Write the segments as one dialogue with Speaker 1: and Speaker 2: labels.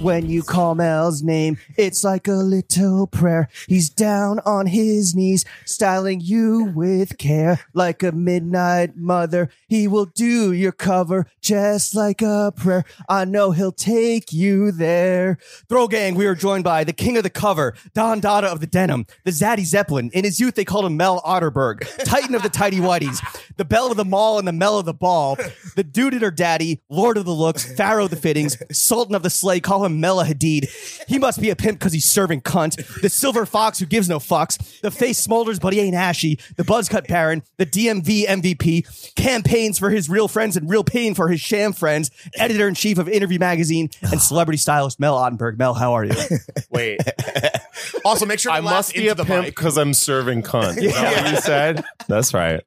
Speaker 1: When you call Mel's name, it's like a little prayer. He's down on his knees, styling you with care. Like a midnight mother, he will do your cover just like a prayer. I know he'll take you there. Throw gang, we are joined by the king of the cover, Don Dada of the denim, the Zaddy Zeppelin. In his youth, they called him Mel Otterberg, titan of the tidy whities, the belle of the mall and the mel of the ball, the dude at her daddy, lord of the looks, pharaoh of the fittings, sultan of the sleigh, call him Mela Hadid. He must be a pimp because he's serving cunt, the silver fox who gives no fucks, the face smolders but he ain't ashy, the buzz cut baron, the DMV MVP, campaigns for his real friends and real pain for his sham friends, editor-in-chief of Interview Magazine, and celebrity stylist Mel Ottenberg. Mel, how are you?
Speaker 2: Wait,
Speaker 3: Also, make sure to
Speaker 2: I
Speaker 3: laugh
Speaker 2: must be
Speaker 3: into
Speaker 2: a
Speaker 3: the
Speaker 2: pimp
Speaker 3: mic.
Speaker 2: because I'm serving cunt. Is that what you said? That's right.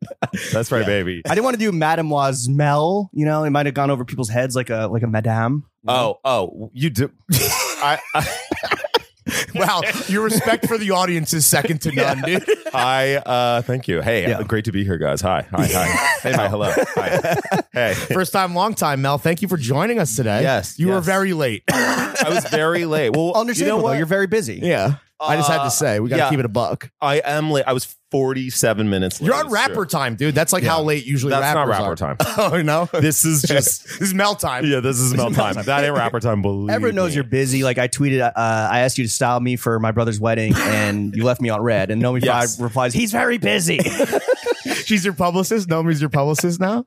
Speaker 2: That's right, baby.
Speaker 1: I didn't want to do Mademoiselle Mel, you know, it might have gone over people's heads like a like a madame.
Speaker 2: Oh, oh, you do. I, I,
Speaker 3: Wow, your respect for the audience is second to none, dude.
Speaker 2: I uh, thank you. Hey,
Speaker 1: Yeah.
Speaker 2: great to be here, guys. Hi, hi, hi. Hey, hi, hello. Hi. Hey,
Speaker 3: First time, long time, Mel. Thank you for joining us today.
Speaker 2: Yes,
Speaker 3: you were
Speaker 2: yes.
Speaker 3: very late.
Speaker 2: I was very late. Well,
Speaker 1: Understandable,
Speaker 2: you know what?
Speaker 1: though, you're very busy.
Speaker 3: yeah, I just had
Speaker 2: Uh,
Speaker 3: to say we got to
Speaker 2: yeah.
Speaker 3: keep it a buck.
Speaker 2: I am late. I was 47 minutes late.
Speaker 3: You're on
Speaker 2: It's
Speaker 3: rapper
Speaker 2: true.
Speaker 3: time, dude. That's like how late usually.
Speaker 2: That's not
Speaker 3: rappers
Speaker 2: rapper
Speaker 3: are.
Speaker 2: time.
Speaker 3: oh no,
Speaker 2: This is just.
Speaker 3: this is Mel time.
Speaker 2: Yeah, this is melt time. That ain't rapper time. Believe
Speaker 1: Everyone knows
Speaker 2: me.
Speaker 1: you're busy. Like I tweeted, uh, I asked you to style me for my brother's wedding, and you left me on red. And Nomi
Speaker 2: Yes.
Speaker 1: Five replies, "He's very busy."
Speaker 3: She's your publicist. Nomi's your publicist now.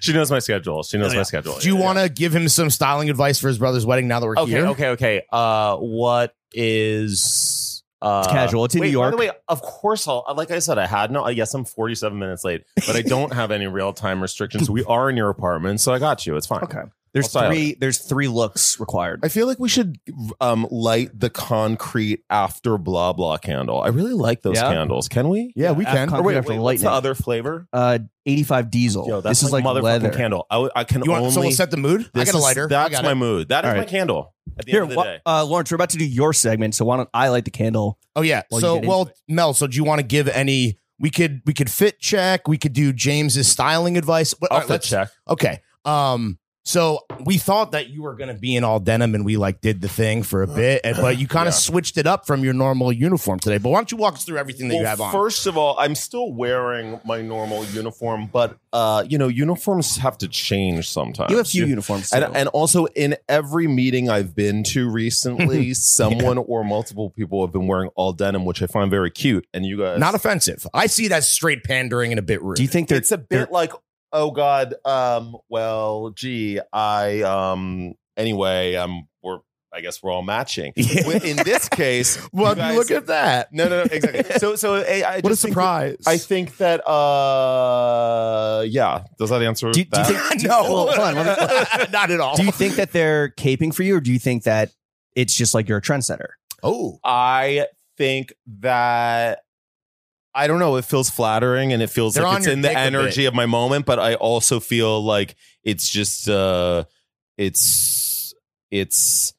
Speaker 2: She knows my schedule. She knows my schedule.
Speaker 3: Do you
Speaker 2: Yeah,
Speaker 3: want to give him some styling advice for his brother's wedding? Now that we're
Speaker 2: Okay,
Speaker 3: here,
Speaker 2: okay, okay. Uh, what is uh,
Speaker 1: It's casual. It's in
Speaker 2: wait,
Speaker 1: New York.
Speaker 2: By the way, of course, I'll, like I said, I had no. Yes, I'm 47 minutes late, but I don't have any real time restrictions. We are in your apartment, so I got you. It's fine.
Speaker 1: Okay. There's
Speaker 2: I'll style
Speaker 1: three. There's three looks required.
Speaker 2: I feel like we should um, light the concrete after blah blah candle. I really like those
Speaker 1: Yeah.
Speaker 2: candles. Can we?
Speaker 3: Yeah, we
Speaker 1: Af-
Speaker 3: can. Oh,
Speaker 1: concrete after
Speaker 2: what's
Speaker 1: lightning.
Speaker 2: the other flavor?
Speaker 1: Uh, 85 diesel.
Speaker 2: Yo, that's
Speaker 1: this is like
Speaker 2: motherfucking
Speaker 1: leather.
Speaker 2: candle. I, would- I can
Speaker 3: You want
Speaker 2: only.
Speaker 3: someone to set the mood? I
Speaker 2: this
Speaker 3: got a
Speaker 2: is-
Speaker 3: lighter. I
Speaker 2: That's
Speaker 3: got
Speaker 2: my
Speaker 3: it.
Speaker 2: mood. That is
Speaker 1: All
Speaker 2: my
Speaker 1: right.
Speaker 2: candle. At the
Speaker 1: Here,
Speaker 2: end of the
Speaker 1: wha-
Speaker 2: day.
Speaker 1: uh, Lawrence, we're about to do your segment, so why don't I light the candle?
Speaker 3: Oh yeah.
Speaker 1: Well, you
Speaker 3: so
Speaker 1: get into
Speaker 3: well,
Speaker 1: it.
Speaker 3: Mel. So do you want to give any? We could we could fit check. We could do James's styling advice. But,
Speaker 2: I'll
Speaker 3: all right,
Speaker 2: fit
Speaker 3: let's-
Speaker 2: check.
Speaker 3: Okay. Um. So we thought that you were gonna be in all denim, and we like did the thing for a
Speaker 1: Uh,
Speaker 3: bit, and, but you kind
Speaker 2: Yeah.
Speaker 3: of switched it up from your normal uniform today. But why don't you walk us through everything that you have on?
Speaker 2: First of all, I'm still wearing my normal uniform, but uh, you know, uniforms have to change sometimes.
Speaker 1: You have few uniforms.
Speaker 2: Uh, and,
Speaker 1: too.
Speaker 2: and also in every meeting I've been to recently, someone or multiple people have been wearing all denim, which I find very cute. And you guys,
Speaker 3: Not offensive. I see that straight pandering and a bit rude.
Speaker 1: do you think they're
Speaker 2: it's a bit like, oh God, um, well, gee, I, um, anyway, um, we're, I guess we're all matching. Well, in this case,
Speaker 3: well,
Speaker 2: guys-
Speaker 3: look at that.
Speaker 2: no, no, no, exactly. So, so I, I
Speaker 3: What a
Speaker 2: just think that-
Speaker 3: surprise!
Speaker 2: I think that uh yeah. Does that answer
Speaker 1: Do- do you
Speaker 2: that?
Speaker 1: think- do you-
Speaker 3: no,
Speaker 1: well, hold on, let
Speaker 3: not at all.
Speaker 1: Do you think that they're caping for you, or do you think that it's just like you're a trendsetter?
Speaker 3: oh,
Speaker 2: I think that I don't know, it feels flattering and it feels
Speaker 3: They're
Speaker 2: like
Speaker 3: on
Speaker 2: it's
Speaker 3: your
Speaker 2: in the
Speaker 3: dick a bit.
Speaker 2: energy of my moment, but I also feel like it's just uh it's it's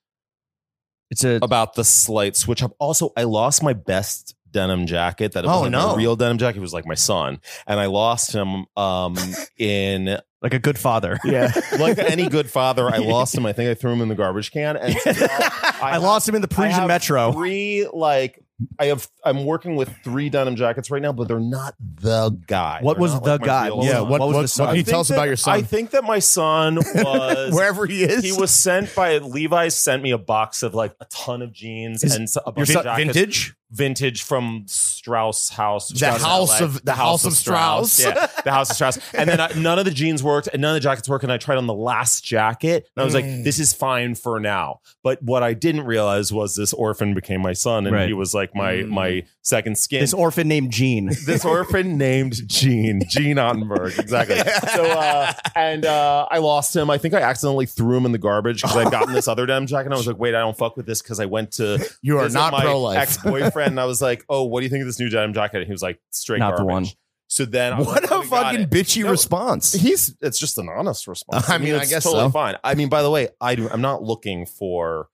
Speaker 1: It's a
Speaker 2: about the slight switch up. Also, I lost my best denim jacket that it
Speaker 3: Oh,
Speaker 2: wasn't
Speaker 3: no.
Speaker 2: my real denim jacket, it was like my son. And I lost him um in
Speaker 1: like a good father.
Speaker 3: yeah.
Speaker 2: like any good father, I lost him. I think I threw him in the garbage can, and so now
Speaker 1: I, lost him in the Parisian
Speaker 2: have
Speaker 1: metro.
Speaker 2: three. Like I have, I'm working with three denim jackets right now, but they're not the guy.
Speaker 1: What
Speaker 2: They're
Speaker 1: was
Speaker 2: not,
Speaker 1: the
Speaker 2: my
Speaker 1: guy?
Speaker 2: real
Speaker 1: What was-
Speaker 3: Yeah,
Speaker 2: son.
Speaker 1: was
Speaker 3: what, what,
Speaker 1: the
Speaker 3: what
Speaker 1: son?
Speaker 3: can you
Speaker 2: I
Speaker 3: tell us
Speaker 2: think
Speaker 3: about
Speaker 2: that-
Speaker 3: your son?
Speaker 2: I think that my son was.
Speaker 3: Wherever he is,
Speaker 2: He was sent by Levi's. Sent me a box of like a ton of jeans
Speaker 1: Is
Speaker 2: and so- a
Speaker 3: Your
Speaker 2: bunch of
Speaker 3: son-
Speaker 2: jackets.
Speaker 3: vintage.
Speaker 2: vintage from Strauss House,
Speaker 3: The
Speaker 2: Strauss
Speaker 3: house
Speaker 2: LA.
Speaker 3: of- the house of Strauss.
Speaker 2: yeah, the house of Strauss. And then I, none of the jeans worked, and none of the jackets worked. And I tried on the last jacket, and I was
Speaker 3: Mm.
Speaker 2: like, "This is fine for now." But what I didn't realize was this orphan became my son, and
Speaker 1: Right.
Speaker 2: he was like my
Speaker 3: Mm.
Speaker 2: my second skin.
Speaker 1: This orphan named Gene.
Speaker 2: This orphan named Gene, Gene Ottenberg, exactly. So, uh, and uh, I lost him. I think I accidentally threw him in the garbage because I'd gotten this other denim jacket. And I was like, wait, I don't fuck with this because I went to
Speaker 3: You are
Speaker 2: visit
Speaker 3: not
Speaker 2: my
Speaker 3: pro life.
Speaker 2: Ex boyfriend. I was like, oh, what do you think of this new denim jacket? And he was like, straight
Speaker 1: Not the
Speaker 2: garbage.
Speaker 1: one.
Speaker 2: So then, I was
Speaker 3: What
Speaker 2: like,
Speaker 3: a
Speaker 2: Oh, "We got
Speaker 3: fucking
Speaker 2: it."
Speaker 3: bitchy
Speaker 2: No,
Speaker 3: response.
Speaker 2: He's it's just an honest response.
Speaker 3: I mean, I
Speaker 2: it's
Speaker 3: guess
Speaker 2: totally
Speaker 3: so.
Speaker 2: fine. I mean, by the way, I do, I'm not looking for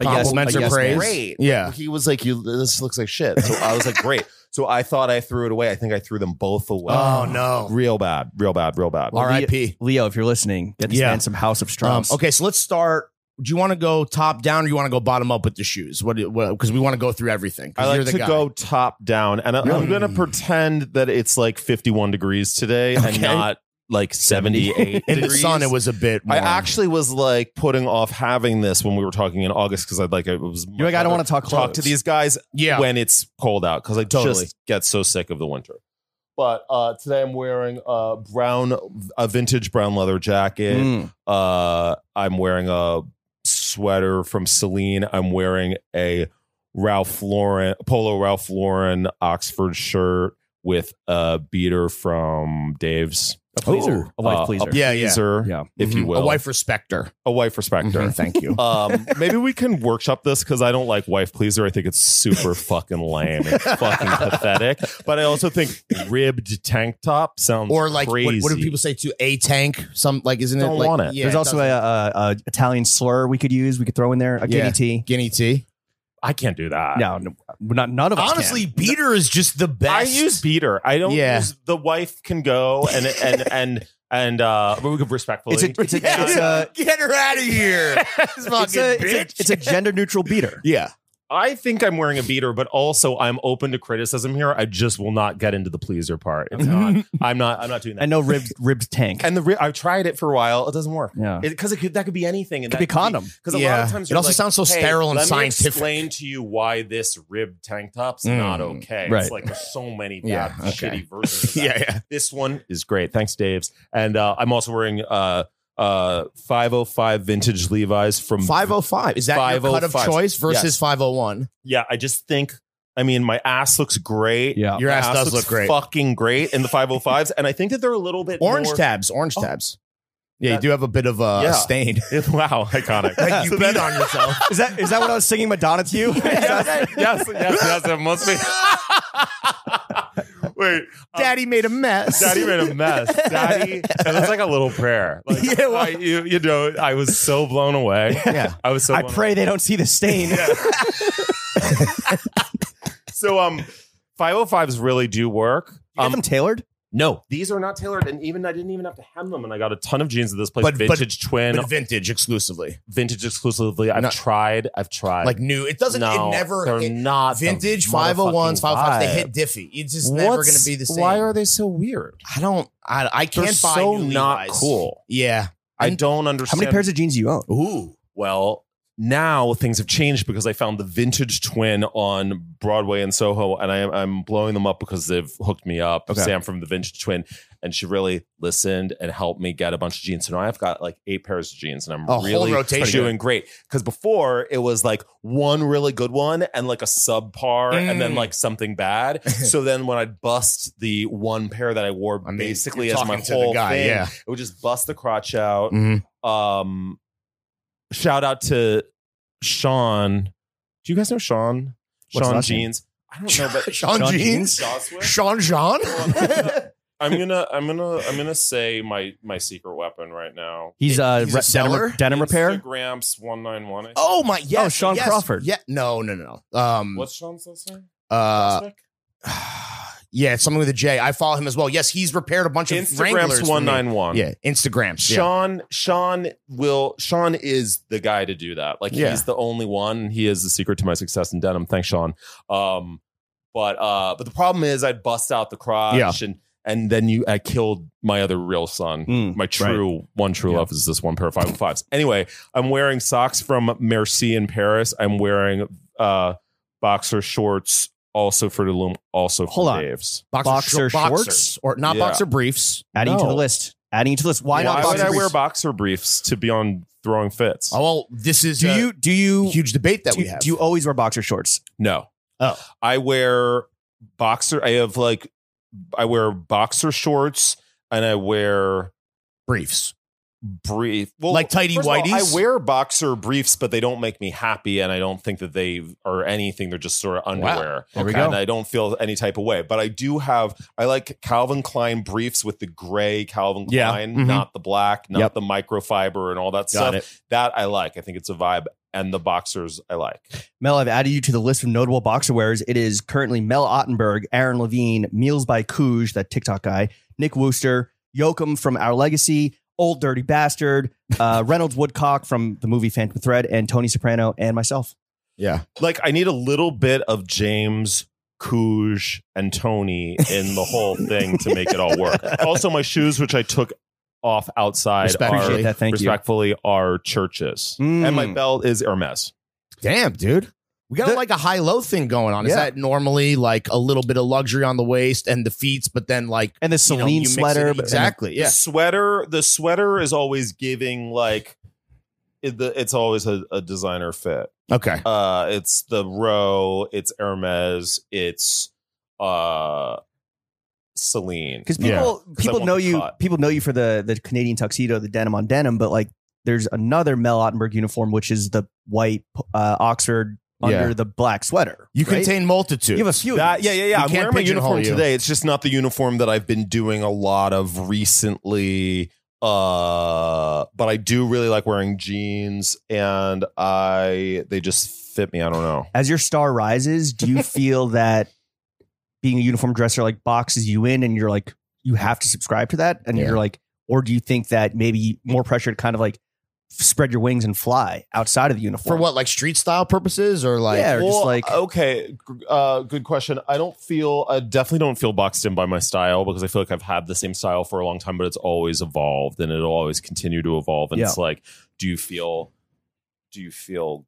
Speaker 3: A yes-
Speaker 2: compliment-
Speaker 3: a yes man.
Speaker 2: Great.
Speaker 3: Yeah.
Speaker 2: He was like, "You this looks like shit." So I was like, "Great." So I thought I threw it away. I think I threw them both away.
Speaker 3: Oh no.
Speaker 2: Real bad, real bad, real bad.
Speaker 1: Well,
Speaker 3: R.I.P.
Speaker 1: Leo, if you're listening, get this
Speaker 3: Yeah.
Speaker 1: man some House of
Speaker 3: Um,
Speaker 1: Strums.
Speaker 3: okay, so let's start. Do you want to go top down or you want to go bottom up with the shoes? What? Because we want to go through everything. 'cause
Speaker 2: I
Speaker 3: you're
Speaker 2: like
Speaker 3: the
Speaker 2: to
Speaker 3: guy.
Speaker 2: go top down, and I, I'm
Speaker 3: Mm.
Speaker 2: going to pretend that it's like 51 degrees today
Speaker 3: Okay.
Speaker 2: and not like 78
Speaker 3: in the
Speaker 2: degrees.
Speaker 3: sun. It was a bit.
Speaker 2: I
Speaker 3: warm.
Speaker 2: actually was like putting off having this when we were talking in August because I'd like it was.
Speaker 1: You're like, I don't want to talk clothes.
Speaker 2: talk to these guys
Speaker 3: yeah.
Speaker 2: when it's cold out because I
Speaker 3: Totally.
Speaker 2: just get so sick of the winter. But uh, today I'm wearing a brown, a vintage brown leather jacket.
Speaker 1: Mm.
Speaker 2: Uh, I'm wearing a sweater from Celine. I'm wearing a Ralph Lauren polo Ralph Lauren Oxford shirt with a beater from Dave's.
Speaker 1: A pleaser.
Speaker 3: Ooh.
Speaker 1: a wife
Speaker 2: Uh,
Speaker 1: pleaser.
Speaker 3: yeah, yeah.
Speaker 2: Pleaser,
Speaker 1: Yeah. Mm-hmm.
Speaker 2: if you
Speaker 3: Mhm.
Speaker 2: will.
Speaker 3: a wife respecter.
Speaker 2: a wife respecter.
Speaker 3: Mhm, Thank you.
Speaker 2: Um, maybe we can workshop this because I don't like wife pleaser. I think it's super fucking lame and fucking pathetic. But I also think ribbed tank top sounds
Speaker 3: or like what,
Speaker 2: crazy.
Speaker 3: what do people say to a tank? Some like isn't it
Speaker 2: Don't
Speaker 3: like
Speaker 2: want it.
Speaker 3: yeah,
Speaker 1: There's
Speaker 3: it
Speaker 1: also a,
Speaker 3: doesn't-
Speaker 1: a, a Italian slur we could use. We could throw in there a
Speaker 3: Yeah.
Speaker 1: guinea tea.
Speaker 3: guinea tea.
Speaker 2: I can't do that.
Speaker 1: No, no, not none of us.
Speaker 3: Honestly,
Speaker 1: can.
Speaker 3: beater is just the
Speaker 2: I
Speaker 3: best.
Speaker 2: use beater. I don't
Speaker 3: Yeah.
Speaker 2: use the wife can go and and and and uh but we could respectfully.
Speaker 1: it's a it's a,
Speaker 2: Yeah.
Speaker 1: it's a,
Speaker 3: get her out of here.
Speaker 1: it's a, it's a, it's a gender neutral beater.
Speaker 3: yeah.
Speaker 2: I think I'm wearing a beater, but also I'm open to criticism here. I just will not get into the pleaser part. It's not, I'm not. I'm not doing that.
Speaker 1: I
Speaker 2: And,
Speaker 1: know ribs ribs tank.
Speaker 2: the re- I've tried it for a while. It doesn't work.
Speaker 1: yeah,
Speaker 2: Because it, could that could be anything. And
Speaker 1: could
Speaker 2: that
Speaker 1: be condom.
Speaker 2: Because a lot
Speaker 3: Yeah.
Speaker 2: of times
Speaker 3: It
Speaker 2: you're
Speaker 3: also
Speaker 2: like,
Speaker 3: sounds so
Speaker 2: "Hey,
Speaker 3: sterile and
Speaker 2: let me
Speaker 3: scientific."
Speaker 2: Explain to you why this ribbed tank top's
Speaker 3: Mm,
Speaker 2: not okay.
Speaker 1: right.
Speaker 2: It's like there's so many
Speaker 3: Yeah,
Speaker 2: bad,
Speaker 3: okay.
Speaker 2: shitty versions. Of that.
Speaker 3: yeah, yeah.
Speaker 2: This one is great. Thanks, Dave's. And uh, I'm also wearing uh, uh, 505 vintage Levi's from
Speaker 3: Five oh five. Is that your cut of
Speaker 2: 505.
Speaker 3: choice versus
Speaker 2: Yes.
Speaker 3: five oh one?
Speaker 2: Yeah, I just think. I mean, my ass looks great.
Speaker 1: Yeah.
Speaker 3: Your
Speaker 2: My
Speaker 3: ass does
Speaker 2: looks
Speaker 3: look great.
Speaker 2: Fucking great in the 505s, and I think that they're a little bit
Speaker 3: Orange
Speaker 2: more-
Speaker 3: tabs. Orange
Speaker 2: Oh.
Speaker 3: tabs. Yeah, you
Speaker 2: That-
Speaker 3: do have a bit of a
Speaker 2: Yeah.
Speaker 3: stain.
Speaker 2: wow, iconic.
Speaker 3: Like you
Speaker 2: So
Speaker 3: beat
Speaker 2: then-
Speaker 3: on yourself.
Speaker 1: Is that is that what I was singing Madonna to you?
Speaker 2: yes, yes, yes, it must be. Wait, um,
Speaker 3: Daddy made a mess.
Speaker 2: Daddy made a mess. Daddy, it looks like a little prayer. Like,
Speaker 3: Yeah, well-
Speaker 2: I, you, you know, I was so blown away.
Speaker 3: Yeah.
Speaker 2: I was so.
Speaker 1: I
Speaker 2: blown
Speaker 1: pray they don't see the stain.
Speaker 2: away. So, um, 505s really do work.
Speaker 1: Get
Speaker 2: Um,
Speaker 1: them tailored.
Speaker 2: no, these are not tailored, and even I didn't even have to hem them, and I got a ton of jeans at this place.
Speaker 3: But- but-
Speaker 2: vintage twin,
Speaker 3: But vintage exclusively.
Speaker 2: vintage exclusively. I've
Speaker 3: No.
Speaker 2: tried. I've tried.
Speaker 3: Like new. It doesn't
Speaker 2: no,
Speaker 3: it never
Speaker 2: They're
Speaker 3: it-
Speaker 2: not the
Speaker 3: vintage 501s, 505s, they
Speaker 2: motherfucking
Speaker 3: hit
Speaker 2: vibe.
Speaker 3: diffy. It's just never
Speaker 2: What's-
Speaker 3: going to be the same.
Speaker 2: Why are they so weird?
Speaker 3: I don't. I, I
Speaker 2: They're
Speaker 3: can't buy
Speaker 2: so
Speaker 3: new
Speaker 2: not
Speaker 3: Levi's.
Speaker 2: cool.
Speaker 3: Yeah.
Speaker 2: I
Speaker 3: And-
Speaker 2: don't
Speaker 1: How
Speaker 2: understand.
Speaker 1: many pairs of jeans do you own?
Speaker 3: Ooh.
Speaker 2: Well, now things have changed because I found the vintage twin on Broadway in Soho, and I am, I'm blowing them up because they've hooked me up.
Speaker 1: Okay.
Speaker 2: Sam from the Vintage Twin, and she really listened and helped me get a bunch of jeans. So now I've got like eight pairs of jeans, and I'm
Speaker 3: A whole
Speaker 2: really
Speaker 3: rotation.
Speaker 2: doing great. Because before it was like one really good one and like a subpar, and then
Speaker 3: Mm.
Speaker 2: like something bad. so then when I'd bust the one pair that I wore
Speaker 3: I mean,
Speaker 2: basically
Speaker 3: you're
Speaker 2: as my
Speaker 3: talking to the
Speaker 2: whole
Speaker 3: guy,
Speaker 2: thing,
Speaker 3: yeah.
Speaker 2: it would just bust the crotch out
Speaker 3: Mhm.
Speaker 2: um shout out to Sean. Do you guys know Sean?
Speaker 1: What's his
Speaker 2: Sean
Speaker 1: last name?
Speaker 2: Jeans. I don't know, but
Speaker 3: Sean
Speaker 1: Sean
Speaker 3: Jeans?
Speaker 2: Joswick?
Speaker 3: Sean Jean?
Speaker 2: I'm gonna I'm gonna I'm gonna say my my secret weapon right now.
Speaker 1: He's, uh,
Speaker 3: He's a
Speaker 1: re-
Speaker 3: seller?
Speaker 1: denim, denim repair.
Speaker 2: Instagrams one nine one.
Speaker 3: oh, my. Yes.
Speaker 1: Oh, Sean
Speaker 3: yes,
Speaker 1: Crawford.
Speaker 3: Yeah. No, no, no, no. Um,
Speaker 2: What's Sean's last name?
Speaker 3: uh,
Speaker 2: Joswick?
Speaker 3: yeah, it's something with a J. I follow him as well. Yes, he's repaired a bunch of Wranglers. for
Speaker 2: Instagrams
Speaker 3: me.
Speaker 2: one nine one.
Speaker 3: Yeah, Instagrams. yeah.
Speaker 2: Sean Sean will Sean is the guy to do that. Like
Speaker 3: Yeah.
Speaker 2: he's the only one. He is the secret to my success in denim. Thanks, Sean. Um, but uh, but the problem is I'd bust out the crotch
Speaker 3: Yeah.
Speaker 2: and and then you I killed my other real son.
Speaker 1: Mm,
Speaker 2: my true one true
Speaker 3: Yeah.
Speaker 2: love is this one pair of five fives. Anyway, I'm wearing socks from Merci in Paris. I'm wearing uh boxer shorts also for Tulum, also for
Speaker 1: Hold on.
Speaker 2: Dave's.
Speaker 1: Boxer
Speaker 3: shor-
Speaker 1: shorts?
Speaker 3: boxers, or not
Speaker 2: Yeah.
Speaker 3: boxer briefs.
Speaker 1: Adding to
Speaker 2: No.
Speaker 1: the list. Adding to the list. Why,
Speaker 2: Why,
Speaker 1: not?
Speaker 2: would
Speaker 1: boxer
Speaker 2: I wear
Speaker 1: briefs?
Speaker 2: boxer briefs to be on throwing fits?
Speaker 3: Oh, well, this is
Speaker 1: Do
Speaker 3: a
Speaker 1: you do you
Speaker 3: huge debate that
Speaker 1: do,
Speaker 3: we have.
Speaker 1: do you always wear boxer shorts?
Speaker 2: No.
Speaker 3: Oh.
Speaker 2: I wear boxer. I have like I wear boxer shorts and I wear
Speaker 3: briefs?
Speaker 2: brief. Well,
Speaker 3: like tidy
Speaker 2: first of all,
Speaker 3: whities.
Speaker 2: I wear boxer briefs, but they don't make me happy, and I don't think that they are anything. They're just sort of underwear.
Speaker 3: There we
Speaker 2: Okay.
Speaker 3: go.
Speaker 2: And I don't feel any type of way. But I do have. I like Calvin Klein briefs with the gray Calvin
Speaker 3: Yeah.
Speaker 2: Klein,
Speaker 3: Mhm.
Speaker 2: not the black, not
Speaker 3: Yep.
Speaker 2: the microfiber, and all that stuff.
Speaker 3: Got it.
Speaker 2: That I like. I think it's a vibe. And the boxers I like.
Speaker 1: Mel, I've added you to the list of notable boxer wearers. It is currently Mel Ottenberg, Aaron Levine, Meals by Cooge, that TikTok guy, Nick Wooster, Yoakum from Our Legacy, Old Dirty Bastard, uh, Reynolds Woodcock from the movie Phantom Thread, and Tony Soprano and myself.
Speaker 3: Yeah.
Speaker 2: Like I need a little bit of James. Cooge and Tony in the whole thing to make it all work. Also, my shoes, which I took off outside,
Speaker 3: Respectfully.
Speaker 2: are
Speaker 1: Appreciate that. Thank you.
Speaker 2: respectfully are churches.
Speaker 1: Mm.
Speaker 2: And my belt is Hermes.
Speaker 3: Damn, dude. We got
Speaker 1: The-
Speaker 3: like a high low thing going on. Is
Speaker 1: Yeah.
Speaker 3: that normally like a little bit of luxury on the waist and the feet, but then like
Speaker 1: and the
Speaker 3: you know, you
Speaker 1: Celine
Speaker 3: mix it-
Speaker 1: sweater. but-
Speaker 3: Exactly.
Speaker 2: The
Speaker 3: Yeah.
Speaker 2: sweater, the sweater is always giving like it, the, it's always a, a designer fit.
Speaker 3: Okay.
Speaker 2: Uh it's the row, it's Hermes, it's uh Celine.
Speaker 1: because people people
Speaker 2: I
Speaker 1: know
Speaker 2: won't be
Speaker 1: you
Speaker 2: caught.
Speaker 1: people know you for the the Canadian tuxedo, the denim on denim, but like there's another Mel Ottenberg uniform, which is the white uh, Oxford
Speaker 3: Yeah.
Speaker 1: under the black sweater.
Speaker 3: You
Speaker 1: right?
Speaker 3: contain multitudes.
Speaker 1: you have a few. of
Speaker 2: That
Speaker 1: these.
Speaker 2: yeah, yeah, yeah.
Speaker 3: We
Speaker 2: I'm
Speaker 3: can't
Speaker 2: wearing my
Speaker 3: pigeonhole
Speaker 2: uniform
Speaker 3: you.
Speaker 2: today. It's just not the uniform that I've been doing a lot of recently. Uh, but I do really like wearing jeans, and I they just fit me. I don't know.
Speaker 1: As your star rises, do you feel that being a uniform dresser like boxes you in, and you're like you have to subscribe to that, and
Speaker 3: Yeah.
Speaker 1: you're like, or do you think that maybe more pressure to kind of like spread your wings and fly outside of the uniform
Speaker 3: for what, like street style purposes or like
Speaker 1: Yeah, or just like-
Speaker 2: okay, gr- uh, good question. I don't feel, I definitely don't feel boxed in by my style because I feel like I've had the same style for a long time, but it's always evolved and it'll always continue to evolve. And it's like, do you feel, do you feel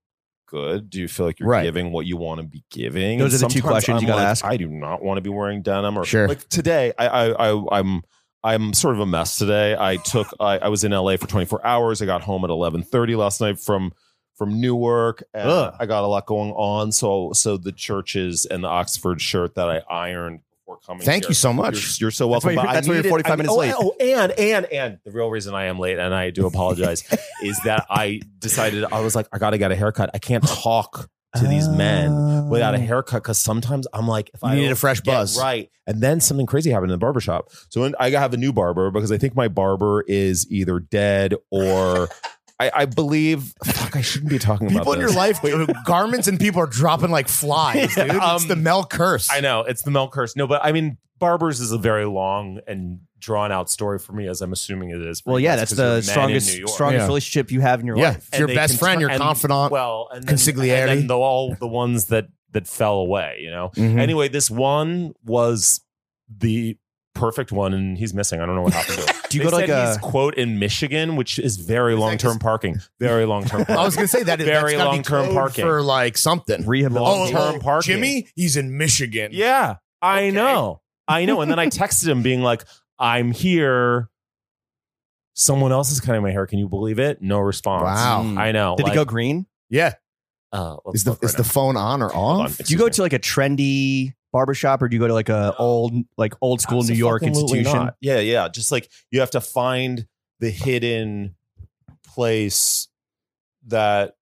Speaker 2: good? Do you feel like you're
Speaker 3: Right.
Speaker 2: giving what you want to be giving?
Speaker 1: Those
Speaker 2: And
Speaker 1: are the two
Speaker 2: sometimes
Speaker 1: questions
Speaker 2: I'm
Speaker 1: you gotta
Speaker 2: like,
Speaker 1: ask.
Speaker 2: I do not want to be wearing denim or
Speaker 3: Sure.
Speaker 2: like today. I, I, I I'm. I'm sort of a mess today. I took I, I was in LA for 24 hours. I got home at 11:30 last night from from Newark. And
Speaker 1: Ugh.
Speaker 2: I got a lot going on. So so the churches and the Oxford shirt that I ironed before coming.
Speaker 3: Thank
Speaker 2: here.
Speaker 3: you so much.
Speaker 2: You're, you're so
Speaker 1: That's
Speaker 2: welcome.
Speaker 1: why you're-
Speaker 2: but I
Speaker 1: that's why you're
Speaker 2: needed-
Speaker 1: 45
Speaker 2: I-
Speaker 1: minutes
Speaker 2: oh,
Speaker 1: late.
Speaker 2: Oh, and and and the real reason I am late, and I do apologize, is that I decided I was like I got to get a haircut. I can't talk to these men
Speaker 1: Ah.
Speaker 2: without a haircut because sometimes I'm like if I
Speaker 3: you need
Speaker 2: don't
Speaker 3: a fresh
Speaker 2: get
Speaker 3: buzz.
Speaker 2: right. And then something crazy happened in the barbershop. So when I have a new barber because I think my barber is either dead or I, I believe fuck, I shouldn't be talking
Speaker 3: People
Speaker 2: about
Speaker 3: in
Speaker 2: this.
Speaker 3: your life, garments and people are dropping like flies, dude. it's
Speaker 2: Um,
Speaker 3: the Mel curse.
Speaker 2: I know it's the Mel curse. No, but I mean barbers is a very long and drawn out story for me, as I'm assuming it is. for
Speaker 1: Well,
Speaker 2: you
Speaker 1: yeah,
Speaker 2: guys,
Speaker 1: that's
Speaker 2: 'cause you're
Speaker 1: the
Speaker 2: men in New
Speaker 1: strongest
Speaker 2: York.
Speaker 1: strongest
Speaker 3: Yeah.
Speaker 1: relationship you have in your
Speaker 3: Yeah.
Speaker 1: life.
Speaker 3: Your
Speaker 2: they
Speaker 3: best
Speaker 2: can
Speaker 3: friend,
Speaker 2: turn-
Speaker 3: your
Speaker 2: and-
Speaker 3: confidant.
Speaker 2: Well, and then,
Speaker 3: Consigliere.
Speaker 2: and then the, all the ones that that fell away. You know.
Speaker 1: Hmm.
Speaker 3: Mhm.
Speaker 2: Anyway, this one was the perfect one, and he's missing. I don't know what happened to him.
Speaker 1: Do you go
Speaker 2: They
Speaker 1: to like uh, a
Speaker 2: said he's, quote in Michigan, which is very
Speaker 3: that
Speaker 2: long term
Speaker 3: just-
Speaker 2: parking, very long term.
Speaker 3: I was gonna say that
Speaker 2: Very
Speaker 3: that's gotta be
Speaker 2: long-term
Speaker 3: code
Speaker 2: parking.
Speaker 3: for like something.
Speaker 1: rehab?
Speaker 2: Long
Speaker 1: Oh,
Speaker 2: long-term term parking.
Speaker 3: Jimmy, he's in Michigan.
Speaker 2: yeah, I
Speaker 3: Okay.
Speaker 2: know, I know. And then I texted him, being like, "I'm here. Someone else is cutting my hair. Can you believe it? No response.
Speaker 3: Wow.
Speaker 2: I know.
Speaker 3: oh,
Speaker 1: Did
Speaker 2: like,
Speaker 1: it go green?
Speaker 3: Yeah.
Speaker 2: Uh, let's
Speaker 3: Is the
Speaker 2: look
Speaker 3: is
Speaker 2: Mm. right
Speaker 3: the
Speaker 2: now.
Speaker 3: phone on or
Speaker 2: Hold on,
Speaker 1: Do
Speaker 3: off?
Speaker 1: you
Speaker 2: excuse
Speaker 1: go
Speaker 2: me.
Speaker 1: to like a trendy barbershop or do you go to like a old like old school New York
Speaker 2: Absolutely
Speaker 1: institution?
Speaker 2: not. Yeah, yeah. Just like you have to find the hidden place that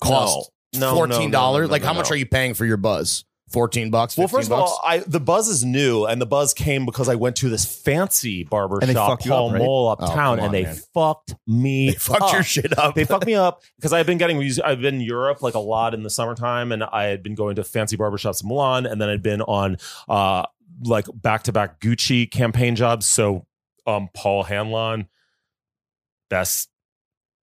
Speaker 3: Cost
Speaker 2: No, no, no, no,
Speaker 3: fourteen dollars.
Speaker 2: no, no,
Speaker 3: Like
Speaker 2: no,
Speaker 3: how
Speaker 2: no.
Speaker 3: much are you paying for your buzz? Fourteen bucks.
Speaker 2: Well,
Speaker 3: 15
Speaker 2: first of
Speaker 3: bucks?
Speaker 2: all, I, the buzz is new, and the buzz came because I went to this fancy barber
Speaker 1: And they
Speaker 2: shop,
Speaker 1: fucked you up,
Speaker 2: Paul
Speaker 1: right?
Speaker 3: Oh,
Speaker 2: Mole, uptown,
Speaker 3: come on,
Speaker 2: and they
Speaker 3: man.
Speaker 2: fucked me.
Speaker 3: they fucked
Speaker 2: up.
Speaker 3: your shit up.
Speaker 2: They fucked me up because I've been getting. I've been in Europe like a lot in the summertime, and I had been going to fancy barbershops in Milan, and then I'd been on uh like back to back Gucci campaign jobs. So, um, Paul Hanlon, best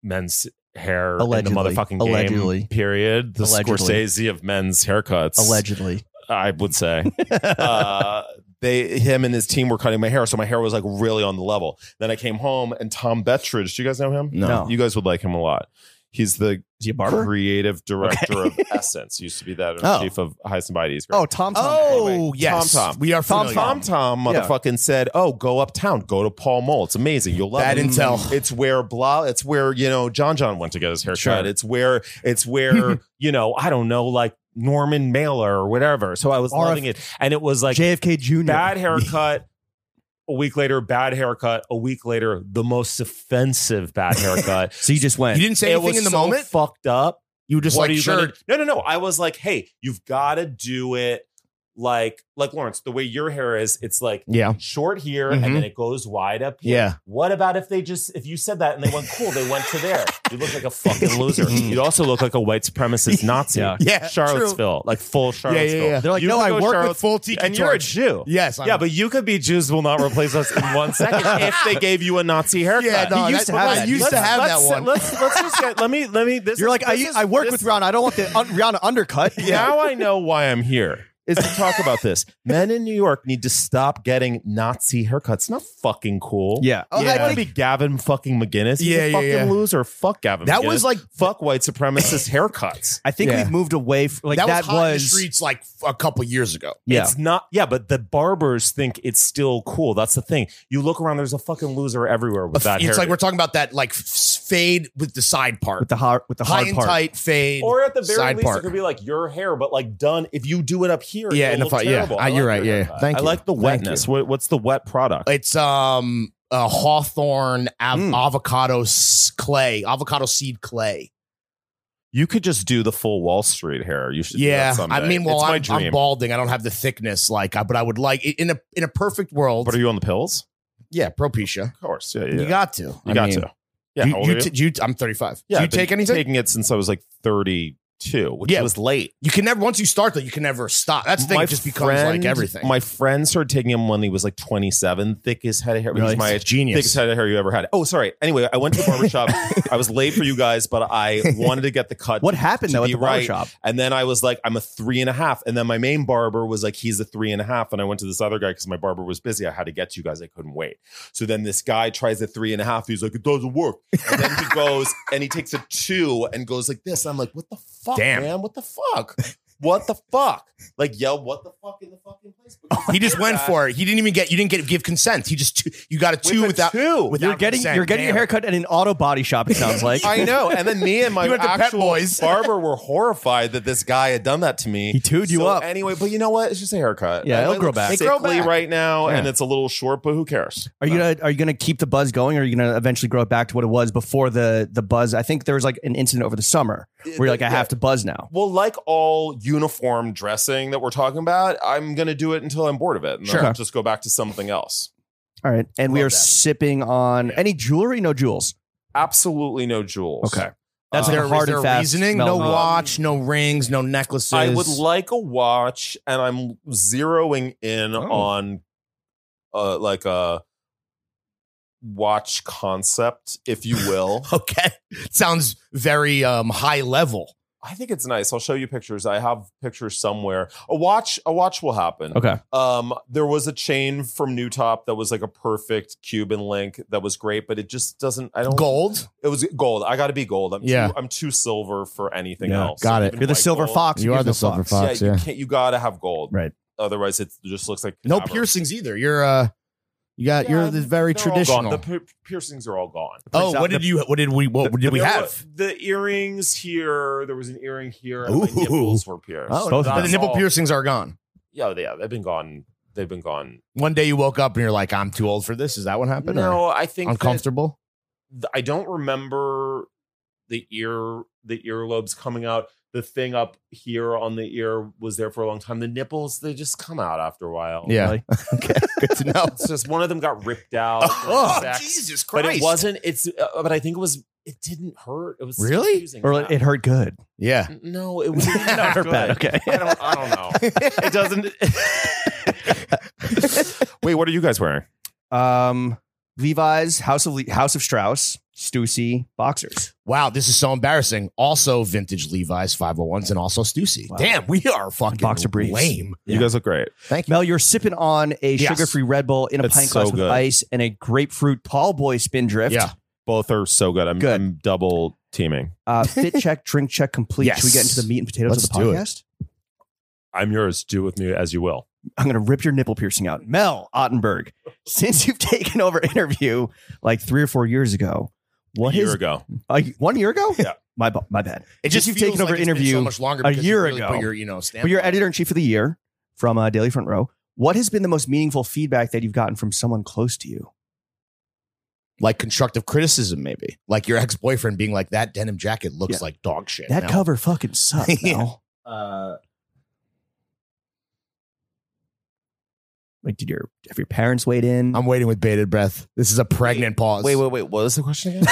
Speaker 2: men's hair
Speaker 1: Allegedly.
Speaker 2: in the motherfucking game.
Speaker 1: Allegedly.
Speaker 2: Period. The
Speaker 1: Allegedly.
Speaker 2: Scorsese of men's haircuts.
Speaker 1: Allegedly.
Speaker 2: I would say uh, they him and his team were cutting my hair, so my hair was like really on the level. Then I came home and Tom Bettridge. Do you guys know him?
Speaker 1: No.
Speaker 2: You guys would like him a lot. He's the
Speaker 1: Is he a barber?
Speaker 2: creative director of Essence. Used to be that
Speaker 3: Oh.
Speaker 2: chief of High Somebody's.
Speaker 1: Oh, Tom Tom.
Speaker 3: Oh
Speaker 2: Tom,
Speaker 3: yes,
Speaker 2: Tom.
Speaker 3: we are
Speaker 2: Tom
Speaker 3: familiar.
Speaker 2: Tom Tom
Speaker 1: Yeah.
Speaker 2: motherfucking said, "Oh, go uptown, go to Paul Mole. It's amazing. You'll love
Speaker 3: Bad
Speaker 2: it. Mm.
Speaker 3: intel.
Speaker 2: It's where blah. It's where you know John John went to get his haircut.
Speaker 3: Sure.
Speaker 2: It's where it's where you know I don't know like Norman Mailer or whatever. So I was
Speaker 1: RF
Speaker 2: loving it, and it was like
Speaker 1: JFK Jr.
Speaker 2: bad haircut A week later, bad haircut. A week later, the most offensive bad haircut.
Speaker 1: So you just went.
Speaker 3: You didn't say
Speaker 2: it was
Speaker 3: anything in the
Speaker 2: so
Speaker 3: moment.
Speaker 2: fucked up.
Speaker 3: You were just
Speaker 2: What
Speaker 3: like,
Speaker 2: are you
Speaker 3: sure.
Speaker 2: gonna- no, no, no. I was like, hey, you've got to do it like like Lawrence. The way your hair is, it's like
Speaker 3: Yeah.
Speaker 2: short here
Speaker 3: Mhm.
Speaker 2: and then it goes wide up here.
Speaker 3: Yeah.
Speaker 2: What about if they just if you said that and they went cool, they went to there. You look like a fucking loser.
Speaker 3: Mm.
Speaker 2: you also look like a white supremacist Nazi.
Speaker 1: Yeah.
Speaker 3: Yeah.
Speaker 2: Charlottesville, like full
Speaker 3: true. Yeah,
Speaker 2: Charlottesville.
Speaker 3: yeah, yeah.
Speaker 1: They're like,
Speaker 2: You
Speaker 1: no,
Speaker 2: can
Speaker 1: I
Speaker 2: go
Speaker 1: work
Speaker 2: Charlotte-
Speaker 1: with full tiki
Speaker 2: And you're a
Speaker 1: torch.
Speaker 2: Jew.
Speaker 3: Yes. I'm-
Speaker 2: Yeah, but you could be Jews will not replace us in one second if they gave you a Nazi haircut.
Speaker 3: Yeah, no,
Speaker 1: He
Speaker 3: that-
Speaker 1: used to have
Speaker 3: I
Speaker 1: that.
Speaker 3: used to
Speaker 2: Let's-
Speaker 3: have that
Speaker 2: let's-
Speaker 3: one.
Speaker 2: Let's let's just get. Let me let me. This
Speaker 1: You're
Speaker 2: is-
Speaker 1: like, I,
Speaker 2: this is-
Speaker 1: I work
Speaker 2: this-
Speaker 1: with Rihanna. I don't want the un- Rihanna undercut.
Speaker 2: Now I know why I'm here. Is to talk about this. Men in New York need to stop getting Nazi haircuts. Not fucking cool.
Speaker 1: Yeah.
Speaker 2: Oh,
Speaker 3: Yeah.
Speaker 2: I want to be Gavin fucking McGinnis. He's
Speaker 3: Yeah,
Speaker 2: a
Speaker 3: yeah,
Speaker 2: fucking
Speaker 3: yeah.
Speaker 2: loser. Fuck Gavin.
Speaker 3: that was
Speaker 2: McGinnis.
Speaker 3: like
Speaker 2: fuck white supremacist haircuts.
Speaker 1: I think
Speaker 3: Yeah.
Speaker 1: we've moved away from like
Speaker 3: that,
Speaker 1: that,
Speaker 3: was hot in the streets like f- a couple years ago.
Speaker 1: yeah.
Speaker 2: It's not. Yeah, but the barbers think it's still cool. That's the thing. You look around. There's a fucking loser everywhere with that.
Speaker 3: it's
Speaker 2: haircut.
Speaker 3: like we're talking about that like f- fade with the side part,
Speaker 1: with the hard with the
Speaker 3: high
Speaker 1: hard
Speaker 3: and
Speaker 1: part.
Speaker 3: tight fade,
Speaker 2: Or at the very
Speaker 3: side
Speaker 2: least,
Speaker 3: part.
Speaker 2: it could be like your hair, but like done. If you do it up here,
Speaker 3: Yeah,
Speaker 2: yeah,
Speaker 3: in the
Speaker 2: look
Speaker 3: front- yeah.
Speaker 2: terrible.
Speaker 3: Ah, you're
Speaker 2: like
Speaker 3: right,
Speaker 2: your
Speaker 3: yeah, yeah.
Speaker 2: haircut.
Speaker 3: Thank
Speaker 2: I
Speaker 3: you.
Speaker 2: like the
Speaker 3: Thank
Speaker 2: wetness. What, what's the wet product?
Speaker 3: It's um a hawthorn av-
Speaker 2: Hmm.
Speaker 1: Mm.
Speaker 3: avocado s- clay, avocado seed clay.
Speaker 2: you could just do the full Wall Street hair. You should. do
Speaker 3: yeah,
Speaker 2: that
Speaker 3: I
Speaker 2: someday.
Speaker 3: mean, well,
Speaker 2: it's my
Speaker 3: I'm,
Speaker 2: dream.
Speaker 3: I'm balding. I don't have the thickness like, I, but I would like in a in a perfect world.
Speaker 2: but are you on the pills?
Speaker 3: yeah, propecia.
Speaker 2: Of course. Yeah, yeah.
Speaker 3: You got to.
Speaker 2: You
Speaker 3: I
Speaker 2: got
Speaker 3: mean,
Speaker 2: to. Yeah.
Speaker 3: you,
Speaker 2: how old
Speaker 3: you
Speaker 2: are you?
Speaker 3: t- you- I'm 35.
Speaker 2: yeah
Speaker 3: Do you
Speaker 2: I've
Speaker 3: take
Speaker 2: been
Speaker 3: anything?
Speaker 2: Taking it since I was like 32, which
Speaker 3: Yeah.
Speaker 2: was late.
Speaker 3: you can never. Once you start though, you can never stop. That's the thing.
Speaker 2: My
Speaker 3: It just becomes like
Speaker 2: friend-
Speaker 3: everything.
Speaker 2: My friend started taking him when he was like 27, thickest head of hair. He's
Speaker 1: Really?
Speaker 2: my
Speaker 3: genius.
Speaker 2: Thickest head of hair you ever had. Oh, sorry. Anyway, I went to the barbershop. I was late for you guys, but I wanted to get the cut.
Speaker 1: What happened
Speaker 2: To
Speaker 1: though at
Speaker 2: be
Speaker 1: the
Speaker 2: right.
Speaker 1: barbershop?
Speaker 2: And then I was like, I'm a three and a half. And then my main barber was like, he's a three and a half. And I went to this other guy because my barber was busy. I had to get to you guys. I couldn't wait. So then this guy tries the three and a half. He's like, it doesn't work. And then he goes and he takes a two and goes like this. I'm like, what the fuck,
Speaker 3: Damn.
Speaker 2: man? What the fuck? What the fuck? Like yell, what the fuck in the fucking place?
Speaker 3: he just went for it. He didn't even get. You didn't get give consent. He just you got a two without.
Speaker 2: two.
Speaker 3: without
Speaker 1: You're getting
Speaker 3: consent.
Speaker 1: you're getting your
Speaker 3: Damn.
Speaker 1: haircut at an auto body shop. It sounds like
Speaker 2: I know. And then me and my
Speaker 3: You went to Pet
Speaker 2: actual
Speaker 3: Boys.
Speaker 2: barber were horrified that this guy had done that to me.
Speaker 1: He tooed you
Speaker 2: So
Speaker 1: up.
Speaker 2: Anyway, but you know what? It's just a haircut.
Speaker 1: Yeah,
Speaker 2: I
Speaker 1: it'll
Speaker 2: look
Speaker 1: grow back.
Speaker 2: Sickly
Speaker 3: It'll grow back.
Speaker 2: right now,
Speaker 1: Yeah.
Speaker 2: and it's a little short, but who cares?
Speaker 1: Are you gonna are you gonna keep the buzz going? Or are you gonna eventually grow it back to what it was before the the buzz? I think there was like an incident over the summer where you're like, I
Speaker 2: Yeah.
Speaker 1: have to buzz now.
Speaker 2: Well, like all uniform dressing that we're talking about, I'm gonna do it until I'm bored of it, and
Speaker 1: Sure.
Speaker 2: then I'll just go back to something else.
Speaker 1: All right, and we
Speaker 3: Love
Speaker 1: are
Speaker 3: that.
Speaker 1: sipping on
Speaker 3: Yeah.
Speaker 1: any jewelry? No jewels.
Speaker 2: Absolutely no jewels.
Speaker 1: Okay. That's
Speaker 2: Uh,
Speaker 1: like
Speaker 3: Is there,
Speaker 1: a
Speaker 3: Uh, is
Speaker 1: hard
Speaker 3: there
Speaker 1: and fast
Speaker 3: reasoning?
Speaker 1: smell.
Speaker 3: No
Speaker 1: Um,
Speaker 3: watch, no rings, no necklaces.
Speaker 2: I would like a watch, and I'm zeroing in
Speaker 1: Oh.
Speaker 2: on uh, like a watch concept, if you will.
Speaker 3: Okay, sounds very um high level.
Speaker 2: I think it's nice. I'll show you pictures. I have pictures somewhere. A watch, a watch will happen.
Speaker 1: Okay,
Speaker 2: Um, there was a chain from New Top that was like a perfect Cuban link that was great, but it just doesn't. I don't.
Speaker 3: Gold.
Speaker 2: It was gold. I got to be gold. I'm
Speaker 3: Yeah.
Speaker 2: Too, I'm too silver for anything
Speaker 1: Yeah,
Speaker 2: else.
Speaker 3: got it.
Speaker 2: Even
Speaker 1: you're the
Speaker 2: white
Speaker 1: silver
Speaker 2: gold.
Speaker 1: fox.
Speaker 3: You are
Speaker 1: give
Speaker 3: the
Speaker 1: no
Speaker 3: silver
Speaker 1: fucks.
Speaker 3: fox.
Speaker 2: yeah,
Speaker 3: yeah.
Speaker 2: you can't. You gotta have gold,
Speaker 1: Right.
Speaker 2: Otherwise, it just looks like
Speaker 3: No
Speaker 2: cadaver.
Speaker 3: piercings either. You're uh, you got
Speaker 2: Yeah,
Speaker 3: you're the very
Speaker 2: They're all gone.
Speaker 3: traditional.
Speaker 2: The pier- piercings are all gone.
Speaker 3: oh, what did you? What did we? What did we
Speaker 2: There
Speaker 3: have?
Speaker 2: wa- the earrings here. There was an earring here. And my
Speaker 3: Ooh.
Speaker 2: nipples were pierced.
Speaker 1: Oh, Both
Speaker 3: Oh, the
Speaker 1: of
Speaker 2: That's
Speaker 1: them.
Speaker 3: nipple
Speaker 2: all.
Speaker 3: piercings are gone.
Speaker 2: Yeah, yeah, they've been gone. They've been gone.
Speaker 3: One day you woke up and you're like, I'm too old for this. Is that what happened? or
Speaker 2: no, I think that
Speaker 3: uncomfortable.
Speaker 2: th- I don't remember the ear the earlobes coming out. The thing up here on the ear was there for a long time. The nipples they just come out after a while.
Speaker 3: yeah.
Speaker 1: Really?
Speaker 3: okay. Good to know.
Speaker 2: it's just one of them got ripped out. during
Speaker 3: oh,
Speaker 2: sex.
Speaker 3: Jesus Christ!
Speaker 2: But it wasn't. It's. Uh, but I think it was. It didn't hurt. It was
Speaker 3: Really?
Speaker 2: confusing.
Speaker 1: Or
Speaker 2: Yeah.
Speaker 1: it hurt good.
Speaker 3: Yeah.
Speaker 2: No, it was
Speaker 3: Not
Speaker 2: not
Speaker 1: Hurt
Speaker 2: good.
Speaker 1: bad. Okay.
Speaker 2: I don't, I don't know. It doesn't.
Speaker 3: Wait, what are you guys wearing?
Speaker 1: Um, Levi's House of Le- House of Strauss Stussy boxers.
Speaker 3: Wow, this is so embarrassing. Also, vintage Levi's 501s and also Stussy.
Speaker 1: Wow.
Speaker 3: Damn, we are fucking
Speaker 1: Boxer briefs.
Speaker 3: lame.
Speaker 1: Yeah.
Speaker 2: guys look great.
Speaker 3: Thank you.
Speaker 1: Mel, you're sipping on a
Speaker 3: Yes.
Speaker 1: sugar-free Red Bull in a
Speaker 2: It's
Speaker 1: pint glass
Speaker 2: so
Speaker 1: with
Speaker 2: good.
Speaker 1: ice and a grapefruit tall boy spin drift.
Speaker 3: Yeah.
Speaker 2: Both are so good. I'm,
Speaker 1: Good.
Speaker 2: I'm double teaming.
Speaker 1: Uh, fit check, drink check complete.
Speaker 3: Yes.
Speaker 1: Should we get into the meat and potatoes
Speaker 3: Let's
Speaker 1: of the
Speaker 3: do it.
Speaker 1: podcast?
Speaker 2: I'm yours. Do with me as you will.
Speaker 1: I'm going to rip your nipple piercing out. Mel Ottenberg, since you've taken over interview like three or four years ago, what
Speaker 2: a year
Speaker 1: is
Speaker 2: ago?
Speaker 1: uh, one year ago?
Speaker 2: Yeah.
Speaker 1: My, bu- my bad.
Speaker 3: It
Speaker 1: Since you've taken
Speaker 3: feels
Speaker 1: over
Speaker 3: it's been
Speaker 1: interview
Speaker 3: much longer
Speaker 1: a
Speaker 3: because you
Speaker 1: year
Speaker 3: really
Speaker 1: ago.
Speaker 3: Put your, you know, stamp
Speaker 1: But you're
Speaker 3: on it.
Speaker 1: editor in chief of the year from uh, Daily Front Row. What has been the most meaningful feedback that you've gotten from someone close to you?
Speaker 3: like constructive criticism, maybe like your ex boyfriend being like, "That denim jacket looks
Speaker 1: Yeah.
Speaker 3: like dog shit."
Speaker 1: That
Speaker 3: now."
Speaker 1: cover fucking sucked.
Speaker 3: Yeah.
Speaker 1: Mel.
Speaker 3: Uh,
Speaker 1: Like, did your have your parents weighed in?
Speaker 3: I'm waiting with bated breath. This is a pregnant pause.
Speaker 4: Wait, wait, wait. What was the question again?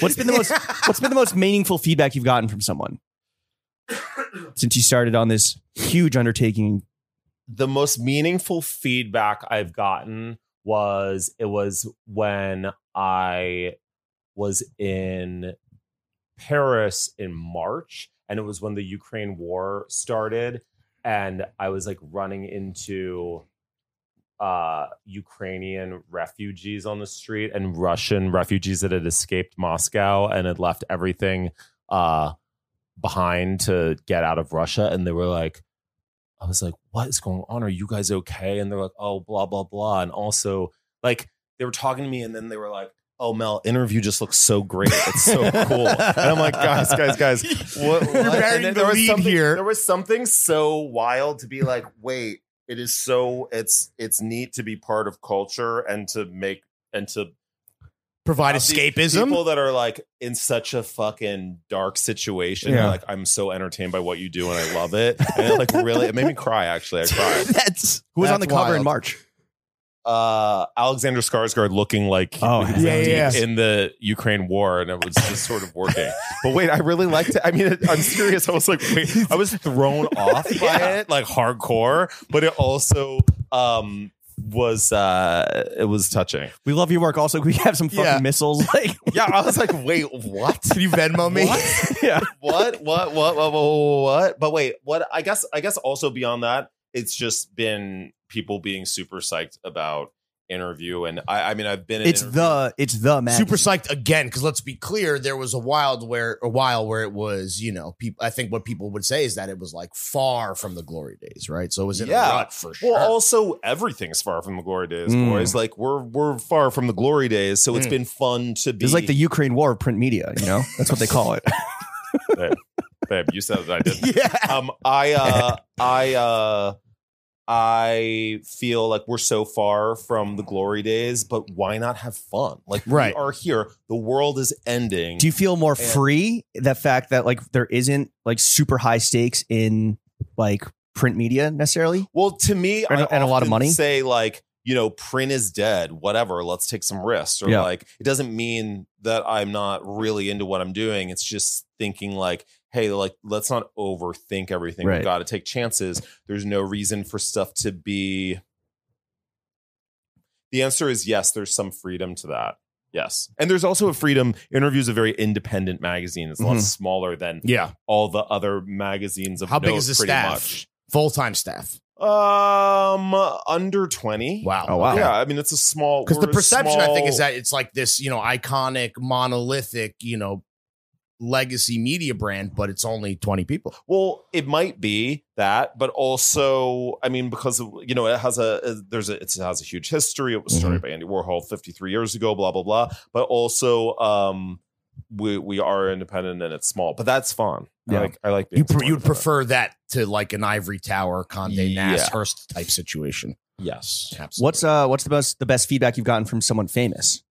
Speaker 1: What's been the most What's been the most meaningful feedback you've gotten from someone since you started on this huge undertaking?
Speaker 2: the most meaningful feedback I've gotten was it was when I was in Paris in March, and it was when the Ukraine war started, and I was like running into uh Ukrainian refugees on the street and Russian refugees that had escaped Moscow and had left everything uh behind to get out of Russia and they were like I was like, what is going on? Are you guys okay? And they're like, oh, blah, blah, blah. And also, like, they were talking to me and then they were like, oh, Mel, interview just looks so great. It's so cool. And I'm like, guys, guys, guys, what? what?
Speaker 3: You're
Speaker 2: And
Speaker 3: burying
Speaker 2: then
Speaker 3: the lead
Speaker 2: something,
Speaker 3: here.
Speaker 2: There was something so wild to be like, wait, it is so, it's, it's neat to be part of culture and to make, and to
Speaker 3: provide
Speaker 2: of these
Speaker 3: escapism.
Speaker 2: People that are like in such a fucking dark situation.
Speaker 3: Yeah.
Speaker 2: Like I'm so entertained by what you do and I love it. And it like really, it made me cry. Actually, I cried.
Speaker 1: That's who was on the
Speaker 3: That's
Speaker 1: cover in
Speaker 3: wild.
Speaker 1: March.
Speaker 2: Uh, Alexander Skarsgård looking like
Speaker 1: Oh,
Speaker 2: he was
Speaker 3: yeah, yeah,
Speaker 2: deep
Speaker 3: yeah.
Speaker 2: in the Ukraine war, and it was just sort of working. but wait, I really liked it. I mean, I'm serious. I was like, wait, I was thrown off by it, like hardcore. But it also um was uh it was touching.
Speaker 1: We love your work. Also, can we have some fucking
Speaker 3: Yeah.
Speaker 1: missiles? Like,
Speaker 2: Yeah, I was like, wait, what?
Speaker 3: Can you Venmo me?
Speaker 1: yeah.
Speaker 2: what, what, what, what, what, what? But wait, what? I guess, I guess also beyond that, it's just been people being super psyched about interview, and I, I mean, I've been. in
Speaker 1: It's
Speaker 2: interview-
Speaker 1: the it's the magazine.
Speaker 3: Super psyched again because let's be clear, there was a wild where a while where it was you know people. I think what people would say is that it was like far from the glory days, right? So it was in
Speaker 2: Yeah.
Speaker 3: a rut for sure.
Speaker 2: Well, also everything's far from the glory days,
Speaker 1: Mm.
Speaker 2: boys. Like we're we're far from the glory days, so it's
Speaker 3: Mm.
Speaker 2: been fun to be.
Speaker 1: It's like the Ukraine war of print media. You know, that's what they call it.
Speaker 2: babe. You said it, I did.
Speaker 3: yeah,
Speaker 2: um, I uh, I uh, I feel like we're so far from the glory days, but why not have fun? Like
Speaker 3: Right.
Speaker 2: we are here. The world is ending.
Speaker 1: Do you feel more
Speaker 2: Yeah.
Speaker 1: free the fact that like there isn't like super high stakes in like print media necessarily?
Speaker 2: Well, to me,
Speaker 1: And-
Speaker 2: I
Speaker 1: and a lot of
Speaker 2: often
Speaker 1: money?
Speaker 2: Say like, you know, print is dead. Whatever. Let's take some risks. Or
Speaker 1: Yeah.
Speaker 2: like, it doesn't mean that I'm not really into what I'm doing. It's just thinking like, hey, like let's not overthink everything.
Speaker 1: Right.
Speaker 2: We've got to take chances. There's no reason for stuff to be. The answer is yes. There's some freedom to that. Yes. And there's also a freedom. Interview's a very independent magazine. It's a lot
Speaker 1: Mhm.
Speaker 2: smaller than
Speaker 3: yeah.
Speaker 2: all the other magazines of
Speaker 3: How big
Speaker 2: note,
Speaker 3: is the
Speaker 2: pretty
Speaker 3: staff?
Speaker 2: much.
Speaker 3: Full time staff.
Speaker 2: Um, under twenty.
Speaker 3: Wow.
Speaker 1: Oh, wow.
Speaker 2: Yeah, I mean it's a small
Speaker 3: because the
Speaker 2: we're a
Speaker 3: perception I think
Speaker 2: small-
Speaker 3: is that it's like this, you know, iconic, monolithic, you know, legacy media brand, but it's only twenty people.
Speaker 2: well, it might be that, but also, I mean, because of, you know it has a, a- there's a it has a huge history. It was started
Speaker 3: Mm-hmm.
Speaker 2: by Andy Warhol 53 years ago. Blah blah blah. But also, um, we we are independent and it's small, but that's fun.
Speaker 1: Yeah.
Speaker 2: I like I like being
Speaker 3: You pr-
Speaker 2: supported
Speaker 3: you'd
Speaker 2: by that.
Speaker 3: prefer that to like an Ivory Tower, Condé
Speaker 2: Yeah.
Speaker 3: Nast, Hearst type situation.
Speaker 2: yes.
Speaker 3: Absolutely.
Speaker 1: What's uh what's the most the best feedback you've gotten from someone famous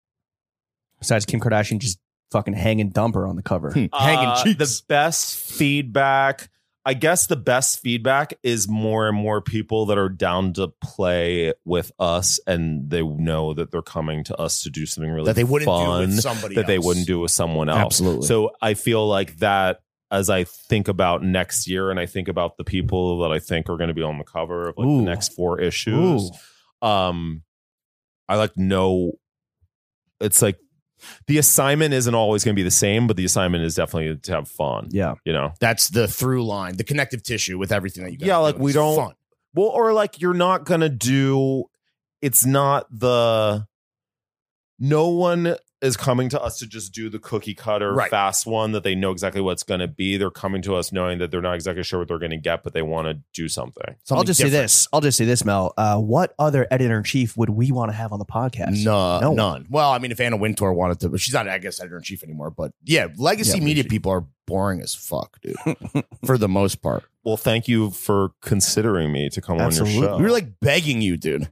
Speaker 1: besides Kim Kardashian just fucking hanging dumper on the cover?
Speaker 2: Uh,
Speaker 3: hanging cheeks?
Speaker 2: The best feedback, I guess the best feedback is more and more people that are down to play with us and they know that they're coming to us to do something really
Speaker 3: that they wouldn't
Speaker 2: fun
Speaker 3: do with somebody
Speaker 2: that they
Speaker 3: else.
Speaker 2: wouldn't do with someone else.
Speaker 3: Absolutely.
Speaker 2: So I feel like that as I think about next year and I think about the people that I think are going to be on the cover of like
Speaker 1: Ooh.
Speaker 2: the next four issues. Um I like know it's like the assignment isn't always going to be the same, but the assignment is definitely to have fun,
Speaker 1: Yeah.
Speaker 2: you know.
Speaker 3: that's the through line, the connective tissue with everything that you. guys
Speaker 2: Yeah,
Speaker 3: do.
Speaker 2: like, we
Speaker 3: It's
Speaker 2: don't-
Speaker 3: fun.
Speaker 2: Well, or like you're not going to do it's not the no one is coming to us to just do the cookie cutter
Speaker 3: Right.
Speaker 2: fast one that they know exactly what's going to be. They're coming to us knowing that they're not exactly sure what they're going to get, but they want to do something.
Speaker 1: So I'll
Speaker 3: Something
Speaker 1: just say
Speaker 3: different.
Speaker 1: this. I'll just say this, Mel. Uh, what other editor in chief would we want to have on the podcast?
Speaker 3: No,
Speaker 1: No.
Speaker 3: none. Well, I mean, if Anna Wintour wanted to, but she's not, I guess, editor in chief anymore. But yeah, legacy
Speaker 1: Yeah,
Speaker 3: media
Speaker 1: she-
Speaker 3: people are boring as fuck, dude. for the most part,
Speaker 2: Well, thank you for considering me to come on
Speaker 1: Absolutely.
Speaker 2: your show.
Speaker 3: we were like begging you, dude.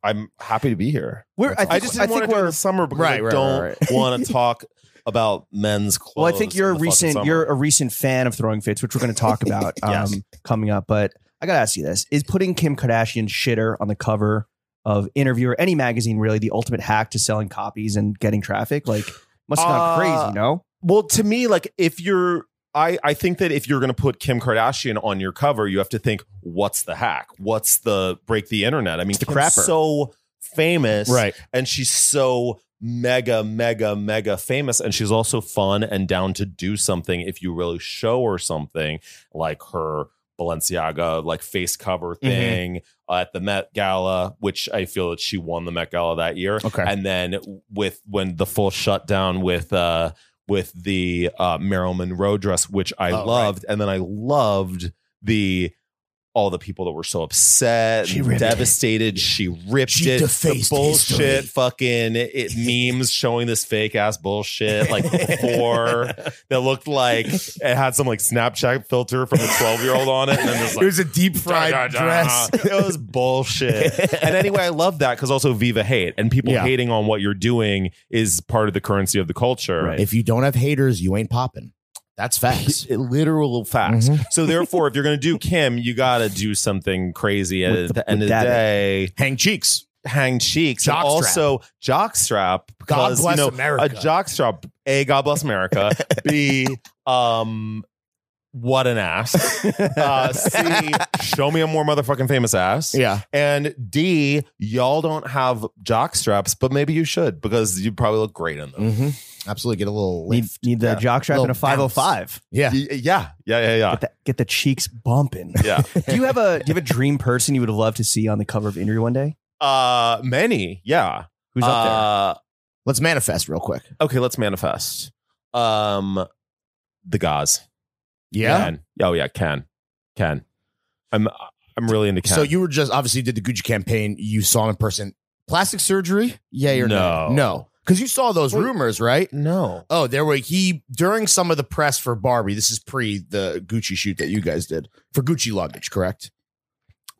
Speaker 2: I'm happy to be here.
Speaker 1: We're, I, think,
Speaker 2: I just didn't want
Speaker 1: think
Speaker 2: to do it in
Speaker 1: we're.
Speaker 2: the summer because
Speaker 3: Right, right,
Speaker 2: I
Speaker 3: right,
Speaker 2: don't
Speaker 3: right.
Speaker 2: want to talk about men's clothes.
Speaker 1: Well, I think you're
Speaker 2: in
Speaker 1: a
Speaker 2: the fucking
Speaker 1: recent.
Speaker 2: summer.
Speaker 1: You're a recent fan of throwing fits, which we're going to talk about
Speaker 2: Yes.
Speaker 1: um, coming up. But I got to ask you this: Is putting Kim Kardashian shitter on the cover of Interview or any magazine really the ultimate hack to selling copies and getting traffic? Like, must have gone
Speaker 2: Uh,
Speaker 1: crazy, no?
Speaker 2: well to me like if you're I, I think that if you're going to put Kim Kardashian on your cover, you have to think, what's the hack? What's the break the internet? I mean,
Speaker 1: It's the
Speaker 2: Kim's
Speaker 1: crapper.
Speaker 2: so famous, And she's so mega, mega, mega famous, and she's also fun and down to do something if you really show her something, like her Balenciaga like face cover thing at the Met Gala, which I feel that she won the Met Gala that year
Speaker 3: Okay.
Speaker 2: and then with when the full shutdown with uh with the uh Marilyn Monroe dress, which I
Speaker 3: Oh, right.
Speaker 2: loved, and then I loved the all the people that were so upset,
Speaker 1: She
Speaker 2: and
Speaker 1: ripped it.
Speaker 2: devastated. She ripped
Speaker 3: She
Speaker 2: it. The
Speaker 3: defaced
Speaker 2: bullshit,
Speaker 3: history.
Speaker 2: fucking it memes showing this fake ass bullshit like before that looked like it had some like Snapchat filter from a twelve year old on it, and then this
Speaker 3: it
Speaker 2: like
Speaker 3: was a deep fried
Speaker 2: Da, da, da.
Speaker 3: dress.
Speaker 2: It was bullshit. and anyway, I love that because also Viva hate and people
Speaker 3: Yeah.
Speaker 2: hating on what you're doing is part of the currency of the culture.
Speaker 1: Right.
Speaker 3: If you don't have haters, you ain't popping. That's facts.
Speaker 2: It- literal facts.
Speaker 3: Mhm.
Speaker 2: So therefore, if you're gonna do Kim, you gotta do something crazy. And
Speaker 1: With the-
Speaker 2: at the end
Speaker 1: with
Speaker 2: of the
Speaker 1: that-
Speaker 2: day,
Speaker 3: Hang cheeks.
Speaker 2: hang cheeks. and
Speaker 3: Jockstrap.
Speaker 2: also jockstrap
Speaker 3: God
Speaker 2: because
Speaker 3: bless
Speaker 2: you know
Speaker 3: America.
Speaker 2: a jockstrap. A God bless America. B um what an ass. Uh, C show me a more motherfucking famous ass.
Speaker 3: yeah.
Speaker 2: And D, y'all don't have jock straps, but maybe you should because you probably look great in them.
Speaker 3: hmm Absolutely. Get a little
Speaker 1: Need,
Speaker 3: lift.
Speaker 1: need the
Speaker 2: yeah. Ah.
Speaker 1: jockstrap
Speaker 3: Little
Speaker 1: and a five hundred five.
Speaker 3: Yeah.
Speaker 2: Y- Yeah, yeah, yeah, yeah.
Speaker 1: Get the, get the cheeks bumping.
Speaker 2: Yeah.
Speaker 1: do you have a Do you have a dream person you would have loved to see on the cover of Interview one day?
Speaker 2: Uh many, yeah.
Speaker 1: Who's up there?
Speaker 2: Uh,
Speaker 3: Let's manifest real quick.
Speaker 2: there? Okay, let's manifest. Um the gauze. Ken. Oh yeah, Ken. Ken. I'm I'm really into Ken.
Speaker 3: So you were just obviously did the Gucci campaign. You saw him in person. Plastic surgery? Yay or
Speaker 2: No.
Speaker 3: no? No. Because you saw those
Speaker 2: Wait.
Speaker 3: rumors, right?
Speaker 2: no.
Speaker 3: Oh, there were he during some of the press for Barbie. This is pre the Gucci shoot that you guys did for Gucci luggage, correct?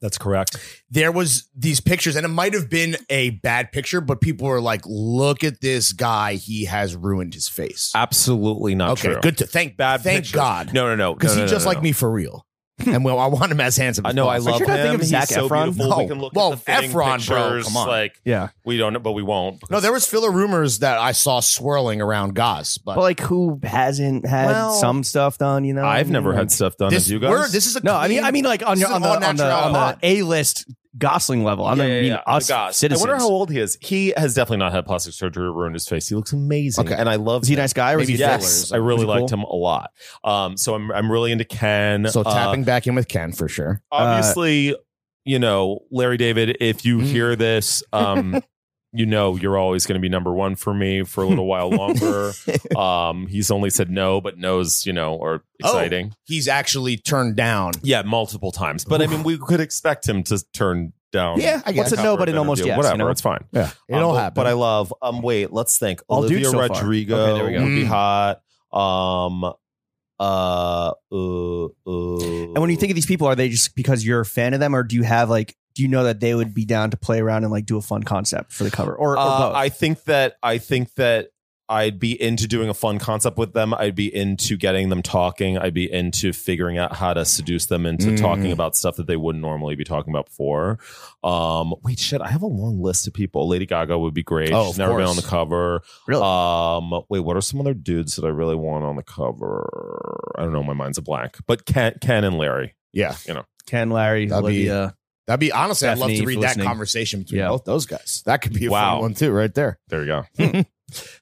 Speaker 2: That's correct.
Speaker 3: There was these pictures, and it might have been a bad picture, but people were like, "Look at this guy; he has ruined his face."
Speaker 2: Absolutely Ah, not
Speaker 3: okay,
Speaker 2: true.
Speaker 3: good to thank
Speaker 2: Bad
Speaker 3: thank
Speaker 2: pictures.
Speaker 3: God,
Speaker 2: No, no, no.
Speaker 3: because
Speaker 2: no, no,
Speaker 3: he's
Speaker 2: no,
Speaker 3: just
Speaker 2: no,
Speaker 3: like
Speaker 2: no.
Speaker 3: me for real. and well, I want him as handsome.
Speaker 2: I
Speaker 3: as
Speaker 2: know I
Speaker 3: possible.
Speaker 2: love
Speaker 1: you're not thinking
Speaker 2: him.
Speaker 1: of
Speaker 2: He's
Speaker 1: Zac
Speaker 2: so
Speaker 1: Efron?
Speaker 2: beautiful. We
Speaker 3: No.
Speaker 2: can look
Speaker 3: Well,
Speaker 2: at the fitting
Speaker 3: Efron, bro,
Speaker 2: pictures,
Speaker 3: come on.
Speaker 2: Like
Speaker 1: Yeah,
Speaker 2: we don't know, but we won't.
Speaker 3: No, there was filler rumors that I saw swirling around Gauze, but,
Speaker 1: but like, who hasn't had
Speaker 3: Well,
Speaker 1: some stuff done? You know,
Speaker 2: I've
Speaker 1: I
Speaker 2: never
Speaker 1: mean,
Speaker 2: had
Speaker 1: like-
Speaker 2: stuff done
Speaker 3: this
Speaker 2: as you guys.
Speaker 3: we're- this is a
Speaker 1: No, I mean,
Speaker 3: clean-
Speaker 1: I mean, like on
Speaker 3: this
Speaker 1: your
Speaker 3: is
Speaker 1: on
Speaker 3: an
Speaker 1: the, on the
Speaker 3: all-natural
Speaker 1: on the
Speaker 3: pod.
Speaker 1: A list Gosling level. I'm not mean us
Speaker 2: The guys.
Speaker 1: citizens.
Speaker 2: I wonder how old he is. He has definitely not had plastic surgery or ruined his face. He looks amazing.
Speaker 3: Okay.
Speaker 2: And I love
Speaker 1: is he a
Speaker 2: him.
Speaker 1: nice guy or is he
Speaker 3: Maybe
Speaker 1: filler or
Speaker 2: Yes, I
Speaker 1: something?
Speaker 2: really
Speaker 1: Is he
Speaker 2: liked
Speaker 1: cool?
Speaker 2: him a lot. Um, so I'm I'm really into Ken.
Speaker 3: So
Speaker 2: Uh,
Speaker 3: tapping back in with Ken for sure.
Speaker 1: uh,
Speaker 2: obviously, you know, Larry David, if you
Speaker 1: Mm-hmm.
Speaker 3: Mm.
Speaker 2: hear this, um, you know, you're always going to be number one for me for a little while longer. um, he's only said no, but no's, you know, are
Speaker 3: Oh.
Speaker 2: exciting.
Speaker 3: He's actually turned down.
Speaker 2: Yeah, multiple times. But I mean, we could expect him to turn down.
Speaker 3: Yeah, I guess
Speaker 1: What's a
Speaker 3: it.
Speaker 1: no, but an
Speaker 2: Interview,
Speaker 1: almost yes.
Speaker 2: Whatever,
Speaker 1: you know?
Speaker 2: it's fine.
Speaker 3: Yeah,
Speaker 2: Um,
Speaker 3: it'll
Speaker 2: but-
Speaker 3: happen.
Speaker 2: But I love. Um, wait, let's think.
Speaker 1: All dudes
Speaker 2: Olivia
Speaker 1: so far.
Speaker 2: Rodrigo
Speaker 1: Okay, there we go.
Speaker 2: would be
Speaker 3: Mm.
Speaker 2: hot. Um, uh, uh,
Speaker 1: And when you think of these people, are they just because you're a fan of them, or do you have like do you know that they would be down to play around and like do a fun concept for the cover or, or
Speaker 2: Uh,
Speaker 1: both?
Speaker 2: I think that I think that I'd be into doing a fun concept with them. I'd be into getting them talking. I'd be into figuring out how to seduce them into
Speaker 3: Mm.
Speaker 2: talking about stuff that they wouldn't normally be talking about before. Um, wait, shit, I have a long list of people. Lady Gaga would be great.
Speaker 3: Oh,
Speaker 2: She's
Speaker 3: of
Speaker 2: never been on
Speaker 3: course.
Speaker 2: the cover.
Speaker 1: Really?
Speaker 2: Um, wait, what are some other dudes that I really want on the cover? I don't know. My mind's a blank. But Ken, Ken and Larry.
Speaker 3: yeah,
Speaker 1: Ken, Larry,
Speaker 3: That'd be-
Speaker 1: Olivia.
Speaker 3: that'd be honestly. I'd love
Speaker 1: Stephanie,
Speaker 3: to read
Speaker 1: for
Speaker 3: that
Speaker 1: listening.
Speaker 3: conversation between
Speaker 1: Yeah.
Speaker 3: both those guys. That could be a
Speaker 2: Wow.
Speaker 3: fun one too, right there.
Speaker 2: There you go.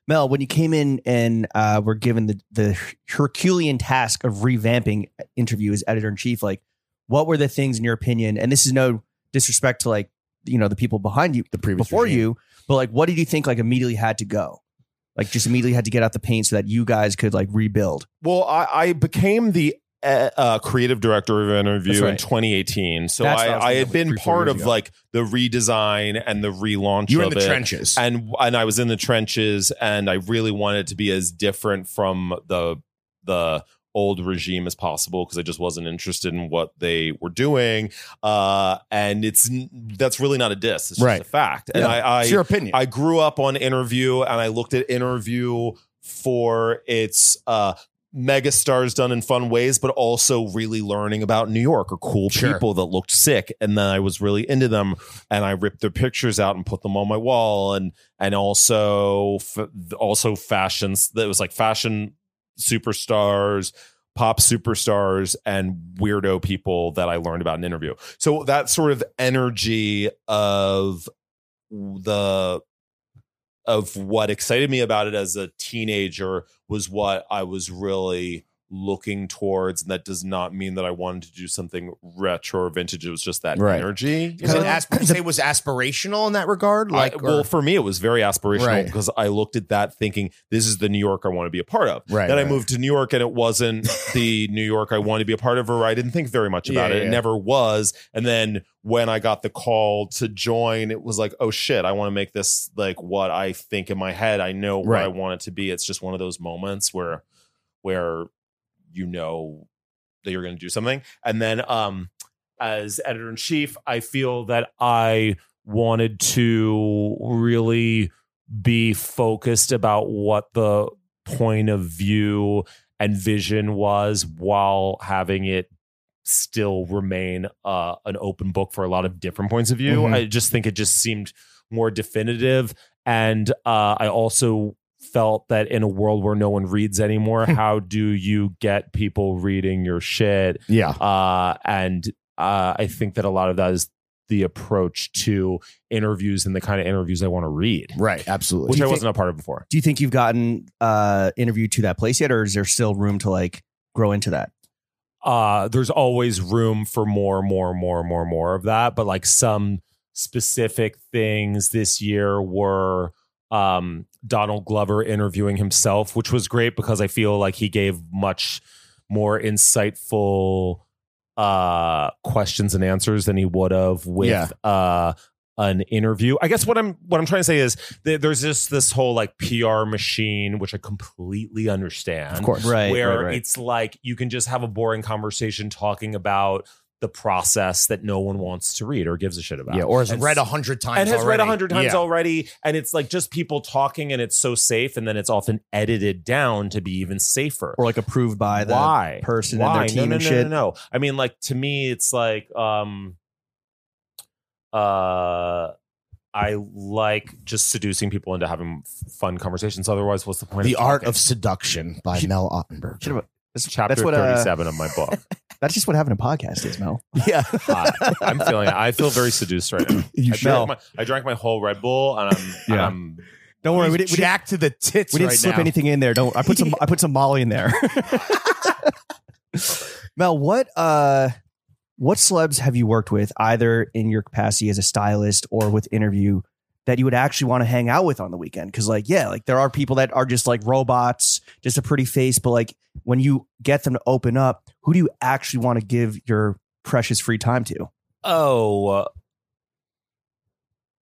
Speaker 1: Mel, when you came in and uh, were given the the Herculean task of revamping interview as editor in chief, like what were the things in your opinion? And this is no disrespect to like you know the people behind you
Speaker 3: The previous
Speaker 1: before
Speaker 3: regime.
Speaker 1: you, but like what did you think like immediately had to go? Like just immediately had to get out the paint so that you guys could like rebuild.
Speaker 2: Well, I, I became the uh, uh, creative director of interview
Speaker 1: That's right.
Speaker 2: in 2018, so
Speaker 1: That's what I was
Speaker 2: I, I
Speaker 1: thinking,
Speaker 2: had
Speaker 1: like
Speaker 2: been
Speaker 1: three, four
Speaker 2: part
Speaker 1: years
Speaker 2: of
Speaker 1: ago.
Speaker 2: like the redesign and the relaunch.
Speaker 3: You're in
Speaker 2: of
Speaker 3: the
Speaker 2: it.
Speaker 3: trenches.
Speaker 2: and and I was in the trenches, and I really wanted to be as different from the the old regime as possible because I just wasn't interested in what they were doing. Uh, and it's n- that's really not a diss; it's
Speaker 3: Right.
Speaker 2: just a fact. And
Speaker 3: Yeah.
Speaker 2: I, I
Speaker 3: it's your opinion.
Speaker 2: I grew up on Interview, and I looked at Interview for its uh, mega stars done in fun ways, but also really learning about New York or cool
Speaker 3: Sure.
Speaker 2: people that looked sick. And then I was really into them, and I ripped their pictures out and put them on my wall, and and also f- also fashions that was like fashion superstars. Pop superstars and weirdo people that I learned about in interview. So that sort of energy of the of what excited me about it as a teenager was what I was really looking towards and that does not mean that I wanted to do something retro or vintage it was just that
Speaker 3: Right.
Speaker 2: energy you
Speaker 3: Is it
Speaker 2: know?
Speaker 3: asp- you say it was aspirational in that regard? Like,
Speaker 2: I- well
Speaker 3: or-
Speaker 2: for me it was very aspirational
Speaker 3: Right.
Speaker 2: because I looked at that thinking this is the New York I want to be a part of
Speaker 3: right.
Speaker 2: then I
Speaker 3: right.
Speaker 2: moved to New York and it wasn't the New York I wanted to be a part of, or I didn't think very much about
Speaker 3: Yeah,
Speaker 2: it. It
Speaker 3: yeah.
Speaker 2: never was. And then when I got the call to join, it was like, oh shit, I want to make this like what I think in my head. I know what
Speaker 3: Right.
Speaker 2: I want it to be. It's just one of those moments where where you know that you're going to do something. And then um as editor in chief, I feel that I wanted to really be focused about what the point of view and vision was while having it still remain uh, an open book for a lot of different points of view.
Speaker 3: Mhm.
Speaker 2: I just think it just seemed more definitive. And uh, I also felt that in a world where no one reads anymore, how do you get people reading your shit?
Speaker 3: yeah.
Speaker 2: Uh, and uh, I think that a lot of that is the approach to interviews and the kind of interviews I want to read,
Speaker 3: Right. Absolutely.
Speaker 2: which
Speaker 1: you
Speaker 2: I
Speaker 1: think-
Speaker 2: wasn't a part of before.
Speaker 1: Do you think you've gotten uh interviewed to that place yet, or is there still room to like grow into that?
Speaker 2: uh there's always room for more more more more more of that but like some specific things this year were um Donald Glover interviewing himself which was great because I feel like he gave much more insightful uh questions and answers than he would have with
Speaker 3: Yeah.
Speaker 2: uh an interview. I guess what I'm what I'm trying to say is th- there's just this whole like PR machine which I completely understand
Speaker 3: of course.
Speaker 1: Right.
Speaker 2: where it's like you can just have a boring conversation talking about the process that no one wants to read or gives a shit about.
Speaker 3: Yeah. Or has
Speaker 2: And-
Speaker 3: read a hundred times.
Speaker 2: and has read
Speaker 3: already.
Speaker 2: a hundred times
Speaker 3: Yeah.
Speaker 2: already, and it's like just people talking, and it's so safe, and then it's often edited down to be even safer.
Speaker 1: or like approved by the
Speaker 2: Why?
Speaker 1: person and
Speaker 2: Why?
Speaker 1: their team
Speaker 2: no, no,
Speaker 1: and
Speaker 2: no,
Speaker 1: shit.
Speaker 2: No, no, I mean, like to me, it's like, um, uh, I like just seducing people into having f- fun conversations. Otherwise, what's the point?
Speaker 3: The
Speaker 2: of
Speaker 3: Art
Speaker 2: talking?
Speaker 3: of Seduction by Mel Ottenberg.
Speaker 1: Should've- That's,
Speaker 2: chapter
Speaker 1: that's what. Uh,
Speaker 2: thirty-seven of my book.
Speaker 1: that's just what having a podcast is, Mel.
Speaker 3: Yeah.
Speaker 2: hot. I'm feeling it. I feel very seduced right now.
Speaker 1: You
Speaker 2: I drank, my, I drank my whole Red Bull and I'm, and
Speaker 1: Yeah.
Speaker 2: I'm-
Speaker 1: Don't worry, we didn't. We didn't,
Speaker 3: Jack to the tits
Speaker 1: we didn't
Speaker 3: right
Speaker 1: slip
Speaker 3: now.
Speaker 1: anything in there. Don't. I put some. I put some Molly in there. Mel, what uh, what celebs have you worked with either in your capacity as a stylist or with interview that you would actually want to hang out with on the weekend? Because like, yeah, like there are people that are just like robots, just a pretty face, but like when you get them to open up, who do you actually want to give your precious free time to?
Speaker 2: oh,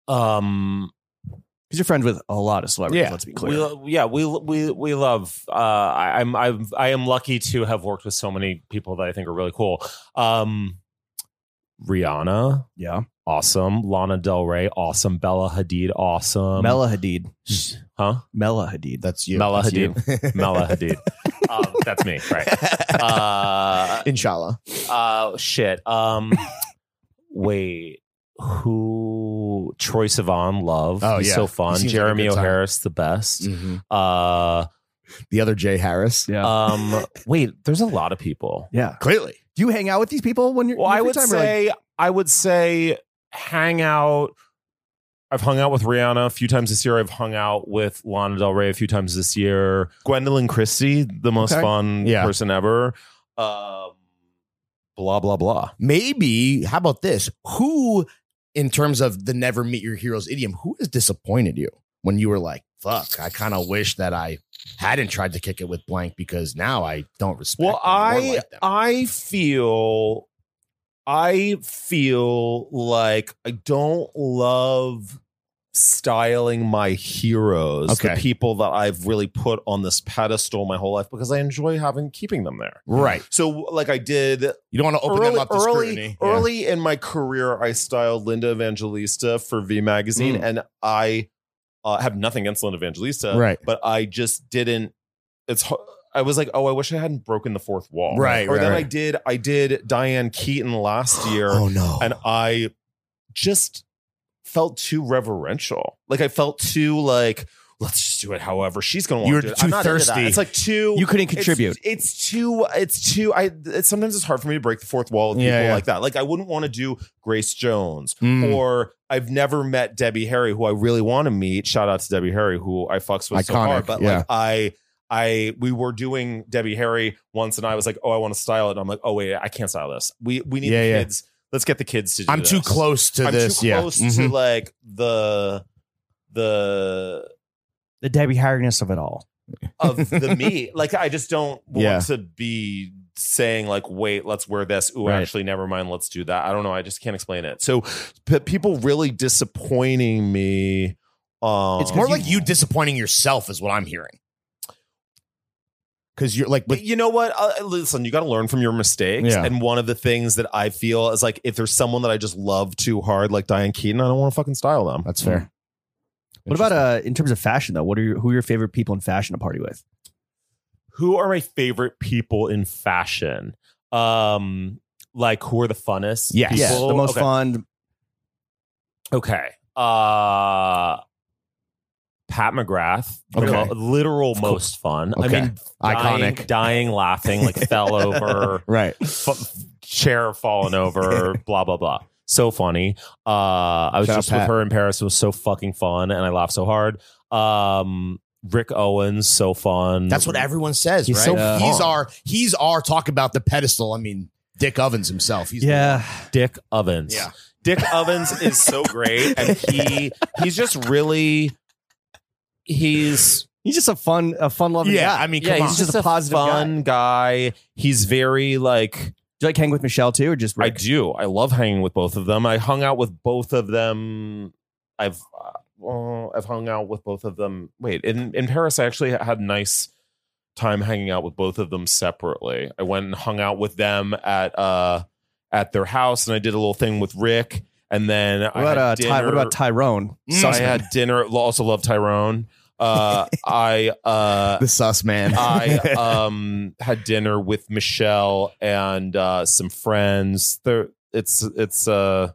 Speaker 2: uh, um,
Speaker 1: Because you're friends with a lot of celebrities.
Speaker 3: Yeah.
Speaker 1: Let's be
Speaker 2: We,
Speaker 1: clear.
Speaker 2: lo- yeah, we we we love. Uh, I, I'm I'm I am lucky to have worked with so many people that I think are really cool. Um, Rihanna,
Speaker 1: yeah,
Speaker 2: awesome. Lana Del Rey, awesome. Bella Hadid, awesome.
Speaker 1: Mela Hadid.
Speaker 2: huh?
Speaker 1: Mela Hadid.
Speaker 3: That's you.
Speaker 2: Mela
Speaker 3: That's you.
Speaker 2: Mela Hadid. um, that's me, right? Uh,
Speaker 3: Inshallah.
Speaker 2: uh shit um wait who troy savon love
Speaker 3: Oh,
Speaker 2: he's
Speaker 3: yeah.
Speaker 2: so
Speaker 3: He
Speaker 2: fun
Speaker 3: seems like a
Speaker 2: jeremy
Speaker 3: good time. Mm.
Speaker 2: o'harris the best uh
Speaker 3: The other Jay Harris.
Speaker 1: Yeah.
Speaker 2: um wait there's a lot of people
Speaker 1: yeah.
Speaker 3: Clearly.
Speaker 1: Do you hang out with these people when you're?
Speaker 2: well
Speaker 1: in your
Speaker 2: i
Speaker 1: free
Speaker 2: would
Speaker 1: time, or, like-
Speaker 2: say i would say hang out I've hung out with Rihanna a few times this year. I've hung out with Lana Del Rey a few times this year. Gwendolyn Christie, the most
Speaker 1: Okay.
Speaker 2: fun
Speaker 3: Yeah.
Speaker 2: person ever. Um, blah blah blah.
Speaker 3: Maybe. How about this? Who, in terms of the never meet your heroes idiom, who has disappointed you when you were like, fuck, I kind of wish that I hadn't tried to kick it with blank because now I don't respect.
Speaker 2: Well,
Speaker 3: them or
Speaker 2: I
Speaker 3: like them.
Speaker 2: I feel I feel like I don't love styling my heroes, the
Speaker 3: Okay.
Speaker 2: people that I've really put on this pedestal my whole life because I enjoy having keeping them there.
Speaker 3: right.
Speaker 2: So like I did
Speaker 3: You don't want to open
Speaker 2: early,
Speaker 3: them up to
Speaker 2: early,
Speaker 3: scrutiny. Yeah.
Speaker 2: early in my career, I styled Linda Evangelista for V Magazine,
Speaker 3: Mm.
Speaker 2: and I uh, have nothing against Linda Evangelista,
Speaker 3: Right.
Speaker 2: But I just didn't. It's ho- I was like, oh, I wish I hadn't broken the fourth wall,
Speaker 3: Right,
Speaker 2: Or
Speaker 3: right,
Speaker 2: then
Speaker 3: right.
Speaker 2: I did. I did Diane Keaton last year,
Speaker 3: Oh no.
Speaker 2: and I just felt too reverential. Like I felt too like. Let's just do it. However, she's going to
Speaker 3: You were
Speaker 2: want to do it. I'm
Speaker 3: too
Speaker 2: not into that.
Speaker 3: thirsty.
Speaker 2: It's like too
Speaker 1: You couldn't
Speaker 2: it's-
Speaker 1: contribute.
Speaker 2: It's, too. It's too. I. It's, sometimes it's hard for me to break the fourth wall with
Speaker 3: Yeah,
Speaker 2: people
Speaker 3: yeah.
Speaker 2: like that. Like I wouldn't want to do Grace Jones
Speaker 3: Mm.
Speaker 2: or I've never met Debbie Harry, who I really want to meet. Shout out to Debbie Harry, who I fucks with so
Speaker 3: Iconic,
Speaker 2: hard. But
Speaker 3: yeah.
Speaker 2: like I. I we were doing Debbie Harry once, and I was like, "Oh, I want to style it." And I'm like, "Oh wait, I can't style this. We we need
Speaker 3: Yeah,
Speaker 2: the
Speaker 3: yeah.
Speaker 2: kids. Let's get the kids to." Do
Speaker 3: I'm too
Speaker 2: this.
Speaker 3: close to
Speaker 2: I'm
Speaker 3: this.
Speaker 2: too
Speaker 3: yeah.
Speaker 2: close
Speaker 3: Mhm.
Speaker 2: to like the the
Speaker 1: The Debbie Harriness of it all.
Speaker 2: of the me. Like I just don't want
Speaker 3: Yeah.
Speaker 2: to be saying like, wait, let's wear this. Ooh,
Speaker 3: Right.
Speaker 2: actually, never mind. Let's do that. I don't know. I just can't explain it. So p- people really disappointing me. Um,
Speaker 1: It's
Speaker 3: More like you disappointing yourself is what I'm hearing. Because you're like,
Speaker 2: But
Speaker 3: with,
Speaker 2: you know what? Uh, listen, you got to learn from your mistakes.
Speaker 3: Yeah.
Speaker 2: And one of the things that I feel is like if there's someone that I just love too hard, like Diane Keaton, I don't want to fucking style them.
Speaker 3: that's fair.
Speaker 1: What about uh in terms of fashion though? What are your, who are your favorite people in fashion to party with?
Speaker 5: who are my favorite people in fashion? Um, like who are the funnest?
Speaker 3: Yes.
Speaker 5: people?
Speaker 1: Yeah, the most
Speaker 5: okay.
Speaker 1: fun.
Speaker 5: Okay. Uh, Pat McGrath, the
Speaker 3: Okay.
Speaker 5: mo- literal
Speaker 3: Of course.
Speaker 5: most fun.
Speaker 3: Okay.
Speaker 5: I mean, dying,
Speaker 3: Iconic.
Speaker 5: dying laughing, like fell over,
Speaker 3: Right.
Speaker 5: f- chair falling over, blah blah blah. So funny. Uh, I was
Speaker 3: Shout out
Speaker 5: just
Speaker 3: Pat.
Speaker 5: with her in Paris. It was so fucking fun, and I laughed so hard. Um, Rick Owens, so fun.
Speaker 3: That's what everyone says,
Speaker 1: He's
Speaker 3: right? Uh-huh.
Speaker 1: so Yeah.
Speaker 3: he's
Speaker 1: fun.
Speaker 3: our he's our talk about the pedestal. I mean, Dick Ovens himself. He's
Speaker 1: Yeah,
Speaker 5: Dick Ovens.
Speaker 3: Yeah.
Speaker 5: Dick Ovens
Speaker 2: Evans is so great, and he he's just really he's
Speaker 1: he's just a fun, a fun loving
Speaker 3: yeah.
Speaker 1: guy.
Speaker 3: I mean,
Speaker 5: yeah,
Speaker 3: come
Speaker 5: he's
Speaker 3: on.
Speaker 5: just, a positive fun guy. He's very like
Speaker 1: Do you like hang with Michelle too, or just
Speaker 2: I
Speaker 1: Rick?
Speaker 2: do. I love hanging with both of them. I hung out with both of them. I've uh, uh, I've hung out with both of them. Wait, in in Paris, I actually had a nice time hanging out with both of them separately. I went and hung out with them at uh at their house, and I did a little thing with Rick. And then
Speaker 1: What
Speaker 2: I
Speaker 1: about
Speaker 2: had
Speaker 1: uh, Ty,
Speaker 2: dinner-
Speaker 1: what about Tyrone?
Speaker 3: Mm.
Speaker 2: I had dinner. Also love Tyrone. Uh, I uh,
Speaker 3: the sus man.
Speaker 2: I um had dinner with Michelle and uh some friends. There it's it's uh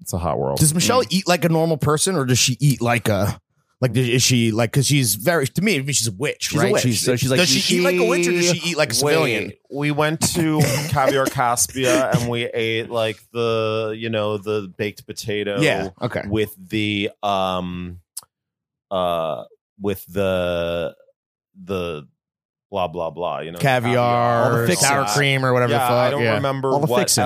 Speaker 2: it's a hot world.
Speaker 3: does Michelle eat like a normal person, or does she eat like a like? Is she like? Because she's very to me. I mean, she's a witch,
Speaker 1: She's a
Speaker 3: right?
Speaker 1: witch. So she's like-
Speaker 3: does she, eat like a witch, or does she eat like a civilian?
Speaker 2: Wait, we went to Caviar Caspia and we ate like the you know the baked potato
Speaker 3: Yeah. Okay.
Speaker 2: with the um uh with the the blah blah blah, you know,
Speaker 3: Caviar,
Speaker 1: All the
Speaker 2: and
Speaker 1: fixins.
Speaker 3: sour
Speaker 2: that.
Speaker 3: cream, or whatever
Speaker 2: yeah,
Speaker 3: the fuck.
Speaker 2: I don't
Speaker 3: yeah.
Speaker 2: remember
Speaker 1: All the
Speaker 2: what
Speaker 1: fixins.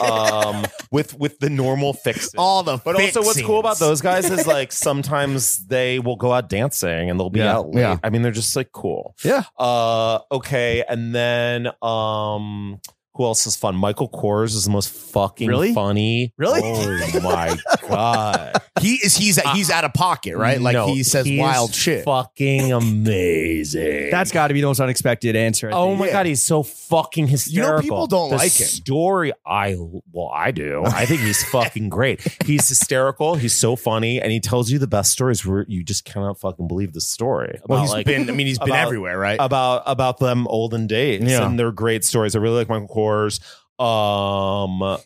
Speaker 2: um, with with the normal fixes.
Speaker 3: All the
Speaker 2: but also, what's cool about
Speaker 3: fixins.
Speaker 2: those guys is like sometimes they will go out dancing and they'll be
Speaker 3: Yeah,
Speaker 2: out late.
Speaker 3: yeah.
Speaker 2: I mean, they're just like cool.
Speaker 1: Yeah.
Speaker 2: Uh, okay, and then um, who else is fun? Michael Kors is the most fucking
Speaker 1: Really?
Speaker 2: funny.
Speaker 1: Really?
Speaker 2: Oh my god!
Speaker 3: He is he's he's out of pocket, right? Like
Speaker 5: No,
Speaker 3: Uh, he says
Speaker 5: he's
Speaker 3: wild shit.
Speaker 5: Fucking amazing.
Speaker 1: That's got to be the most unexpected answer. I
Speaker 5: Oh
Speaker 1: think.
Speaker 5: my
Speaker 3: Yeah.
Speaker 5: god, he's so fucking hysterical.
Speaker 3: people don't
Speaker 5: The
Speaker 3: like him.
Speaker 5: story. I well, I do. I think he's fucking great. He's hysterical. He's so funny, and he tells you the best stories where you just cannot fucking believe the story. About,
Speaker 3: Well, he's
Speaker 5: like,
Speaker 3: been. I mean, he's been
Speaker 2: about-
Speaker 3: everywhere, right?
Speaker 2: about about them olden days
Speaker 3: Yeah.
Speaker 2: and they're great stories. I really like Michael Kors. Um,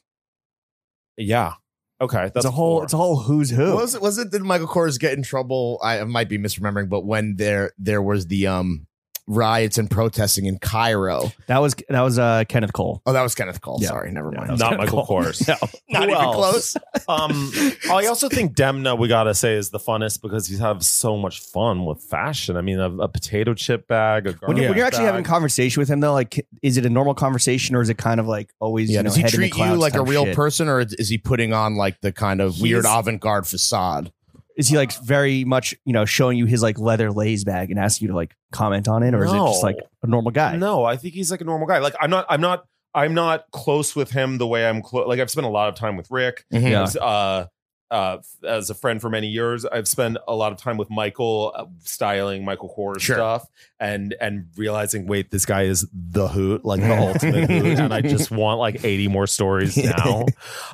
Speaker 2: yeah, okay, that's
Speaker 1: it's a whole,
Speaker 2: four.
Speaker 1: it's a whole who's who.
Speaker 3: What was it? Was it? Did Michael Kors get in trouble? I, I might be misremembering, but when there there was the um riots and protesting in Cairo.
Speaker 1: That was that was uh, Kenneth Cole.
Speaker 3: Oh, that was Kenneth Cole.
Speaker 1: Yeah.
Speaker 3: Sorry, never mind.
Speaker 2: not Michael Kors.
Speaker 1: No.
Speaker 3: Not
Speaker 2: Who
Speaker 3: even
Speaker 2: else?
Speaker 3: close.
Speaker 2: Um, I also think Demna, we gotta say, is the funnest because he's have so much fun with fashion. I mean, a, a potato chip bag,
Speaker 1: When,
Speaker 2: a
Speaker 1: you,
Speaker 2: garbage
Speaker 1: when you're actually
Speaker 2: bag.
Speaker 1: having a conversation with him though, like, is it a normal conversation or is it kind of like always?
Speaker 3: Yeah,
Speaker 1: you know,
Speaker 3: does he
Speaker 1: head in the
Speaker 3: treat you
Speaker 1: clouds
Speaker 3: like a
Speaker 1: type
Speaker 3: real
Speaker 1: shit?
Speaker 3: person, or is he putting on like the kind of weird
Speaker 2: He's-
Speaker 3: avant garde facade?
Speaker 1: Is he like very much, you know, showing you his like leather lays bag and asking you to like comment on it, or is it just
Speaker 6: No.
Speaker 1: like a normal guy?
Speaker 6: No, I think he's like a normal guy. Like I'm not, I'm not, I'm not close with him the way I'm close. Like I've spent a lot of time with Rick.
Speaker 3: Mm-hmm.
Speaker 1: Yeah.
Speaker 6: Uh, uh, as a friend for many years, I've spent a lot of time with Michael uh, styling Michael Kors
Speaker 3: Sure.
Speaker 6: stuff and and realizing, wait, this guy is the hoot, like the ultimate hoot, and I just want like 80 more stories now.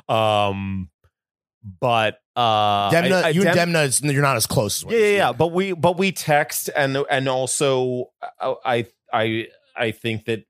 Speaker 6: um, but uh,
Speaker 3: Demna,
Speaker 6: I- I-
Speaker 3: you
Speaker 6: Dem-
Speaker 3: and Demna, is- you're not as close. As
Speaker 6: yeah, yeah, yeah. But we but we text and and also uh, I I I think that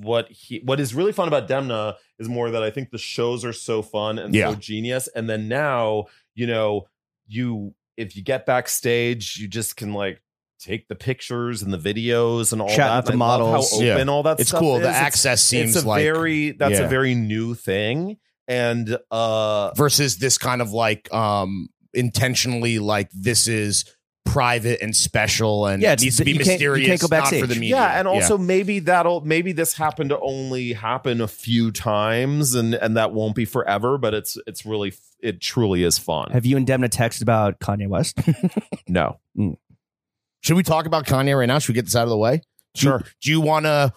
Speaker 6: what he what is really fun about Demna is more that I think the shows are so fun and
Speaker 3: Yeah.
Speaker 6: so genius. And then now, you know, you if you get backstage, you just can like take the pictures and the videos and all
Speaker 1: Shout
Speaker 6: that.
Speaker 1: out the
Speaker 6: And I love
Speaker 1: models.
Speaker 6: how open all that
Speaker 3: It's
Speaker 6: stuff
Speaker 3: cool.
Speaker 6: is.
Speaker 3: The
Speaker 6: It's-
Speaker 3: access seems
Speaker 6: it's a
Speaker 3: like
Speaker 6: very that's
Speaker 3: Yeah.
Speaker 6: a very new thing. And uh
Speaker 3: versus this kind of like um intentionally like this is private and special and
Speaker 1: Yeah,
Speaker 3: it
Speaker 1: it's-
Speaker 3: needs to be
Speaker 1: you can't- you
Speaker 3: mysterious
Speaker 1: can't go
Speaker 3: not for
Speaker 1: backstage.
Speaker 3: the media.
Speaker 6: Yeah, and also maybe that'll maybe this happened to only happen a few times, and and that won't be forever. But it's it's really it truly is fun.
Speaker 1: Have you and Demna text about Kanye West?
Speaker 6: no,
Speaker 3: Should we talk about Kanye right now? Should we get this out of the way?
Speaker 6: Sure.
Speaker 3: Do you, do you want to?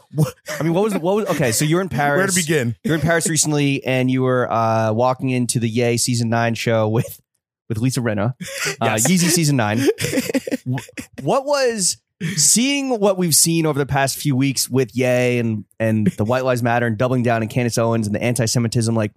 Speaker 1: I mean, what was what was okay? So you're in Paris.
Speaker 3: Where to begin?
Speaker 1: You're in Paris recently, and you were uh, walking into the Yay season nine show with with Lisa Renna, uh, Yeezy season nine. what was seeing what we've seen over the past few weeks with Ye and and the White Lives Matter and doubling down on Candace Owens and the anti-Semitism, like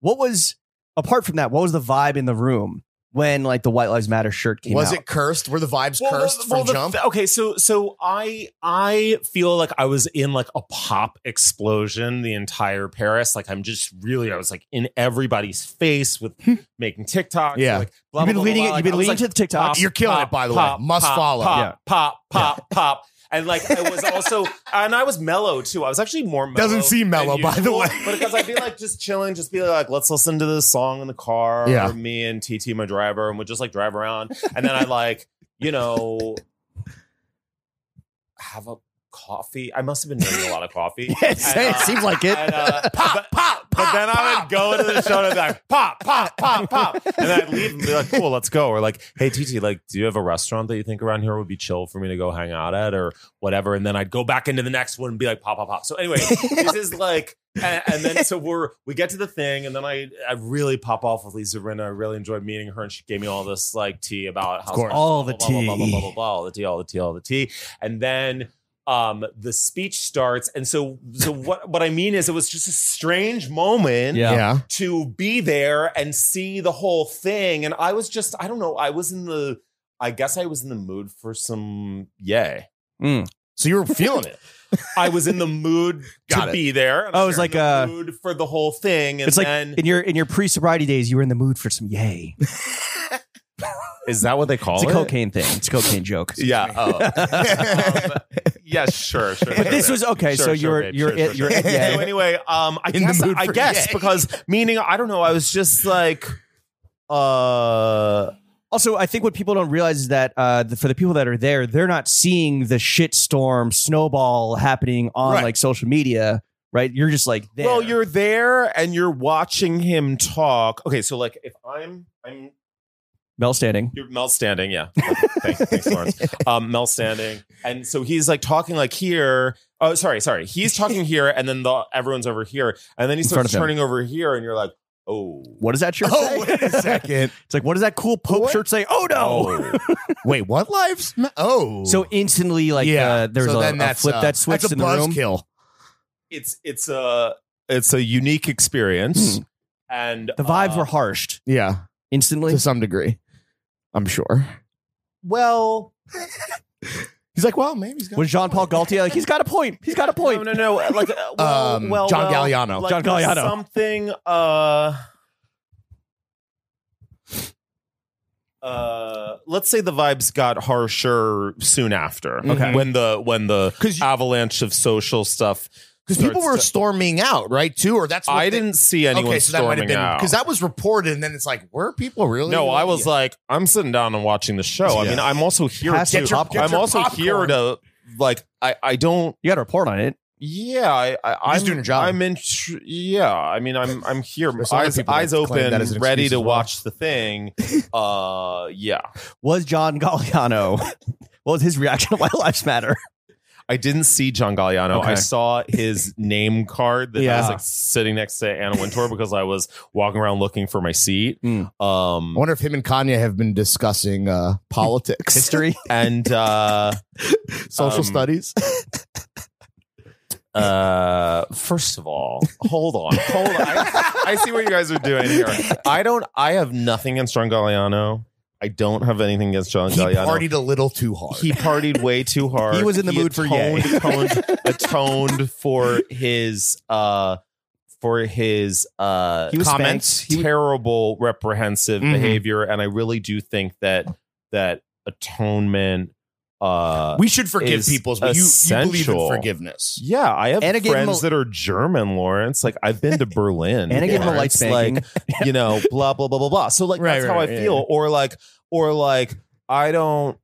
Speaker 1: what was apart from that, what was the vibe in the room when like the White Lives Matter shirt came
Speaker 3: Was
Speaker 1: out?
Speaker 3: it cursed? Were the vibes
Speaker 2: Well,
Speaker 3: cursed
Speaker 2: the-
Speaker 3: from
Speaker 2: well, the-
Speaker 3: jump?
Speaker 2: okay, so so I I feel like I was in like a pop explosion the entire Paris. Like I'm just really I was like in everybody's face with making TikToks.
Speaker 3: Yeah.
Speaker 2: like, blah,
Speaker 1: Hmm. You've
Speaker 2: blah,
Speaker 1: been
Speaker 2: blah,
Speaker 1: leading
Speaker 2: blah.
Speaker 1: it.
Speaker 2: Like,
Speaker 1: You've been
Speaker 2: I was,
Speaker 1: leading
Speaker 2: like,
Speaker 1: to the TikTok.
Speaker 2: pop,
Speaker 3: You're killing
Speaker 2: pop,
Speaker 3: it, by the
Speaker 2: pop,
Speaker 3: way. Must
Speaker 2: pop,
Speaker 3: follow.
Speaker 2: Pop,
Speaker 1: Yeah.
Speaker 2: pop, pop, pop. And like I was also, and I was mellow too. I was actually more mellow.
Speaker 3: Doesn't seem
Speaker 2: than
Speaker 3: mellow, by the
Speaker 2: usual,
Speaker 3: way.
Speaker 2: but because I'd be like just chilling, just be like, let's listen to this song in the car.
Speaker 3: Yeah.
Speaker 2: Me and TT, my driver, and we'd just like drive around. And then I like, you know, have a coffee. I must have been drinking a lot of coffee.
Speaker 3: it seems like it.
Speaker 2: And, uh,
Speaker 3: Pop, pop, pop.
Speaker 2: but then I
Speaker 3: pop.
Speaker 2: would go into the show and I'd be like, pop, pop, pop, pop. And then I'd leave and be like, cool, let's go. Or like, hey, TT, like, do you have a restaurant that you think around here would be chill for me to go hang out at or whatever? And then I'd go back into the next one and be like, pop, pop, pop. So anyway, this is like, and, and then so we're, we get to the thing and then I, I really pop off with Lisa Rinna. I really enjoyed meeting her and she gave me all this like tea about how
Speaker 3: course.
Speaker 1: All the
Speaker 2: blah, blah, blah, blah,
Speaker 1: tea.
Speaker 2: blah, blah, blah, all the tea, all the tea, all the tea. And then um the speech starts and so so what what i mean is it was just a strange moment
Speaker 1: Yeah.
Speaker 3: Yeah.
Speaker 2: to be there and see the whole thing. And I was just, I don't know, I was in the, I guess I was in the mood for some yay.
Speaker 3: So you were feeling it.
Speaker 2: I was in the mood
Speaker 3: Got
Speaker 2: to
Speaker 3: it.
Speaker 2: be there. and
Speaker 1: Oh,
Speaker 2: I
Speaker 1: it
Speaker 2: was
Speaker 1: was like
Speaker 2: in the
Speaker 1: a-
Speaker 2: mood for the whole thing. And
Speaker 1: It's like
Speaker 2: then,
Speaker 1: in your in your pre sobriety days, you were in the mood for some Yay.
Speaker 2: is that what they call
Speaker 1: It's a cocaine thing. It's a cocaine joke.
Speaker 2: Yeah. Oh. um, yeah, sure, sure.
Speaker 1: But this was okay.
Speaker 2: Sure,
Speaker 1: so
Speaker 2: sure,
Speaker 1: you're
Speaker 2: babe,
Speaker 1: you're
Speaker 2: sure,
Speaker 1: at,
Speaker 2: sure,
Speaker 1: you're
Speaker 3: sure.
Speaker 1: at Yay.
Speaker 2: So anyway, um, I
Speaker 3: In the
Speaker 2: guess,
Speaker 3: mood
Speaker 2: I
Speaker 3: for
Speaker 2: guess
Speaker 3: yay.
Speaker 2: because meaning, I don't know, I was just like, uh,
Speaker 1: Also, I think what people don't realize is that uh, the, for the people that are there, they're not seeing the shitstorm snowball happening on
Speaker 3: Right.
Speaker 1: like social media, right? You're just like, there.
Speaker 2: Well,
Speaker 1: you're
Speaker 2: you're there and you're watching him talk. Okay, so like if I'm I'm
Speaker 1: Mel standing.
Speaker 2: you're Mel standing, yeah. thanks, thanks, Lawrence. Um, Mel standing, and so he's like talking like here. Oh, sorry, sorry. He's talking here, and then the everyone's over here, and then he
Speaker 1: In front
Speaker 2: starts
Speaker 1: of him.
Speaker 2: turning over here, and you're like, oh,
Speaker 1: What does that shirt say?
Speaker 3: Oh, wait a second.
Speaker 1: It's like, what does that cool Pope
Speaker 3: What?
Speaker 1: shirt say? Oh no!
Speaker 2: oh.
Speaker 3: Wait, what lives? ma- Oh.
Speaker 1: So instantly, like, uh, there's
Speaker 3: So
Speaker 1: a,
Speaker 3: then
Speaker 1: a
Speaker 3: that's,
Speaker 1: flip
Speaker 3: uh,
Speaker 1: that switch
Speaker 3: that's a
Speaker 1: in the room.
Speaker 3: buzzkill.
Speaker 2: it's it's a
Speaker 6: it's a unique
Speaker 3: Hmm.
Speaker 6: experience.
Speaker 2: and
Speaker 1: The vibes
Speaker 2: uh,
Speaker 1: were harshed
Speaker 3: Yeah,
Speaker 1: instantly.
Speaker 3: to some degree, I'm sure.
Speaker 2: well.
Speaker 3: He's like, well, maybe he's got
Speaker 1: Was Jean Paul Gaultier like, he's got a point. He's got a point.
Speaker 2: No, no, no. Like, uh, well,
Speaker 3: Um,
Speaker 2: well,
Speaker 3: John
Speaker 2: well,
Speaker 3: Galliano.
Speaker 2: like
Speaker 1: John Galliano.
Speaker 2: Something. Uh, uh, let's say the vibes got harsher soon after.
Speaker 3: Okay.
Speaker 2: when the when the
Speaker 3: 'Cause you-
Speaker 2: avalanche of social stuff
Speaker 3: because people
Speaker 2: starts
Speaker 3: were
Speaker 2: to-
Speaker 3: storming out, right? Too, or that's what
Speaker 2: I
Speaker 3: they-
Speaker 2: didn't see anyone
Speaker 3: Okay, so that might
Speaker 2: storming
Speaker 3: have been
Speaker 2: out.
Speaker 3: because that was reported, and then it's like, were people really?
Speaker 2: no, I was um,
Speaker 3: Yeah.
Speaker 2: like, I'm sitting down and watching the show. I
Speaker 3: Yeah.
Speaker 2: mean, I'm also here
Speaker 1: Pass
Speaker 2: to.
Speaker 1: your popcorn.
Speaker 2: I'm also here to like. I I don't.
Speaker 1: You got to report on it.
Speaker 2: yeah, I, I,
Speaker 3: He's
Speaker 2: I'm
Speaker 3: doing a job.
Speaker 2: I'm in. Yeah, I mean, I'm I'm here,
Speaker 3: There's other
Speaker 2: eyes
Speaker 3: people that
Speaker 2: eyes
Speaker 3: claim
Speaker 2: open,
Speaker 3: that as an
Speaker 2: ready
Speaker 3: excuse
Speaker 2: to
Speaker 3: as well.
Speaker 2: watch the thing. Uh, yeah,
Speaker 1: Was John Galliano? What was his reaction to White Lives Matter?
Speaker 2: I didn't see John Galliano. I
Speaker 1: Okay.
Speaker 2: saw his name card that I
Speaker 1: Yeah.
Speaker 2: was like sitting next to Anna Wintour because I was walking around looking for my seat.
Speaker 3: Hmm.
Speaker 1: Mm.
Speaker 2: Um,
Speaker 3: I wonder if him and Kanye have been discussing uh, politics,
Speaker 1: History.
Speaker 2: and uh,
Speaker 3: social
Speaker 2: um,
Speaker 3: studies.
Speaker 2: Uh, first of all, hold on, hold on. I, I see what you guys are doing here. I don't. I have nothing against John Galliano. I don't have anything against John
Speaker 3: He
Speaker 2: Galliano.
Speaker 3: partied a little too hard.
Speaker 2: He partied way too hard.
Speaker 1: He was in the mood for yay.
Speaker 2: atoned, atoned, atoned for his uh for his uh
Speaker 1: He was Mm-hmm.
Speaker 2: comments
Speaker 1: spanked. He-
Speaker 2: terrible reprehensive
Speaker 3: Mhm.
Speaker 2: behavior and I really do think that that atonement uh
Speaker 3: we should forgive
Speaker 2: is
Speaker 3: people, but you, you believe in
Speaker 2: essential.
Speaker 3: forgiveness.
Speaker 2: yeah, I have
Speaker 1: And it gave him
Speaker 2: friends
Speaker 1: a-
Speaker 2: that are German, Lawrence. Like I've been to Berlin.
Speaker 1: And it gave him a light
Speaker 2: Lawrence. Like you know, blah blah blah blah blah. So like
Speaker 3: Right,
Speaker 2: that's
Speaker 3: right,
Speaker 2: how I
Speaker 3: right, yeah,
Speaker 2: feel.
Speaker 3: yeah.
Speaker 2: Or like or like I don't.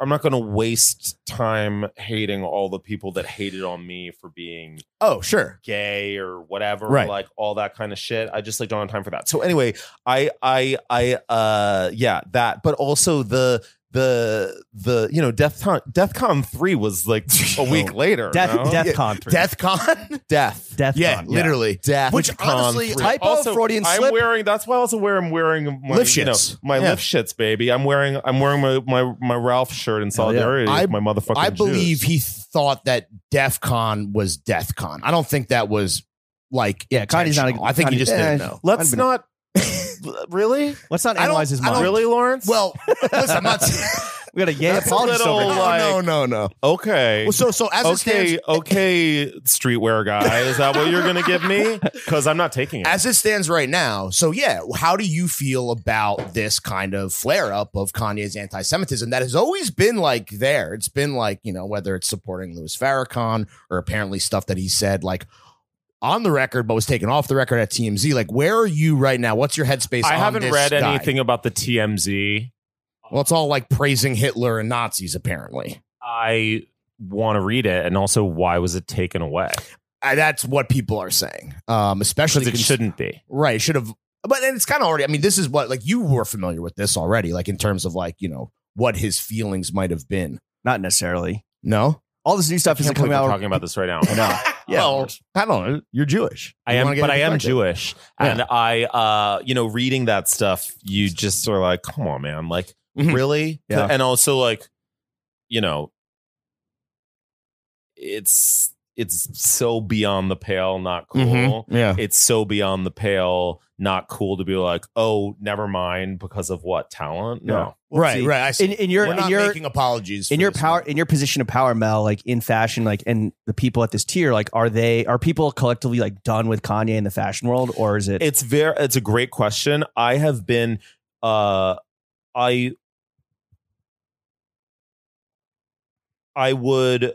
Speaker 2: I'm not going to waste time hating all the people that hated on me for being
Speaker 3: Oh, sure.
Speaker 2: gay or whatever,
Speaker 3: Right.
Speaker 2: like all that kind of shit. I just like don't have time for that. So anyway, I I I uh yeah, that but also the the the you know Death Con Death Con 3 was like a week later.
Speaker 1: Death,
Speaker 2: no?
Speaker 1: death
Speaker 3: Yeah.
Speaker 1: con.
Speaker 3: Death Con?
Speaker 2: death.
Speaker 1: Death
Speaker 3: yeah,
Speaker 1: con.
Speaker 3: literally.
Speaker 2: Death
Speaker 3: Which
Speaker 2: Con
Speaker 3: honestly,
Speaker 2: three.
Speaker 1: typo,
Speaker 2: Also,
Speaker 1: Freudian
Speaker 2: I'm
Speaker 1: slip.
Speaker 2: wearing. That's why also where I'm wearing my
Speaker 3: Lift
Speaker 2: you know,
Speaker 3: shits.
Speaker 2: my
Speaker 3: Yeah.
Speaker 2: lift shits, baby. I'm wearing. I'm wearing my my, my Ralph shirt in
Speaker 1: Hell yeah.
Speaker 2: solidarity
Speaker 3: I-
Speaker 2: with my motherfucking.
Speaker 3: I believe
Speaker 2: Jews.
Speaker 3: he thought that DEF CON was DEAth CON. I don't think that was like
Speaker 1: Yeah, Kanye's not a-
Speaker 3: intentional. I think he
Speaker 1: Kanye-
Speaker 3: just
Speaker 1: eh,
Speaker 3: didn't know.
Speaker 2: Let's
Speaker 1: I'd
Speaker 2: not. really,
Speaker 1: Let's not
Speaker 3: I don't-
Speaker 1: analyze his
Speaker 3: I don't-
Speaker 1: mind.
Speaker 2: really, Lawrence.
Speaker 3: Well, listen, I'm not.
Speaker 1: We got a yay
Speaker 2: That's a
Speaker 1: apologist
Speaker 2: little,
Speaker 1: over
Speaker 3: uh,
Speaker 1: here.
Speaker 2: like-
Speaker 3: no, no, no.
Speaker 2: okay.
Speaker 3: Well, so so as it stands,
Speaker 2: Okay, okay, streetwear guy. Is that what you're gonna give me? Because I'm not taking it.
Speaker 3: as it stands right now, so yeah, how do you feel about this kind of flare up of Kanye's anti Semitism that has always been like there? It's been like, you know, whether it's supporting Louis Farrakhan or apparently stuff that he said like on the record but was taken off the record at TMZ. Like, where are you right now? What's your headspace?
Speaker 2: I
Speaker 3: on
Speaker 2: haven't
Speaker 3: this
Speaker 2: read
Speaker 3: guy?
Speaker 2: anything about the TMZ.
Speaker 3: Well, it's all like praising Hitler and Nazis, apparently.
Speaker 2: I want to read it, and also why was it taken away?
Speaker 3: Uh, that's what people are saying, um, especially
Speaker 2: Because it
Speaker 3: cons-
Speaker 2: shouldn't be.
Speaker 3: Right. Should have. But and it's kind of already. I mean, this is what like you were familiar with this already, like in terms of like you know what his feelings might have been.
Speaker 1: Not necessarily.
Speaker 3: No.
Speaker 1: All this new stuff
Speaker 2: I
Speaker 1: isn't
Speaker 2: can't believe
Speaker 1: coming
Speaker 2: we're
Speaker 1: out.
Speaker 2: talking about this right now.
Speaker 1: No. Yeah.
Speaker 3: Well, I don't know. You're Jewish.
Speaker 2: I
Speaker 3: You
Speaker 2: am,
Speaker 3: wanna get
Speaker 2: but I am
Speaker 3: infected.
Speaker 2: Jewish,
Speaker 3: Yeah.
Speaker 2: and I, uh, you know, reading that stuff, you just are like, come on, man, like,
Speaker 3: Mhm.
Speaker 2: really?
Speaker 1: Yeah.
Speaker 2: And also, like, you know, it's it's so beyond the pale, not cool.
Speaker 3: Mhm. Yeah.
Speaker 2: It's so beyond the pale, not cool to be like, oh, never mind, because of what talent? No,
Speaker 3: Right.
Speaker 1: See,
Speaker 3: Right. I see.
Speaker 1: In, in your
Speaker 3: We're
Speaker 1: in
Speaker 3: not
Speaker 1: your
Speaker 3: making apologies
Speaker 1: in
Speaker 3: for
Speaker 1: your
Speaker 3: this
Speaker 1: power
Speaker 3: one.
Speaker 1: in your position of power, Mel, like in fashion, like and the people at this tier, like are they are people collectively like done with Kanye in the fashion world, or is it?
Speaker 2: it's very it's a great question i have been uh i i would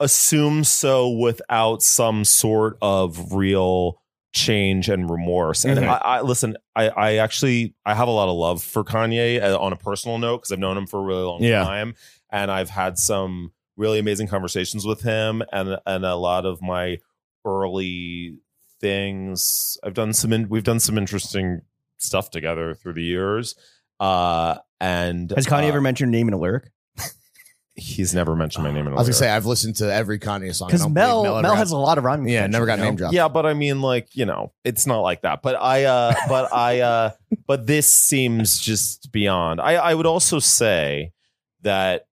Speaker 2: assume so without some sort of real change and remorse and
Speaker 1: Mm-hmm.
Speaker 3: Mhm.
Speaker 2: I, I listen i i actually i have a lot of love for kanye uh, on a personal note because i've known him for a really long
Speaker 3: Yeah.
Speaker 2: time and i've had some really amazing conversations with him and and a lot of my early things. I've done some. In, we've done some interesting stuff together through the years. Uh, and
Speaker 1: has Kanye
Speaker 2: uh,
Speaker 1: ever mentioned your name in a lyric?
Speaker 2: He's never mentioned my name. In
Speaker 3: I
Speaker 2: a
Speaker 3: was gonna
Speaker 2: lyric.
Speaker 3: say I've listened to every Kanye song. I
Speaker 1: Because
Speaker 3: don't
Speaker 1: Mel
Speaker 3: believe
Speaker 1: Mel,
Speaker 3: ever
Speaker 1: has
Speaker 3: asked-
Speaker 1: a lot of rhyming.
Speaker 3: yeah,
Speaker 1: potential,
Speaker 3: never got
Speaker 1: you know?
Speaker 3: name dropped.
Speaker 2: Yeah, but I mean, like you know, it's not like that. But I, uh, but I, uh, but this seems just beyond. I, I would also say that,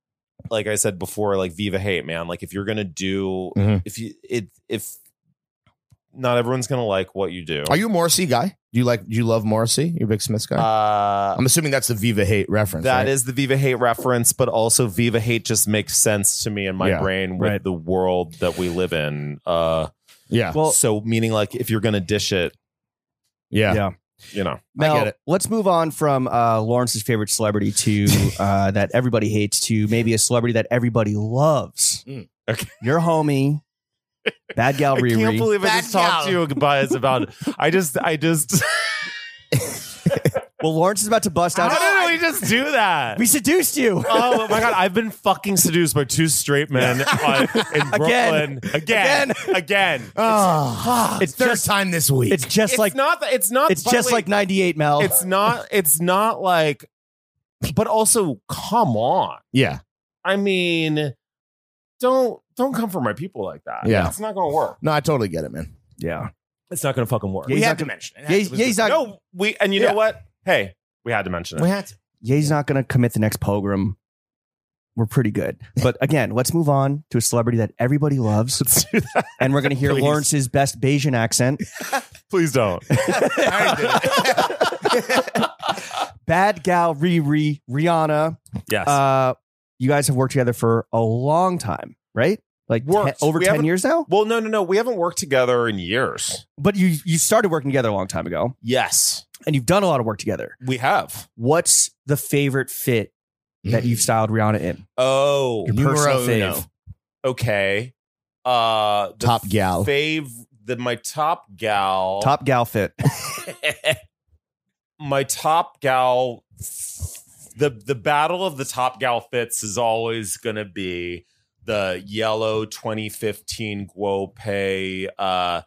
Speaker 2: like I said before, like Viva Hate, man. Like if you're gonna do,
Speaker 3: Mhm.
Speaker 2: if you, it, if not everyone's gonna like what you do.
Speaker 3: Are you a Morrissey guy? Do you like? Do you love Morrissey? You're a big Smiths guy.
Speaker 2: Uh,
Speaker 3: I'm assuming that's the Viva Hate reference.
Speaker 2: That is
Speaker 3: right?
Speaker 2: the Viva Hate reference, but also Viva Hate just makes sense to me in my
Speaker 3: Yeah,
Speaker 2: brain with
Speaker 1: right.
Speaker 2: the world that we live in. Uh,
Speaker 3: Yeah.
Speaker 1: Well,
Speaker 2: so meaning like if you're gonna dish it,
Speaker 3: Yeah.
Speaker 1: Yeah.
Speaker 2: you know,
Speaker 3: I
Speaker 1: Mel,
Speaker 3: get it.
Speaker 1: let's move on from uh, Lawrence's favorite celebrity to uh, that everybody hates to maybe a celebrity that everybody loves.
Speaker 3: Mm.
Speaker 2: Okay.
Speaker 1: Your homie, Bad Gal
Speaker 2: I can't
Speaker 1: Riri.
Speaker 2: believe I
Speaker 3: Bad
Speaker 2: just talked to you
Speaker 3: gal.
Speaker 2: about about. I just, I just.
Speaker 1: Well, Lawrence is about to bust out.
Speaker 2: How did I literally just do that.
Speaker 1: We seduced you.
Speaker 2: Oh my god, I've been fucking seduced by two straight men on, in Brooklyn
Speaker 1: Again.
Speaker 2: again, again. again.
Speaker 3: Oh,
Speaker 1: It's
Speaker 3: it's third
Speaker 1: just-
Speaker 3: time this week.
Speaker 1: It's just
Speaker 2: It's
Speaker 1: like
Speaker 2: not. that- It's not.
Speaker 1: it's
Speaker 2: by the
Speaker 1: just
Speaker 2: way,
Speaker 1: like 98 Mel.
Speaker 2: It's not. It's not like. But also, come on.
Speaker 3: yeah.
Speaker 2: I mean, don't don't come for my people like that.
Speaker 3: Yeah.
Speaker 2: it's not gonna work.
Speaker 3: No, I totally get it, man.
Speaker 1: yeah.
Speaker 5: It's not gonna fucking work.
Speaker 1: Yeah,
Speaker 3: we
Speaker 1: he's
Speaker 3: had
Speaker 1: not
Speaker 3: to
Speaker 1: gonna-
Speaker 3: mention it.
Speaker 1: Yeah, he's, yeah, he's not.
Speaker 2: no, we and you
Speaker 3: Yeah.
Speaker 2: know what? Hey, we had to mention
Speaker 3: we
Speaker 2: it.
Speaker 3: had to.
Speaker 1: Yeah, he's not going to commit the next pogrom. We're pretty good, but again, let's move on to a celebrity that everybody loves, and we're going to hear
Speaker 2: Please.
Speaker 1: Lawrence's best Bayesian accent.
Speaker 2: Please don't.
Speaker 3: I already did it.
Speaker 1: Bad gal Riri Rihanna.
Speaker 5: Yes.
Speaker 1: Uh, you guys have worked together for a long time, right? Like
Speaker 2: Worked.
Speaker 1: ten- over
Speaker 2: We
Speaker 1: ten
Speaker 2: haven't-
Speaker 1: years now.
Speaker 2: well, no, no, no. We haven't worked together in years.
Speaker 1: But you you started working together a long time ago,
Speaker 2: Yes,
Speaker 1: and you've done a lot of work together.
Speaker 2: we have.
Speaker 1: What's the favorite fit that you've styled Rihanna in?
Speaker 2: Oh,
Speaker 1: Your
Speaker 3: Numero
Speaker 1: personal
Speaker 3: uno.
Speaker 1: fave.
Speaker 2: okay. Uh, the
Speaker 3: Top gal.
Speaker 2: Fave the my top gal.
Speaker 1: Top gal fit.
Speaker 2: my top gal the the battle of the top gal fits is always gonna be the yellow 2015 Guopay uh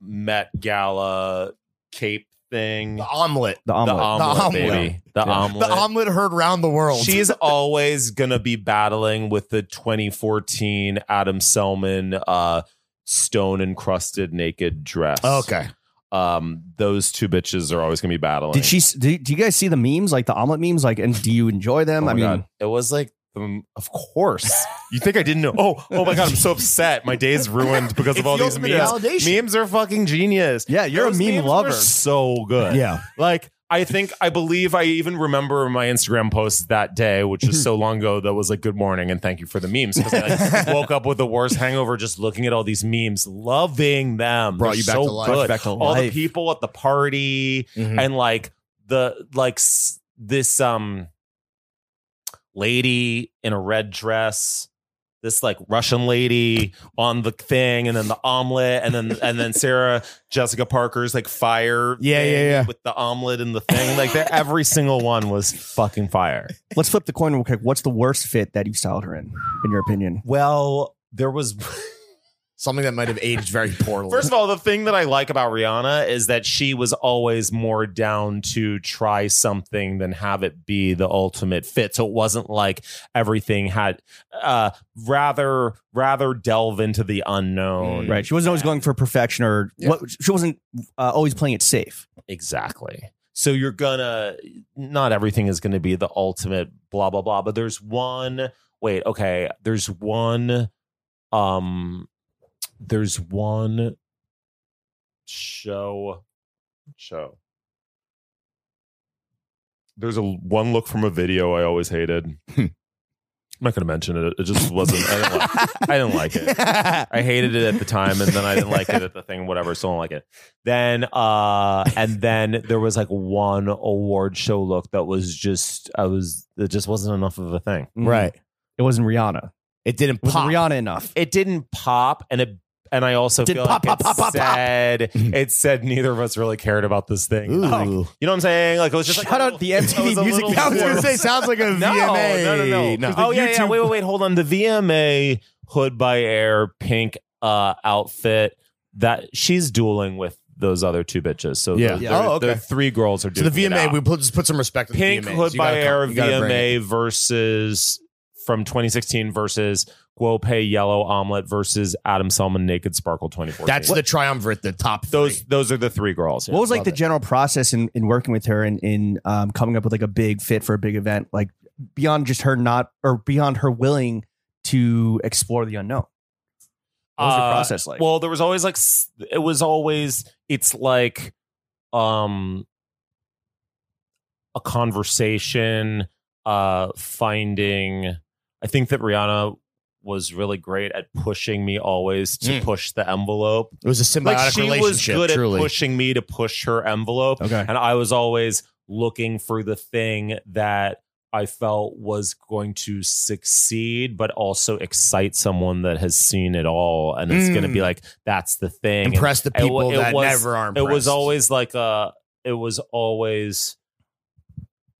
Speaker 2: Met Gala cape thing.
Speaker 3: the omelet.
Speaker 1: The omelet.
Speaker 2: The omelet,
Speaker 3: omelet.
Speaker 2: baby. The
Speaker 1: Yeah.
Speaker 2: omelet.
Speaker 3: The omelet heard round the world.
Speaker 2: She's always gonna be battling with the 2014 Adam Selman uh stone encrusted naked dress.
Speaker 3: okay.
Speaker 2: Um those two bitches are always gonna be battling.
Speaker 1: Did she? s- Do, do you guys see the memes, like the omelet memes? Like, and do you enjoy them?
Speaker 2: Oh
Speaker 1: I
Speaker 2: my
Speaker 1: mean,
Speaker 2: God. it was like, um, of course. You think I didn't know? Oh, oh my god, I'm so upset. My day's ruined because of
Speaker 3: It's
Speaker 2: all
Speaker 3: the
Speaker 2: these
Speaker 3: ultimate
Speaker 2: memes.
Speaker 3: validation.
Speaker 2: Memes are fucking genius.
Speaker 1: yeah, you're
Speaker 2: Those
Speaker 1: a meme
Speaker 2: memes were
Speaker 1: lover.
Speaker 2: so good.
Speaker 3: Yeah.
Speaker 2: Like I think I believe I even remember my Instagram post that day, which is so long ago. That was like good morning and thank you for the memes. Because I like, woke up with the worst hangover, just looking at all these memes, loving them.
Speaker 3: Brought
Speaker 2: They're
Speaker 3: you back
Speaker 2: so
Speaker 3: to life.
Speaker 2: good.
Speaker 1: Back to
Speaker 2: all the
Speaker 1: life.
Speaker 2: people at the party, and like the like s- this um lady in a red dress this like russian lady on the thing and then the omelet and then and then sarah jessica parker's like fire
Speaker 3: Yeah,
Speaker 2: thing
Speaker 3: yeah, yeah.
Speaker 2: with the omelet and the thing like that every single one was fucking fire
Speaker 1: Let's flip the coin real quick. What's the worst fit that you've styled her in, in your opinion?
Speaker 2: well there was
Speaker 3: Something that might have aged very poorly.
Speaker 2: First of all, the thing that I like about Rihanna is that she was always more down to try something than have it be the ultimate fit. So it wasn't like everything had uh rather rather delve into the unknown.
Speaker 3: Mm.
Speaker 1: Right, she wasn't always going for perfection, or
Speaker 3: Yeah.
Speaker 1: what, she wasn't uh, always playing it safe.
Speaker 2: Exactly. So you're gonna not everything is gonna be the ultimate blah blah blah, but there's one wait, okay, there's one um there's one show show. There's a one look from a video I always hated. I'm not gonna mention it. It just wasn't I didn't like, I didn't like it. I hated it at the time, and then I didn't like it at the thing, whatever. So I don't like it. Then, uh, and then there was like one award show look that was just I was it just wasn't enough of a thing.
Speaker 3: right.
Speaker 2: Mm-hmm.
Speaker 1: It wasn't Rihanna.
Speaker 3: It didn't
Speaker 1: It wasn't
Speaker 3: pop.
Speaker 1: Rihanna enough.
Speaker 2: It didn't pop, and it and I also
Speaker 1: Didn't
Speaker 2: feel
Speaker 1: pop,
Speaker 2: like
Speaker 1: pop, pop,
Speaker 2: it
Speaker 1: pop, pop.
Speaker 2: said it said neither of us really cared about this thing.
Speaker 3: Ooh.
Speaker 2: Like, you know what I'm saying? Like it was just like
Speaker 1: Shout
Speaker 2: a
Speaker 1: out
Speaker 2: little-
Speaker 1: the
Speaker 2: it was
Speaker 1: MTV
Speaker 2: a
Speaker 1: Music
Speaker 2: little-
Speaker 3: I was going to say, sounds like a
Speaker 2: no,
Speaker 3: VMA.
Speaker 2: No, no, no. Oh yeah, yeah. Wait, wait, wait. Hold on. The VMA hood by air pink uh outfit that she's dueling with those other two bitches. So
Speaker 3: Yeah.
Speaker 2: the,
Speaker 1: Yeah.
Speaker 3: Oh, okay.
Speaker 2: the three girls are
Speaker 3: So
Speaker 2: doing
Speaker 3: the
Speaker 2: it
Speaker 3: VMA,
Speaker 2: out.
Speaker 3: we put, just put some respect on
Speaker 2: pink
Speaker 3: the VMAs.
Speaker 2: hood
Speaker 3: You
Speaker 2: by
Speaker 3: gotta come-
Speaker 2: air
Speaker 3: you gotta bring it.
Speaker 2: VMA versus from 2016 versus Guopei Yellow Omelet versus Adam Selman Naked Sparkle 2014.
Speaker 3: That's the triumvirate, the top three.
Speaker 2: those those are the three girls.
Speaker 1: What was like
Speaker 3: love
Speaker 1: the
Speaker 3: it.
Speaker 1: general process in, in working with her and in um, coming up with like a big fit for a big event, like beyond just her not or beyond her willing to explore the unknown? What was your
Speaker 2: Uh,
Speaker 1: process like?
Speaker 2: Well, there was always like s- it was always it's like um a conversation uh finding I think that Rihanna was really great at pushing me always to
Speaker 3: Mm.
Speaker 2: push the envelope.
Speaker 3: It was a symbiotic
Speaker 2: Hmm. Like she was
Speaker 3: relationship,
Speaker 2: good
Speaker 3: truly.
Speaker 2: at pushing me to push her envelope
Speaker 1: okay,
Speaker 2: and I was always looking for the thing that I felt was going to succeed, but also excite someone that has seen it all and it's going to
Speaker 3: Mm.
Speaker 2: be like, that's the thing. And
Speaker 3: impress the
Speaker 2: it wa-
Speaker 3: people
Speaker 2: it
Speaker 3: that
Speaker 2: was-
Speaker 3: never are
Speaker 2: it was
Speaker 3: impressed.
Speaker 2: always like a, it was always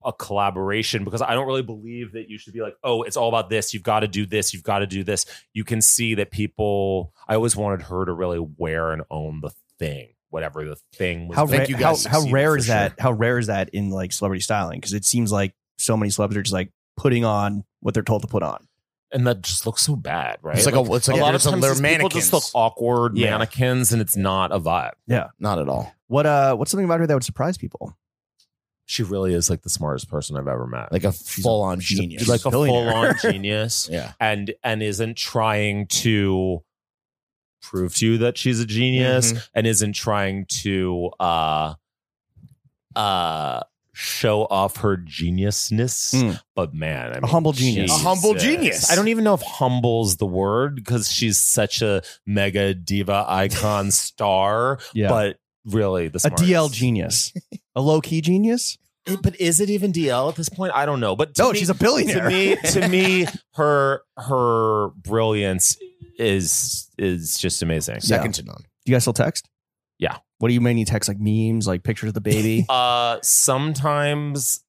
Speaker 2: a collaboration because I don't really believe that you should be like, oh, it's all about this. You've got to do this. You've got to do this. You can see that people. I always wanted her to really wear and own the thing, whatever the thing was.
Speaker 1: How,
Speaker 3: Thank
Speaker 1: ra-
Speaker 2: that-
Speaker 3: you
Speaker 1: how,
Speaker 3: guys
Speaker 1: how
Speaker 3: succeeded
Speaker 1: rare
Speaker 3: for
Speaker 1: is
Speaker 3: sure.
Speaker 1: that? How rare is that in like celebrity styling? Because it seems like so many celebrities are just like putting on what they're told to put on.
Speaker 2: and that just looks so bad, right?
Speaker 3: It's like, a, it's like
Speaker 2: a lot of
Speaker 3: there's
Speaker 2: times
Speaker 3: they're
Speaker 2: these people just look
Speaker 3: mannequins.
Speaker 2: awkward
Speaker 1: Yeah.
Speaker 2: mannequins, and it's not a vibe.
Speaker 3: Not at all.
Speaker 1: What uh, what's something about her that would surprise people?
Speaker 2: She really is like the smartest person I've ever met.
Speaker 3: Like a
Speaker 2: a-
Speaker 3: full on
Speaker 1: she's a-
Speaker 3: genius.
Speaker 1: she's
Speaker 2: like a
Speaker 1: billionaire.
Speaker 2: full on genius,
Speaker 3: yeah.
Speaker 2: and and isn't trying to prove to you that she's a genius, and isn't trying to uh uh show off her geniusness.
Speaker 1: Mm.
Speaker 2: But man, I mean,
Speaker 1: humble genius.
Speaker 3: A humble genius.
Speaker 2: I don't even know if humble's the word because she's such a mega diva icon star.
Speaker 1: Yeah,
Speaker 2: But really, the
Speaker 1: a
Speaker 2: smartest.
Speaker 1: DL genius, a low key genius.
Speaker 2: It- but is it even DL at this point? I don't know. But to
Speaker 1: No,
Speaker 2: me,
Speaker 1: she's a
Speaker 2: to
Speaker 1: billionaire.
Speaker 2: me, to me, her her brilliance is is just amazing.
Speaker 3: Second to none.
Speaker 1: Do you guys still text?
Speaker 2: Yeah.
Speaker 1: What do you mainly text? Like memes, like pictures of the baby.
Speaker 2: Uh, sometimes,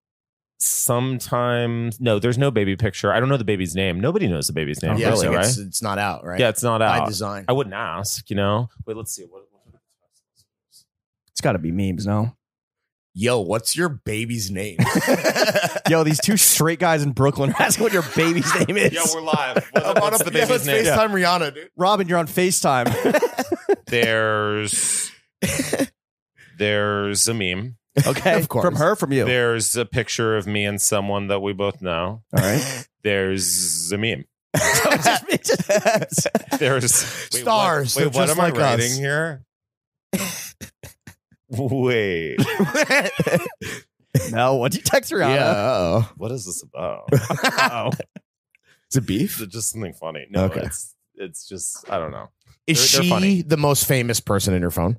Speaker 2: sometimes no. There's no baby picture. I don't know the baby's name. Nobody knows the baby's name,
Speaker 1: Oh,
Speaker 3: Yeah,
Speaker 2: really,
Speaker 3: so
Speaker 2: right?
Speaker 3: it's, it's not out, right?
Speaker 2: Yeah, it's not out.
Speaker 3: By design.
Speaker 2: I wouldn't ask. You know. Wait, let's see. What, what-
Speaker 1: it's got to be memes, no?
Speaker 3: Yo, what's your baby's name?
Speaker 1: Yo, these two straight guys in Brooklyn are asking what your baby's name is.
Speaker 2: live.
Speaker 3: I'm on a, yeah, let's FaceTime Rihanna, dude.
Speaker 1: Robin, you're on FaceTime.
Speaker 2: There's there's a meme.
Speaker 1: Okay,
Speaker 3: Of course.
Speaker 1: from her, from you.
Speaker 2: There's a picture of me and someone that we both know.
Speaker 1: All right.
Speaker 2: There's a meme. There's wait,
Speaker 3: Stars,
Speaker 2: What,
Speaker 3: they're
Speaker 2: wait, what
Speaker 3: just
Speaker 2: am
Speaker 3: like
Speaker 2: I
Speaker 3: us.
Speaker 2: writing here? wait,
Speaker 1: no, what do you text her?
Speaker 3: Yeah.
Speaker 1: Anna?
Speaker 3: uh-oh.
Speaker 2: what is this about?
Speaker 1: Oh.
Speaker 3: It's a beef.
Speaker 2: Is it just something funny? No,
Speaker 3: Okay.
Speaker 2: it's it's just I don't know.
Speaker 3: Is
Speaker 2: They're- they're
Speaker 3: she
Speaker 2: funny.
Speaker 3: the most famous person in your phone?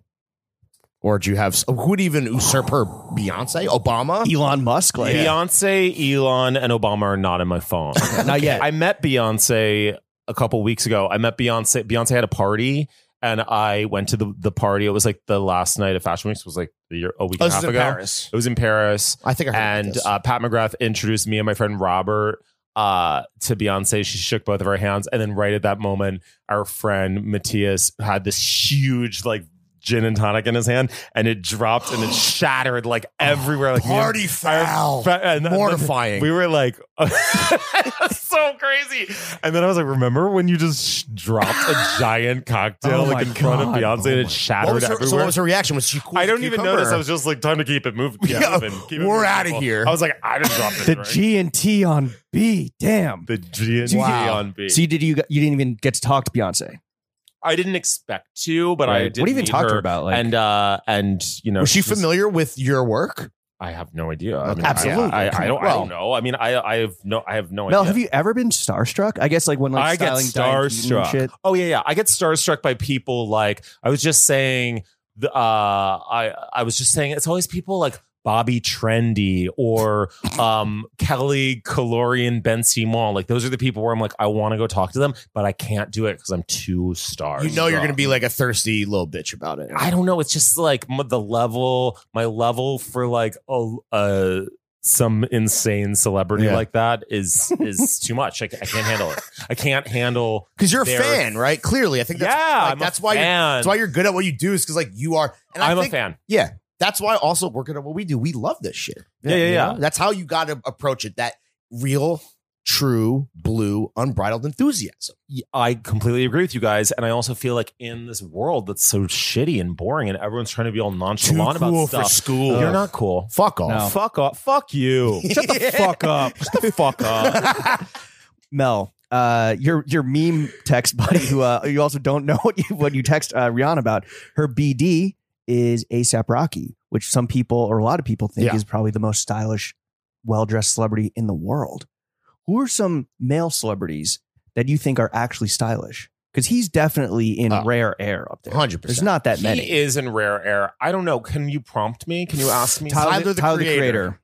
Speaker 3: Or do you have who would even usurp her? Beyonce, Obama?
Speaker 1: Uh, Elon Musk, like
Speaker 2: Beyonce, Elon, and Obama are not in my phone.
Speaker 1: not yet.
Speaker 2: I met Beyonce a couple weeks ago. I met Beyonce. Beyonce had a party, and I went to the, the party. It was like the last night of Fashion Week. It was like the year, a week
Speaker 3: Oh, this
Speaker 2: and a half
Speaker 3: is in
Speaker 2: ago.
Speaker 3: Paris.
Speaker 2: It was in Paris,
Speaker 3: I think I heard about
Speaker 2: and
Speaker 3: this.
Speaker 2: uh, Pat McGrath introduced me and my friend Robert uh, to Beyonce. She shook both of her hands, and then right at that moment, our friend Matthias had this huge like gin and tonic in his hand, and it dropped and it shattered like everywhere. Like me and-
Speaker 3: party foul.
Speaker 2: Fa- and- and-
Speaker 3: Mortifying.
Speaker 2: we were like, that's so crazy. And then I was like, remember when you just sh- dropped a giant cocktail
Speaker 1: Oh my
Speaker 2: like in front of
Speaker 1: God.
Speaker 2: Beyonce and it
Speaker 3: what
Speaker 2: shattered
Speaker 3: was her,
Speaker 2: everywhere?
Speaker 3: so what was her reaction? Was she cool?
Speaker 2: I
Speaker 3: as
Speaker 2: don't
Speaker 3: a
Speaker 2: even
Speaker 3: cucumber?
Speaker 2: notice. I was just like, time to keep it moving. Keep it
Speaker 3: Yeah,
Speaker 2: moving. Keep it
Speaker 3: we're
Speaker 2: moving,
Speaker 3: outta
Speaker 2: people.
Speaker 3: here.
Speaker 2: I was like, I didn't drop this.
Speaker 1: the
Speaker 2: right?
Speaker 1: G and T on B. Damn.
Speaker 2: the G and
Speaker 3: Wow.
Speaker 2: on B.
Speaker 1: So you did you you didn't even get to talk to Beyonce?
Speaker 2: I didn't expect to, but I
Speaker 1: right?
Speaker 2: did.
Speaker 1: what do you even
Speaker 2: meet
Speaker 1: talk to
Speaker 2: her
Speaker 1: her about? Like,
Speaker 2: and uh, and you know,
Speaker 3: was she
Speaker 2: she's-
Speaker 3: familiar with your work?
Speaker 2: I have no idea. I
Speaker 3: Okay.
Speaker 2: I-
Speaker 3: Absolutely.
Speaker 2: I, I, don't. I
Speaker 3: Well-
Speaker 2: don't know. I mean, I I have no. I have no
Speaker 1: Mel,
Speaker 2: idea.
Speaker 1: have you ever been starstruck? I guess like when like
Speaker 2: I get
Speaker 1: styling Diane Keaton and
Speaker 2: starstruck.
Speaker 1: Shit.
Speaker 2: Oh yeah, yeah. I get starstruck by people like I was just saying. The, uh, I I was just saying it's always people like Bobby Trendy or um, Kelly Calorian Ben Simon. Like those are the people where I'm like I want to go talk to them, but I can't do it because I'm too starstruck.
Speaker 3: You know you're going to be like a thirsty little bitch about it.
Speaker 2: I don't know. It's just like m- the level, my level for like a. Uh, some insane celebrity
Speaker 3: Yeah.
Speaker 2: like that is is too much. I, I can't handle it. I can't handle
Speaker 3: because you're a
Speaker 2: They're-
Speaker 3: fan, right? Clearly, I think that's,
Speaker 2: yeah,
Speaker 3: like,
Speaker 2: I'm
Speaker 3: that's
Speaker 2: a
Speaker 3: why you're,
Speaker 2: fan.
Speaker 3: that's why you're good at what you do is because like you are. And I
Speaker 2: I'm
Speaker 3: think
Speaker 2: a fan.
Speaker 3: that's why also we're good at what we do. We love this shit.
Speaker 2: Yeah, yeah,
Speaker 3: You
Speaker 2: yeah.
Speaker 3: know? That's how you got to approach it. That real, true, blue, unbridled enthusiasm.
Speaker 2: Y- I completely agree with you guys, and I also feel like in this world that's so shitty and boring, and everyone's trying to be all nonchalant about stuff.
Speaker 3: school.
Speaker 2: You're not cool.
Speaker 3: Fuck off.
Speaker 1: No.
Speaker 2: Fuck off. Fuck you. Uh,
Speaker 1: Shut the fuck up. Shut the fuck up. Mel, uh, your your meme text buddy, who uh, you also don't know what you what you text uh, Rihanna about. Her BD is ASAP Rocky, which some people or a lot of people think
Speaker 3: Yeah.
Speaker 1: is probably the most stylish, well dressed celebrity in the world. Who are some male celebrities that you think are actually stylish? Because he's definitely in
Speaker 3: Oh.
Speaker 1: rare air up there.
Speaker 3: 100%.
Speaker 1: There's not that
Speaker 2: he
Speaker 1: many.
Speaker 2: is in rare air. I don't know. Can you prompt me? Can you ask me?
Speaker 1: Tyler,
Speaker 3: Tyler, the
Speaker 1: Tyler
Speaker 3: Creator.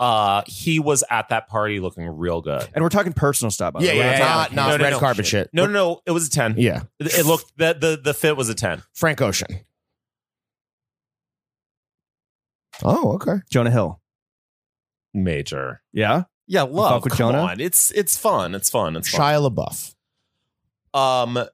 Speaker 2: Uh, he was at that party looking real good.
Speaker 1: and we're talking personal stuff. by the
Speaker 3: yeah,
Speaker 1: way.
Speaker 3: yeah,
Speaker 1: We're
Speaker 2: yeah,
Speaker 3: not,
Speaker 2: yeah.
Speaker 3: not
Speaker 2: No, no,
Speaker 3: red
Speaker 2: no.
Speaker 3: carpet shit.
Speaker 2: No, no, no. It was a ten.
Speaker 3: Yeah.
Speaker 2: It looked that the the fit was a ten.
Speaker 3: Frank Ocean. Oh, okay.
Speaker 1: Jonah Hill.
Speaker 7: major.
Speaker 1: Yeah.
Speaker 2: Yeah, love.
Speaker 1: with
Speaker 2: Come
Speaker 1: Jonah?
Speaker 2: on, it's it's fun. It's fun. It's fun.
Speaker 3: Shia LaBeouf.
Speaker 2: Um,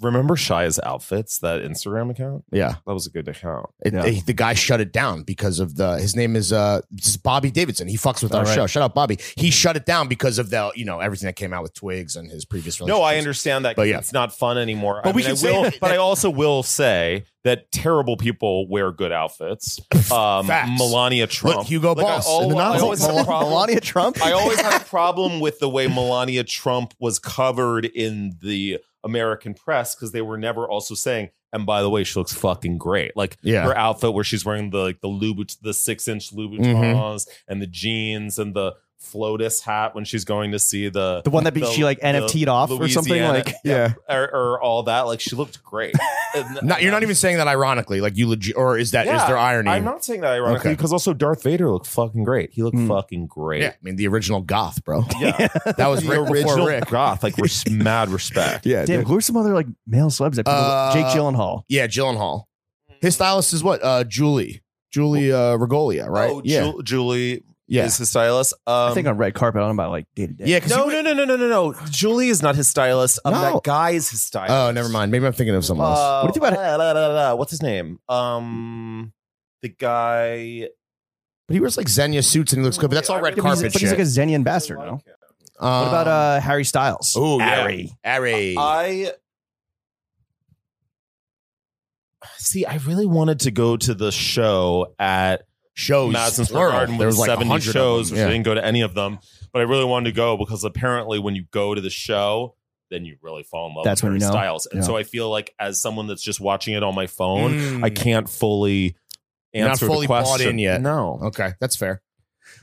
Speaker 2: remember Shia's outfits? That Instagram account.
Speaker 3: Yeah.
Speaker 2: That was a good account.
Speaker 3: It-
Speaker 1: Yeah.
Speaker 3: they- the guy shut it down because of the his name is uh this is Bobby Davidson. He fucks with
Speaker 1: All
Speaker 3: our
Speaker 1: right.
Speaker 3: show. Shut up, Bobby. He shut it down because of the you know everything that came out with Twigs and his previous.
Speaker 2: No, I
Speaker 3: relationships.
Speaker 2: understand that
Speaker 3: But
Speaker 2: 'cause
Speaker 3: yeah.
Speaker 2: it's not fun anymore.
Speaker 3: But
Speaker 2: I
Speaker 3: we
Speaker 2: mean,
Speaker 3: can
Speaker 2: I
Speaker 3: say
Speaker 2: will,
Speaker 3: that-
Speaker 2: but I
Speaker 3: that-
Speaker 2: also will say that terrible people wear good outfits. Um,
Speaker 3: Facts.
Speaker 2: Melania Trump,
Speaker 3: Look, Hugo
Speaker 2: Like, I
Speaker 3: Boss
Speaker 2: al-
Speaker 3: in the
Speaker 2: I
Speaker 3: novel.
Speaker 2: always have a problem-
Speaker 1: Melania Trump.
Speaker 2: I always have a problem with the way Melania Trump was covered in the American press because they were never also saying, and by the way, she looks fucking great. Like
Speaker 3: Yeah.
Speaker 2: her outfit where she's wearing the like the Lubut the six inch Louboutins
Speaker 3: Mm-hmm.
Speaker 2: and the jeans and the Flotus hat when she's going to see the
Speaker 1: the one that be,
Speaker 2: the-
Speaker 1: she like
Speaker 2: the
Speaker 1: NFT'd off or something
Speaker 2: Louisiana-
Speaker 1: like yeah.
Speaker 2: or, or all that. Like she looked great. And-
Speaker 3: Not, you're not even saying that ironically, like you legit, or is that is
Speaker 2: Yeah,
Speaker 3: there irony?
Speaker 2: I'm not saying that ironically
Speaker 3: Okay.
Speaker 2: because also Darth Vader looked fucking great. He looked
Speaker 1: Mm.
Speaker 2: fucking great.
Speaker 3: yeah, I mean the original goth, bro.
Speaker 2: Yeah.
Speaker 3: That was
Speaker 2: the
Speaker 3: Rick before
Speaker 2: original
Speaker 3: Rick.
Speaker 2: goth, like res- mad respect.
Speaker 1: Yeah. Damn. Who are some other like male celebs? That people,
Speaker 3: Uh,
Speaker 1: Jake Gyllenhaal.
Speaker 3: Yeah, Gyllenhaal. His stylist is what? Uh, Julie, Julie uh, Regolia, right?
Speaker 2: Oh,
Speaker 3: yeah,
Speaker 2: Ju- Julie
Speaker 3: yeah,
Speaker 2: is his stylist. Um,
Speaker 1: I think on red carpet on about like day to day.
Speaker 3: yeah. 'cause
Speaker 2: no,
Speaker 3: he-
Speaker 2: no, no, no, no, no, no. Julie is not his stylist. Um,
Speaker 3: No.
Speaker 2: That guy is his stylist.
Speaker 3: Oh, never mind. Maybe I'm thinking of someone else.
Speaker 2: Uh,
Speaker 1: What do you think
Speaker 2: la, la, la, la, la. What's his name? Um, the guy.
Speaker 3: But he wears like Xenia suits and he looks good. But that's all
Speaker 1: but,
Speaker 3: red
Speaker 1: he's,
Speaker 3: carpet
Speaker 1: but he's
Speaker 3: shit.
Speaker 1: like a Zenny ambassador. No.
Speaker 3: Um,
Speaker 1: What about uh Harry Styles?
Speaker 3: Oh, yeah.
Speaker 1: Harry.
Speaker 3: Ari?
Speaker 2: Uh, I see. I really wanted to go to the show at
Speaker 1: Oh,
Speaker 3: shows.
Speaker 2: Madison Square
Speaker 3: plural.
Speaker 2: Garden with
Speaker 3: There was like
Speaker 2: 70
Speaker 3: 100 of them.
Speaker 2: shows, which
Speaker 3: Yeah.
Speaker 2: I didn't go to any of them. But I really wanted to go because apparently, when you go to the show, then you really fall in love
Speaker 1: That's
Speaker 2: with
Speaker 1: when you
Speaker 2: Harry
Speaker 1: know.
Speaker 2: Styles. And
Speaker 1: Yeah.
Speaker 2: so I feel like, as someone that's just watching it on my phone,
Speaker 3: Mm.
Speaker 2: I
Speaker 1: Hmm.
Speaker 2: can't fully
Speaker 3: You're not
Speaker 2: answer
Speaker 3: fully
Speaker 2: the
Speaker 3: bought
Speaker 2: question
Speaker 3: in yet.
Speaker 2: No,
Speaker 3: Okay, that's fair.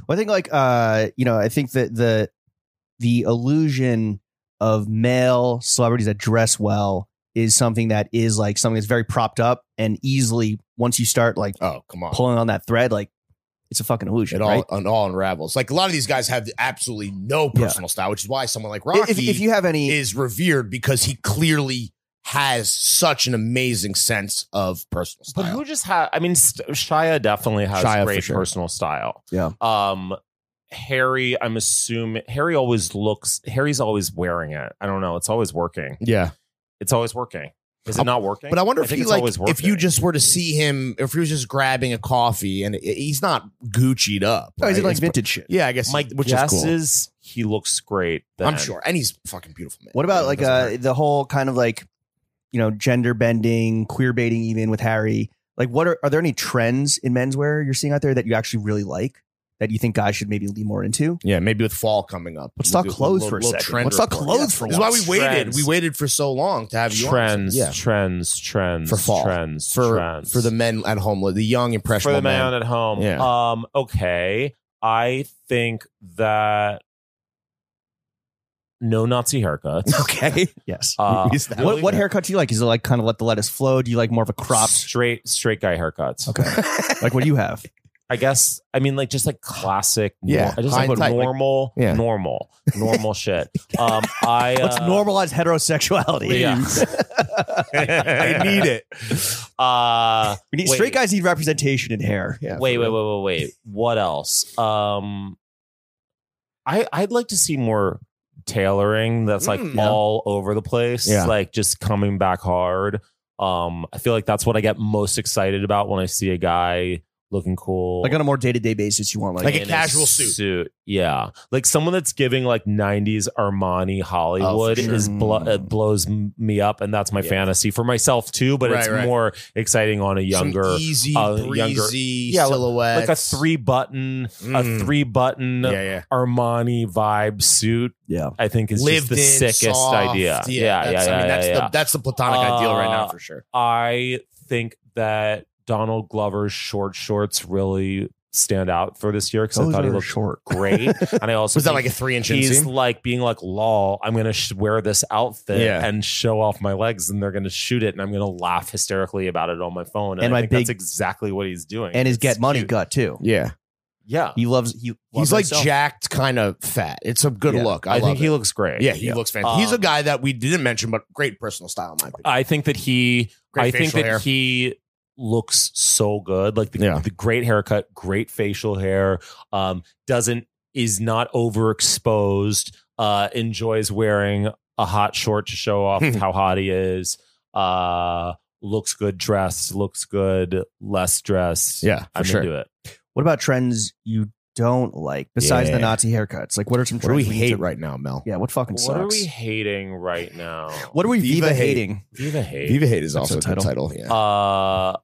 Speaker 1: Well, I think like uh, you know, I think that the the illusion of male celebrities that dress well is something that is like something that's very propped up and easily once you start like
Speaker 3: Oh, come on.
Speaker 1: pulling on that thread, like it's a fucking illusion,
Speaker 3: It all
Speaker 1: right?
Speaker 3: it all unravels. Like a lot of these guys have absolutely no
Speaker 1: Yeah.
Speaker 3: personal style, which is why someone like Rocky
Speaker 1: If, if you have any,
Speaker 3: is revered because he clearly has such an amazing sense of personal
Speaker 2: but
Speaker 3: style.
Speaker 2: who just had? I mean, St- Shia definitely has
Speaker 3: Shia for
Speaker 2: great
Speaker 3: sure.
Speaker 2: personal style.
Speaker 1: Yeah.
Speaker 2: Um, Harry, I'm assuming Harry always looks. Harry's always wearing it. I don't know. It's always working.
Speaker 3: yeah,
Speaker 2: It's always working. Is
Speaker 3: Uh,
Speaker 2: it not working?
Speaker 3: but I wonder if
Speaker 2: think
Speaker 3: he
Speaker 2: it's
Speaker 3: like
Speaker 2: always
Speaker 3: if you
Speaker 2: working.
Speaker 3: just were to see him, if he was just grabbing a coffee and i- he's not Gucci'd up.
Speaker 1: oh, is it
Speaker 3: right?
Speaker 1: like
Speaker 3: It's-
Speaker 1: vintage shit?
Speaker 3: Yeah, I guess.
Speaker 2: My
Speaker 3: which
Speaker 2: guess
Speaker 3: is
Speaker 2: is,
Speaker 3: cool.
Speaker 2: he looks great. Then.
Speaker 3: I'm sure, and he's a fucking beautiful man.
Speaker 1: What about
Speaker 3: It
Speaker 1: like
Speaker 3: doesn't
Speaker 1: uh
Speaker 3: matter.
Speaker 1: the whole kind of like you know gender bending, queer baiting, even with Harry? Like, what are are there any trends in menswear you're seeing out there that you actually really like that you think guys should maybe lean more into?
Speaker 3: Yeah, maybe with fall coming up.
Speaker 1: Let's
Speaker 3: we'll
Speaker 1: talk
Speaker 3: do a
Speaker 1: clothes
Speaker 3: little-
Speaker 1: for a
Speaker 3: little
Speaker 1: second.
Speaker 3: trend
Speaker 1: Let's talk
Speaker 3: report.
Speaker 1: clothes for
Speaker 3: This is why we
Speaker 2: once.
Speaker 3: waited.
Speaker 2: Trends.
Speaker 3: We waited for so long to have you on.
Speaker 2: trends,
Speaker 3: Yeah.
Speaker 2: trends, trends
Speaker 3: For fall.
Speaker 2: trends
Speaker 3: For
Speaker 2: trends.
Speaker 3: for the men at home, the young
Speaker 2: for
Speaker 3: impressionable
Speaker 2: the man
Speaker 3: men.
Speaker 2: at home.
Speaker 3: Yeah.
Speaker 2: Um. Okay. I think that no Nazi haircuts.
Speaker 1: Okay. yes.
Speaker 2: Uh,
Speaker 1: What, what haircut do you like? Is it like kind of let the lettuce flow? Do you like more of a cropped?
Speaker 2: straight straight guy haircuts.
Speaker 1: Okay. like what do you have?
Speaker 2: I guess I mean like just like classic.
Speaker 3: Yeah,
Speaker 2: nor- I just
Speaker 3: high
Speaker 2: like
Speaker 3: and tight, like-
Speaker 2: normal,
Speaker 3: Yeah.
Speaker 2: normal, normal shit. Um. I uh,
Speaker 1: Let's normalize heterosexuality.
Speaker 2: Yeah.
Speaker 3: I need it.
Speaker 2: Uh.
Speaker 1: We need,
Speaker 2: Wait.
Speaker 1: straight guys need representation in hair.
Speaker 3: Yeah,
Speaker 2: wait, wait, wait, wait, wait. What else? Um, I I'd like to see more tailoring that's like
Speaker 3: Mm, yeah.
Speaker 2: all over the place,
Speaker 3: Yeah.
Speaker 2: like just coming back hard. Um, I feel like that's what I get most excited about when I see a guy looking cool,
Speaker 1: Like on a more day to day basis, you want like,
Speaker 3: Like a
Speaker 2: in
Speaker 3: casual suit.
Speaker 2: Yeah, like someone that's giving like '90s Armani Hollywood
Speaker 3: Oh, sure.
Speaker 2: is blo- it blows m- me up, and that's my
Speaker 3: Yeah.
Speaker 2: fantasy for myself too. But
Speaker 3: Right,
Speaker 2: it's
Speaker 3: right.
Speaker 2: more exciting on a younger.
Speaker 3: Some easy,
Speaker 2: uh, younger-
Speaker 3: breezy
Speaker 2: Yeah, like-
Speaker 3: silhouette,
Speaker 2: like a three button a three button
Speaker 3: Hmm. Yeah, yeah.
Speaker 2: Armani vibe suit.
Speaker 1: yeah.
Speaker 2: I think is
Speaker 3: Lived
Speaker 2: just the
Speaker 3: in,
Speaker 2: sickest
Speaker 3: soft.
Speaker 2: idea. Yeah, yeah, yeah.
Speaker 3: that's, I mean,
Speaker 2: yeah,
Speaker 3: that's
Speaker 2: yeah.
Speaker 3: the that's the platonic ideal right now
Speaker 2: Uh,
Speaker 3: for sure.
Speaker 2: I think that Donald Glover's short shorts really stand out for this year because I
Speaker 1: Those
Speaker 2: thought he
Speaker 1: are
Speaker 2: looked
Speaker 1: short.
Speaker 2: great, and I also
Speaker 3: Was that
Speaker 2: think
Speaker 3: like a three inch
Speaker 2: he's
Speaker 3: inseam?
Speaker 2: like being like, "Lol, I'm gonna sh- wear this outfit
Speaker 3: Yeah.
Speaker 2: and show off my legs, and they're gonna shoot it, and I'm gonna laugh hysterically about it on my phone." And,
Speaker 1: And my
Speaker 2: I think that's
Speaker 1: big-
Speaker 2: exactly what he's doing.
Speaker 1: And his
Speaker 2: It's
Speaker 1: get money
Speaker 2: cute.
Speaker 1: gut too.
Speaker 3: Yeah,
Speaker 2: Yeah,
Speaker 1: He loves he.
Speaker 3: he's
Speaker 1: loves
Speaker 3: like
Speaker 1: himself.
Speaker 3: jacked, kind of fat. It's a good
Speaker 1: Yeah.
Speaker 3: look. I,
Speaker 2: I,
Speaker 3: love
Speaker 2: think he
Speaker 3: it.
Speaker 2: looks great.
Speaker 3: Yeah, he
Speaker 2: looks.
Speaker 3: looks fantastic. he's a
Speaker 2: Um,
Speaker 3: guy that we didn't mention, but great personal style, in my opinion.
Speaker 2: I think that he
Speaker 3: Great
Speaker 2: I think
Speaker 3: facial
Speaker 2: that
Speaker 3: hair.
Speaker 2: he
Speaker 5: looks so good. Like the,
Speaker 3: Yeah.
Speaker 5: the great haircut, great facial hair. Um, doesn't is not overexposed. Uh, enjoys wearing a hot short to show off
Speaker 3: Hmm.
Speaker 5: how hot he is. Uh, looks good dressed. Looks good less dressed.
Speaker 3: Yeah, for
Speaker 5: I'm
Speaker 3: sure.
Speaker 5: into it.
Speaker 1: What about trends you don't like besides
Speaker 3: Yeah.
Speaker 1: the Nazi haircuts? Like, what are some
Speaker 3: What do we
Speaker 1: trends hate
Speaker 3: hate right now, Mel?
Speaker 1: Yeah, what fucking
Speaker 5: What
Speaker 1: sucks?
Speaker 5: are we hating right now?
Speaker 1: what are we
Speaker 3: Viva
Speaker 1: Viva
Speaker 3: hate.
Speaker 1: hating?
Speaker 5: Viva hate.
Speaker 3: Viva hate is
Speaker 1: That's
Speaker 3: also a
Speaker 1: a
Speaker 3: good title. Yeah.
Speaker 5: Uh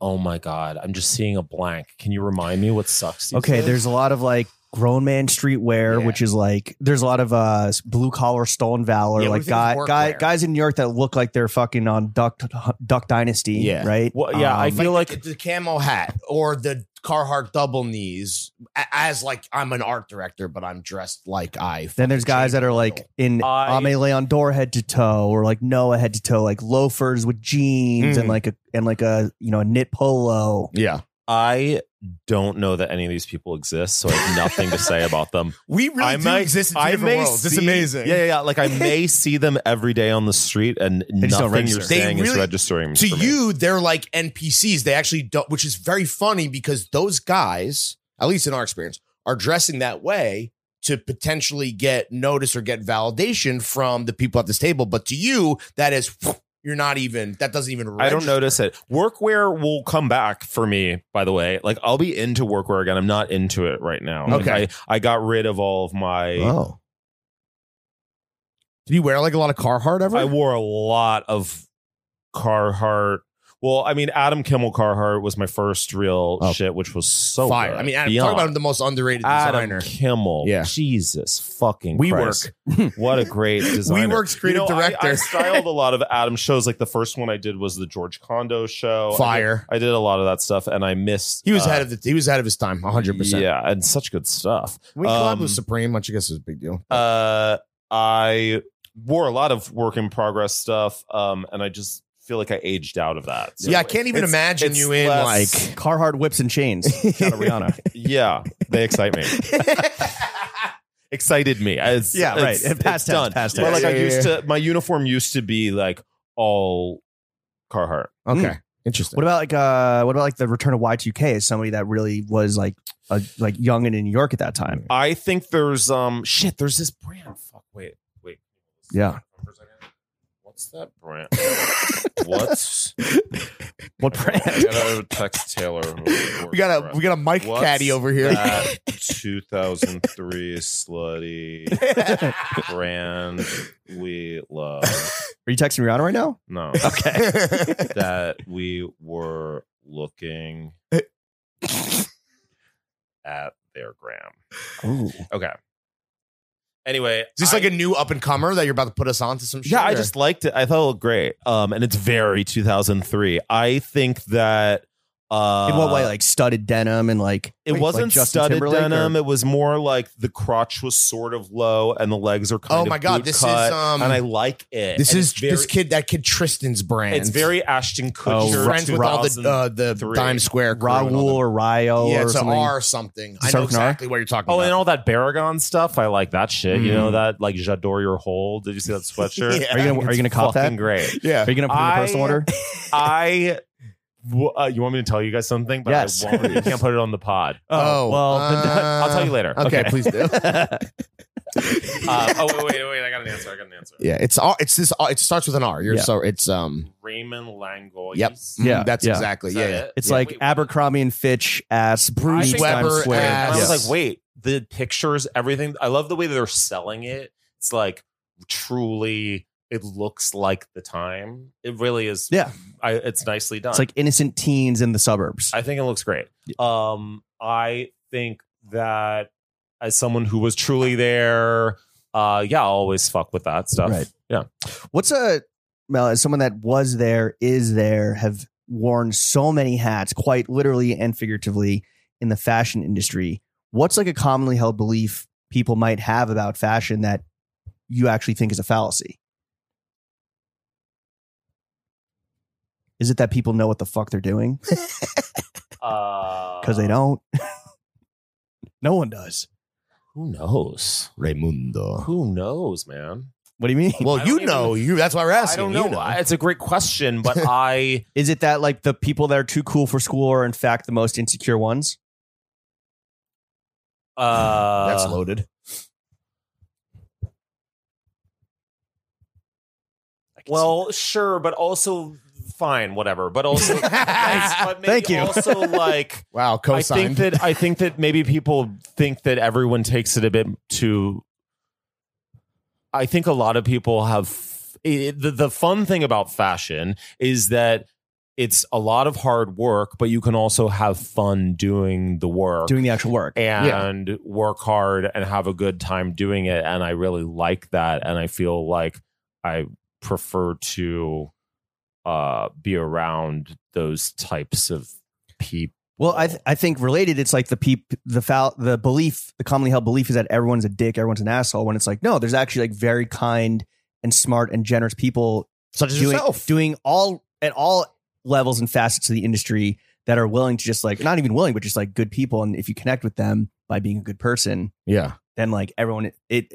Speaker 5: oh my god, I'm just seeing a blank. Can you remind me what sucks? these
Speaker 1: Okay,
Speaker 5: days?
Speaker 1: there's a lot of like grown man streetwear,
Speaker 3: Yeah.
Speaker 1: which is like there's a lot of uh blue collar Stone Valor,
Speaker 3: Yeah, what do
Speaker 1: like
Speaker 3: you think
Speaker 1: guy,
Speaker 3: of
Speaker 1: guy
Speaker 3: workwear?
Speaker 1: guys in New York that look like they're fucking on Duck Duck Dynasty.
Speaker 3: Yeah.
Speaker 1: right.
Speaker 5: Well, yeah, I
Speaker 1: Um,
Speaker 5: feel like,
Speaker 3: the, the camo hat or the Carhartt double knees a- as like I'm an art director, but I'm dressed like I.
Speaker 1: Then there's guys that are like
Speaker 3: Oh,
Speaker 1: in
Speaker 5: I-
Speaker 1: Amele on door head to toe or like Noah head to toe, like loafers with jeans
Speaker 3: Mhm.
Speaker 1: and like a and like a you know a knit polo.
Speaker 3: yeah,
Speaker 5: I don't know that any of these people exist, so I have nothing to say about them.
Speaker 3: we really
Speaker 2: I
Speaker 3: do
Speaker 2: might-
Speaker 3: exist in two
Speaker 2: I
Speaker 3: different
Speaker 2: may
Speaker 3: worlds. it's
Speaker 2: see-
Speaker 3: amazing.
Speaker 2: Yeah, yeah, yeah. Like I may see them every day on the street, and
Speaker 1: just don't
Speaker 2: nothing you're
Speaker 1: register.
Speaker 3: They
Speaker 2: saying is
Speaker 3: really-
Speaker 2: registering
Speaker 3: To
Speaker 2: for me.
Speaker 3: you, they're like NPCs. They actually don't, which is very funny because those guys, at least in our experience, are dressing that way to potentially get notice or get validation from the people at this table. But to you, that is, you're not even, that doesn't even,
Speaker 2: I
Speaker 3: register.
Speaker 2: don't notice it. Workwear will come back for me, by the way. Like I'll be into workwear again. I'm not into it right now. Like,
Speaker 3: Okay.
Speaker 2: I, I got rid of all of my
Speaker 3: Oh. Did you wear like a lot of Carhartt ever?
Speaker 2: I wore a lot of Carhartt. Well, I mean, Adam Kimmel Carhartt was my first real
Speaker 3: Oh.
Speaker 2: shit, which was so
Speaker 3: Fire.
Speaker 2: good.
Speaker 3: I mean, Adam,
Speaker 2: Beyond.
Speaker 3: talk about the most underrated
Speaker 2: Adam
Speaker 3: designer.
Speaker 2: Kimmel.
Speaker 3: Yeah.
Speaker 2: Jesus fucking
Speaker 3: We
Speaker 2: Christ. What a great designer.
Speaker 3: WeWork's creative
Speaker 2: You know, I-
Speaker 3: director.
Speaker 2: I, styled a lot of Adam shows. Like the first one I did was the George Condo show. I did-
Speaker 3: Fire.
Speaker 2: I did, a lot of that stuff, and I missed.
Speaker 3: He was
Speaker 2: uh,
Speaker 3: ahead of the he was ahead of his time, 100. percent
Speaker 2: Yeah, and such good stuff.
Speaker 3: When he collabed
Speaker 2: Um,
Speaker 3: with Supreme, which I guess is a big deal.
Speaker 2: Uh, I wore a lot of work in progress stuff, um, and I just feel like I aged out of that. So
Speaker 3: yeah, I can't even
Speaker 2: it's-
Speaker 3: imagine
Speaker 2: it's
Speaker 3: you in
Speaker 2: less-
Speaker 3: like.
Speaker 1: Carhartt whips and chains. Shout out Rihanna.
Speaker 2: yeah, they excite me. Excited me. It's-
Speaker 1: Yeah, right.
Speaker 2: It's,
Speaker 1: Past
Speaker 2: it's
Speaker 1: tense,
Speaker 2: done.
Speaker 1: past
Speaker 2: But
Speaker 3: tense.
Speaker 2: like I
Speaker 3: Yeah, yeah,
Speaker 2: used to, my uniform used to be like all Carhartt.
Speaker 3: Okay, interesting.
Speaker 1: What about like uh what about like the return of Y2K as somebody that really was like a, like young and in New York at that time?
Speaker 2: I think there's um shit. There's this brand. Fuck. Wait. Wait.
Speaker 1: Yeah.
Speaker 2: For a second. What's that brand? What's
Speaker 1: What
Speaker 2: I
Speaker 1: brand?
Speaker 2: gotta text Taylor.
Speaker 3: we got a we got a mic
Speaker 2: What's
Speaker 3: caddy over here.
Speaker 2: That 2003 slutty brand we love.
Speaker 1: Are you texting Rihanna right now?
Speaker 2: No,
Speaker 3: okay.
Speaker 2: that we were looking at their gram.
Speaker 1: Ooh.
Speaker 2: Okay. Anyway,
Speaker 3: Is this
Speaker 2: I-
Speaker 3: like a new up and comer that you're about to put us on to some shit?
Speaker 2: Yeah, I
Speaker 3: or-
Speaker 2: just liked it. I thought it looked great. Um, and it's very 2003. I think that uh,
Speaker 1: In what way? Like studded denim and like
Speaker 2: it
Speaker 1: like
Speaker 2: wasn't
Speaker 1: Justin
Speaker 2: studded
Speaker 1: Timberlake or-
Speaker 2: denim. It was more like the crotch was sort of low and the legs are kind
Speaker 3: Oh
Speaker 2: of
Speaker 3: my God,
Speaker 2: boot
Speaker 3: this is,
Speaker 2: cut,
Speaker 3: um,
Speaker 2: and I like it.
Speaker 3: This
Speaker 2: And
Speaker 3: is
Speaker 2: it's very,
Speaker 3: this kid that kid Tristan's brand.
Speaker 2: It's very Ashton
Speaker 1: Oh,
Speaker 2: Kutcher.
Speaker 3: He's friends with all the uh, the
Speaker 2: 2003.
Speaker 3: Dime Square crew and all
Speaker 1: Raul
Speaker 3: the-
Speaker 1: or Ryo
Speaker 3: yeah,
Speaker 1: or
Speaker 3: it's a
Speaker 1: something.
Speaker 3: R something. I
Speaker 1: Start
Speaker 3: know
Speaker 1: with an R?
Speaker 3: exactly what you're talking
Speaker 5: Oh, and
Speaker 3: about.
Speaker 5: all that Baragon stuff. I like that shit. You
Speaker 1: Mm.
Speaker 5: know that like J'adore your hole. Did you see that sweatshirt?
Speaker 3: Yeah.
Speaker 1: Are you gonna are you gonna cop that?
Speaker 2: Fucking great.
Speaker 3: yeah.
Speaker 1: Are you gonna put it in a
Speaker 5: I-
Speaker 1: personal order?
Speaker 5: I. w- Uh, you want me to tell you guys something? But
Speaker 1: Yes.
Speaker 5: I, won't. I can't put it on the pod.
Speaker 3: Oh,
Speaker 1: well,
Speaker 3: uh,
Speaker 5: I'll tell you later.
Speaker 3: okay, please do.
Speaker 5: Uh, oh wait, wait, wait! I got an answer. I got an answer.
Speaker 3: yeah, it's R. It's this. R, it starts with an R. You're
Speaker 1: Yeah.
Speaker 3: so. It's um.
Speaker 5: Raymond Langoy.
Speaker 3: Yep.
Speaker 1: Yeah,
Speaker 3: that's
Speaker 1: yeah.
Speaker 3: exactly. Yeah, yeah.
Speaker 1: It's
Speaker 5: Yeah.
Speaker 1: like
Speaker 5: Wait, wait.
Speaker 1: Abercrombie and Fitch ass Bruce
Speaker 5: think-
Speaker 1: Times
Speaker 3: Weber
Speaker 1: Square.
Speaker 3: ass.
Speaker 5: And I was
Speaker 3: Yes.
Speaker 5: like, wait, the pictures, everything. I love the way that they're selling it. It's like truly, it looks like the time. It really is.
Speaker 1: Yeah.
Speaker 5: I, it's nicely done.
Speaker 1: it's like innocent teens in the suburbs.
Speaker 5: I think it looks great. Um, I think that as someone who was truly there, uh, yeah, I'll always fuck with that stuff.
Speaker 1: Right.
Speaker 5: Yeah.
Speaker 1: What's a Mel? As someone that was there, is there, have worn so many hats, quite literally and figuratively, in the fashion industry. What's like a commonly held belief people might have about fashion that you actually think is a fallacy? Is it that people know what the fuck they're doing
Speaker 5: Because Uh,
Speaker 1: because they don't? Uh. no one does.
Speaker 5: Who knows?
Speaker 3: Raimundo.
Speaker 5: Who knows, man?
Speaker 1: What do you mean?
Speaker 3: Well,
Speaker 2: I
Speaker 3: you
Speaker 2: don't
Speaker 3: know, you. That's why we're
Speaker 2: I
Speaker 3: asking.
Speaker 2: don't
Speaker 3: you
Speaker 2: know. I- It's a great question, but I
Speaker 1: Is it that like the people that are too cool for school are in fact the most insecure ones?
Speaker 2: uh
Speaker 3: That's loaded.
Speaker 2: Well, sure, but also fine, whatever. But also, Yes, but maybe
Speaker 1: Thank you.
Speaker 2: Also, like
Speaker 3: Wow,
Speaker 2: I
Speaker 3: cosigned.
Speaker 2: think that I think that maybe people think that everyone takes it a bit too. I think a lot of people have it, the the fun thing about fashion is that it's a lot of hard work, but you can also have fun doing the work
Speaker 1: Doing the actual work.
Speaker 2: and work hard and have a good time doing it. And I really like that. And I feel like I prefer to uh, be around those types of people.
Speaker 1: Well, I, th- I think related, it's like the peep, the foul, the belief, the commonly held belief is that everyone's a dick, everyone's an asshole. When it's like, no, there's actually like very kind and smart and generous people
Speaker 3: such as
Speaker 1: doing,
Speaker 3: yourself.
Speaker 1: doing all at all levels and facets of the industry that are willing to just like, not even willing, but just like good people. And if you connect with them by being a good person,
Speaker 3: yeah,
Speaker 1: then like everyone it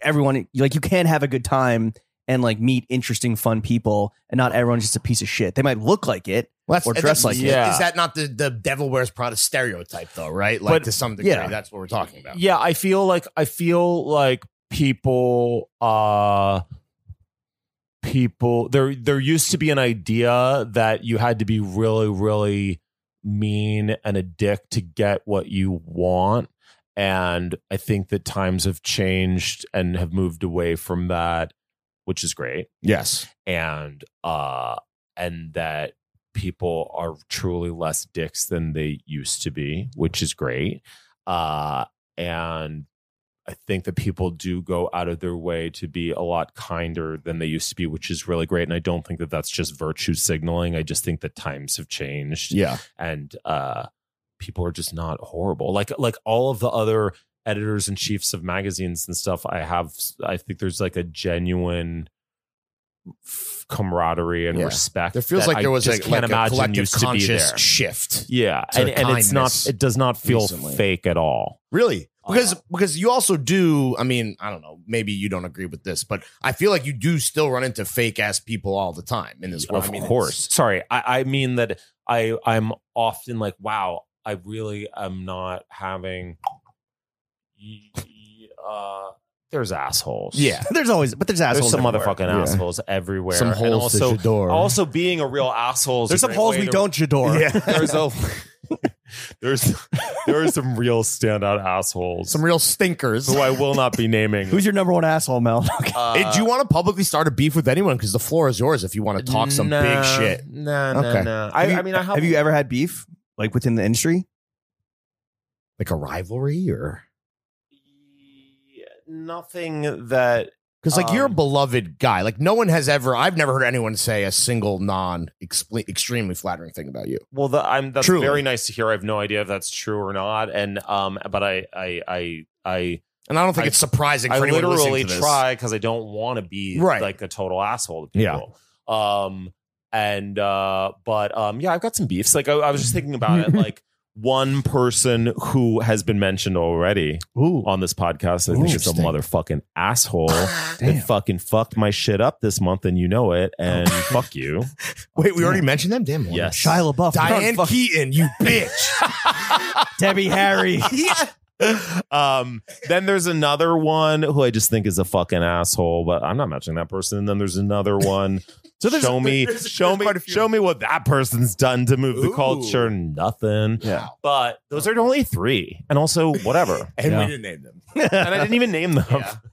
Speaker 1: everyone like you can have a good time and like meet interesting fun people and not everyone's just a piece of shit they might look like it
Speaker 3: well, that's-
Speaker 1: Or dress
Speaker 3: that's-
Speaker 1: like
Speaker 2: it. Yeah.
Speaker 3: Is that not the the devil wears Prada stereotype though? Right, like
Speaker 2: But-
Speaker 3: to some degree,
Speaker 1: yeah.
Speaker 3: that's what we're talking about.
Speaker 2: Yeah, I feel like I feel like people uh people there there used to be an idea that you had to be really really mean and a dick to get what you want and I think that times have changed and have moved away from that which is great
Speaker 3: Yes.
Speaker 2: and uh and that people are truly less dicks than they used to be which is great uh and i think that people do go out of their way to be a lot kinder than they used to be which is really great and i don't think that that's just virtue signaling i just think that times have changed
Speaker 3: Yeah.
Speaker 2: and uh people are just not horrible like like all of the other editors and chiefs of magazines and stuff i have i think there's like a genuine f- camaraderie and
Speaker 3: Yeah.
Speaker 2: respect
Speaker 3: There feels
Speaker 2: that
Speaker 3: like there
Speaker 2: I
Speaker 3: was
Speaker 2: just
Speaker 3: like, like a collective
Speaker 2: used to be
Speaker 3: conscious
Speaker 2: there.
Speaker 3: shift.
Speaker 2: yeah
Speaker 3: to
Speaker 2: and, and it's not
Speaker 3: kindness
Speaker 2: it does not feel
Speaker 3: recently.
Speaker 2: fake at all
Speaker 3: Really? Because
Speaker 2: Uh,
Speaker 3: because you also do, I mean, I don't know, maybe you don't agree with this, but I feel like you do still run into fake ass people all the time in this world.
Speaker 2: of
Speaker 3: I mean, it's-
Speaker 2: course sorry I, I mean that i i'm often like wow i really am not having y- y- uh there's assholes
Speaker 3: Yeah.
Speaker 1: there's always but there's assholes
Speaker 2: There's some
Speaker 1: everywhere.
Speaker 2: motherfucking
Speaker 3: Yeah.
Speaker 2: assholes everywhere.
Speaker 3: Some
Speaker 2: and
Speaker 3: holes
Speaker 2: also,
Speaker 3: to Shador.
Speaker 2: also being a real asshole. is
Speaker 1: there's
Speaker 2: a
Speaker 1: some
Speaker 2: great
Speaker 1: holes
Speaker 2: way
Speaker 1: we
Speaker 2: to-
Speaker 1: don't jador
Speaker 3: Yeah.
Speaker 2: There's a there's there are some real standout assholes
Speaker 3: some real stinkers.
Speaker 2: who uh, I will not be naming.
Speaker 1: who's your number one asshole mel
Speaker 2: Uh,
Speaker 3: Hey, do you want to publicly start a beef with anyone? Because the floor is yours if you want to talk some
Speaker 2: nah,
Speaker 3: big shit.
Speaker 2: Nah, nah,
Speaker 3: Okay.
Speaker 2: nah. I, I mean, I have,
Speaker 1: have you ever had beef like within the industry
Speaker 3: Like a rivalry or
Speaker 2: nothing that
Speaker 3: because like you're a
Speaker 2: Um,
Speaker 3: beloved guy. Like no one has ever I've never heard anyone say a single non extremely flattering thing about you.
Speaker 2: Well, the, I'm that's
Speaker 3: Truly.
Speaker 2: very nice to hear. I have no idea if that's true or not, and um, but I I I I,
Speaker 3: And I don't think
Speaker 2: I-
Speaker 3: it's surprising
Speaker 2: I
Speaker 3: for anyone listening
Speaker 2: literally
Speaker 3: to this.
Speaker 2: try because I don't want to be
Speaker 3: Right.
Speaker 2: like a total asshole to
Speaker 3: Yeah.
Speaker 2: people. Um, and uh, but um, yeah, I've got some beefs. Like I, I was just thinking about it, like. One person who has been mentioned already
Speaker 1: ooh
Speaker 2: on this podcast, I think it's a
Speaker 3: Interesting.
Speaker 2: motherfucking asshole
Speaker 1: Damn.
Speaker 2: that fucking fucked my shit up this month, and you know it. And fuck you.
Speaker 3: Wait, we already mentioned them? Damn. Lauren.
Speaker 2: Yes,
Speaker 1: Shia LaBeouf
Speaker 3: Diane
Speaker 1: Fuck
Speaker 3: Keaton, you bitch.
Speaker 1: Debbie Harry
Speaker 3: yeah.
Speaker 2: um, then there's another one who I just think is a fucking asshole, but I'm not matching that person. And then there's another one.
Speaker 3: So there's-
Speaker 2: show me,
Speaker 3: there's-
Speaker 2: show
Speaker 3: there's
Speaker 2: me,
Speaker 3: quite a few.
Speaker 2: show me what that person's done to move the
Speaker 3: Ooh.
Speaker 2: culture. Nothing.
Speaker 3: Yeah.
Speaker 2: But those are only three, and also whatever.
Speaker 3: And
Speaker 1: Yeah.
Speaker 3: we didn't name them.
Speaker 2: and I didn't even name them.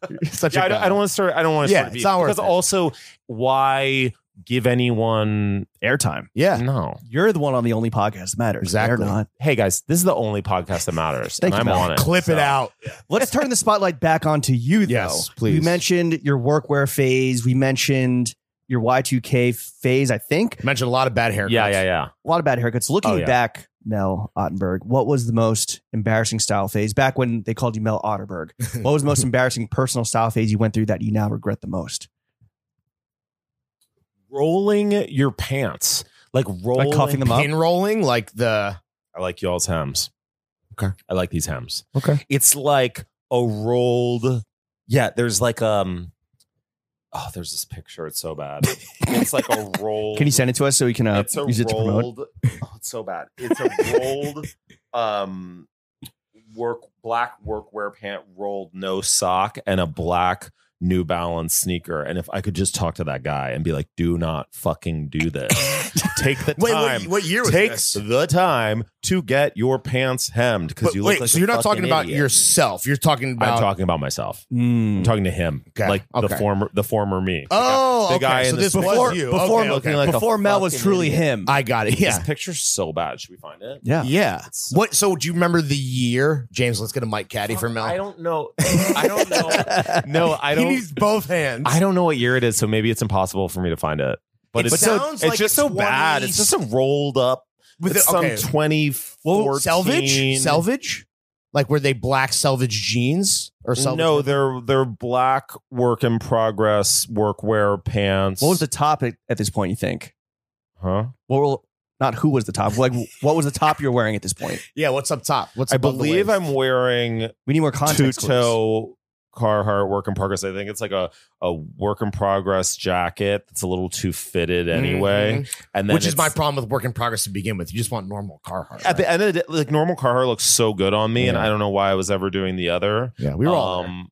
Speaker 3: Yeah. Such
Speaker 2: Yeah, I, don't, I don't want to start. I don't want to
Speaker 3: Yeah,
Speaker 2: start. a
Speaker 3: it's
Speaker 2: beef.
Speaker 3: not worth
Speaker 2: because
Speaker 3: it.
Speaker 2: also, why give anyone
Speaker 1: airtime
Speaker 3: Yeah.
Speaker 2: no?
Speaker 1: you're the one on the only podcast that matters
Speaker 3: Exactly.
Speaker 1: They're not.
Speaker 2: Hey guys, this is the only podcast that matters,
Speaker 1: Thank
Speaker 2: and
Speaker 1: you,
Speaker 2: I'm
Speaker 1: Mel.
Speaker 2: on it.
Speaker 3: Clip it
Speaker 2: so.
Speaker 3: out.
Speaker 1: Let's turn the spotlight back onto you, though.
Speaker 3: Yes, please.
Speaker 1: We mentioned your workwear phase. We mentioned your Y2K phase, I think.
Speaker 3: Mentioned a lot of bad haircuts.
Speaker 2: Yeah, yeah, yeah.
Speaker 1: A lot of bad haircuts. Looking
Speaker 2: Oh, yeah.
Speaker 1: back, Mel Ottenberg, what was the most embarrassing style phase back when they called you Mel Otterberg? What was the most embarrassing personal style phase you went through that you now regret the most?
Speaker 2: rolling your pants, like rolling.
Speaker 1: Like coughing them up?
Speaker 3: Pin rolling, like the
Speaker 2: I like y'all's hems.
Speaker 3: Okay.
Speaker 2: I like these hems.
Speaker 3: Okay.
Speaker 2: It's like a rolled. Yeah, there's like um,
Speaker 5: oh, there's this picture. It's so bad. It's like a roll.
Speaker 1: Can you send it to us so we can uh,
Speaker 5: it's a
Speaker 1: use it to promote?
Speaker 5: rolled, Oh, it's so bad. It's a rolled um work black workwear pant rolled no sock and a black New Balance sneaker. And if I could just talk to that guy and be like, do not fucking do this. Take the
Speaker 3: Wait,
Speaker 5: time.
Speaker 3: what, what year was
Speaker 2: Take
Speaker 3: this?
Speaker 2: the time to get your pants hemmed because
Speaker 3: But
Speaker 2: you look
Speaker 3: wait,
Speaker 2: like
Speaker 3: so
Speaker 2: a
Speaker 3: you're not
Speaker 2: fucking
Speaker 3: talking about
Speaker 2: idiot.
Speaker 3: yourself. You're talking about.
Speaker 2: I'm talking about myself. I'm
Speaker 1: Mm.
Speaker 2: talking to him,
Speaker 3: Okay,
Speaker 2: like the
Speaker 3: okay.
Speaker 2: former the former me.
Speaker 3: oh,
Speaker 2: the
Speaker 3: okay.
Speaker 2: guy
Speaker 3: so
Speaker 2: in the
Speaker 3: this
Speaker 2: sweater.
Speaker 3: before
Speaker 1: Before-
Speaker 3: you.
Speaker 1: before
Speaker 3: okay, okay.
Speaker 2: looking like a
Speaker 1: Before Mel was
Speaker 2: fucking
Speaker 1: truly
Speaker 2: idiot.
Speaker 1: him.
Speaker 3: I got it. Yeah,
Speaker 5: This picture's so bad. Should we find it?
Speaker 1: yeah.
Speaker 3: yeah.
Speaker 5: It's-
Speaker 3: What? So do you remember the year, James? Let's get a mic caddy for Mel.
Speaker 5: I don't know. I don't know. No, I
Speaker 3: He
Speaker 5: don't.
Speaker 3: needs both hands.
Speaker 5: I don't know what year it is, so maybe it's impossible for me to find it. But
Speaker 3: It
Speaker 5: it's
Speaker 3: sounds
Speaker 5: so,
Speaker 3: like
Speaker 5: it's just so
Speaker 3: 20
Speaker 5: bad. It's just a rolled up
Speaker 3: With
Speaker 5: it's
Speaker 3: the- okay.
Speaker 5: some twenty four
Speaker 3: salvage, salvage. Like were they black salvage jeans or salvage?
Speaker 2: No, they're they're black work in progress workwear pants.
Speaker 1: What was the topic at this point? You think?
Speaker 2: Huh?
Speaker 1: What were not who was the top? Like what was the top you're wearing at this point?
Speaker 3: yeah. What's up top? What's
Speaker 2: I
Speaker 3: above the
Speaker 2: believe
Speaker 3: waist?
Speaker 2: I'm wearing
Speaker 1: We need more
Speaker 2: two
Speaker 1: context. clues.
Speaker 2: toe Carhartt work in progress. I think it's like a a work in progress jacket that's a little too fitted anyway.
Speaker 3: Mhm.
Speaker 2: And then
Speaker 3: which is
Speaker 2: it's-
Speaker 3: my problem with work in progress to begin with. You just want normal Carhartt.
Speaker 2: At the end of the day, like normal Carhartt looks so good on me, and
Speaker 3: Yeah.
Speaker 2: I don't know why I was ever doing the other.
Speaker 3: yeah, we were all.
Speaker 2: um,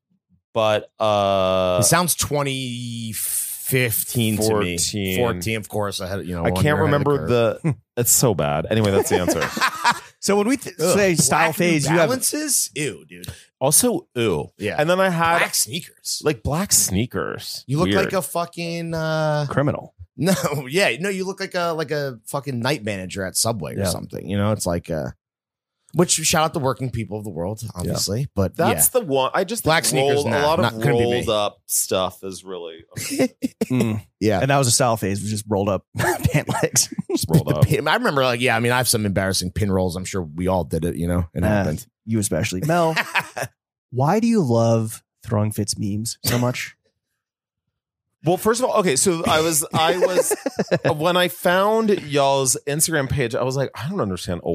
Speaker 2: but uh,
Speaker 3: it sounds 2015 to
Speaker 2: 14.
Speaker 3: me. 14, of course. I had you know.
Speaker 2: I
Speaker 3: one
Speaker 2: can't
Speaker 3: year ahead of
Speaker 2: remember
Speaker 3: curve.
Speaker 2: the. it's so bad. Anyway, that's the answer.
Speaker 1: So when we th-
Speaker 3: Ugh.
Speaker 1: say style
Speaker 3: Black New
Speaker 1: phase, you have
Speaker 3: balances. Ew, dude.
Speaker 2: also, ooh.
Speaker 3: Yeah,
Speaker 2: And then I had
Speaker 3: black sneakers.
Speaker 2: like black sneakers.
Speaker 3: you look
Speaker 2: Weird.
Speaker 3: like a fucking. uh
Speaker 1: criminal.
Speaker 3: No, yeah, no, you look like a like a fucking night manager at Subway or
Speaker 1: Yeah.
Speaker 3: something. You know, it's like uh which shout out the working people of the world, obviously, but
Speaker 2: That's the one. I just
Speaker 3: Black
Speaker 2: think
Speaker 3: sneakers,
Speaker 2: rolled-
Speaker 3: nah,
Speaker 2: a lot
Speaker 3: not-
Speaker 2: of
Speaker 3: couldn't be me.
Speaker 2: rolled up stuff is really
Speaker 1: Mm.
Speaker 3: yeah, yeah.
Speaker 1: And that was a style phase. We just rolled up pant legs.
Speaker 2: just rolled
Speaker 3: The
Speaker 2: up.
Speaker 3: pin- I remember, like, yeah, I mean, I have some embarrassing pin rolls. I'm sure we all did it, you know, it
Speaker 1: Uh,
Speaker 3: happened.
Speaker 1: You especially, Mel. Why do you love throwing fits memes so much?
Speaker 2: Well, first of all, okay. So I was, I was, when I found y'all's Instagram page, I was like, I don't understand a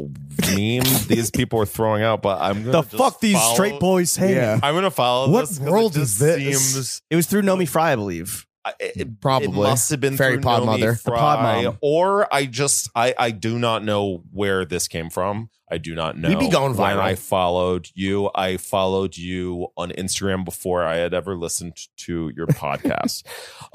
Speaker 2: meme these people are throwing out, but I'm gonna just follow-
Speaker 1: boys hate.
Speaker 3: Yeah.
Speaker 2: I'm gonna follow
Speaker 3: What
Speaker 2: this 'cause
Speaker 3: world
Speaker 2: it just
Speaker 3: is this?
Speaker 2: Seems,
Speaker 1: It was through Nomi Fry, I believe.
Speaker 2: I- it,
Speaker 3: Probably.
Speaker 2: it must have been
Speaker 3: Fairy
Speaker 2: through
Speaker 3: Pod
Speaker 2: Nomi
Speaker 3: Mother. The
Speaker 2: Fry,
Speaker 1: Pod Mom.
Speaker 2: or I just I I do not know where this came from. I do not know.
Speaker 3: We'd be going
Speaker 2: When
Speaker 3: viral.
Speaker 2: I followed you, I followed you on Instagram before I had ever listened to your podcast.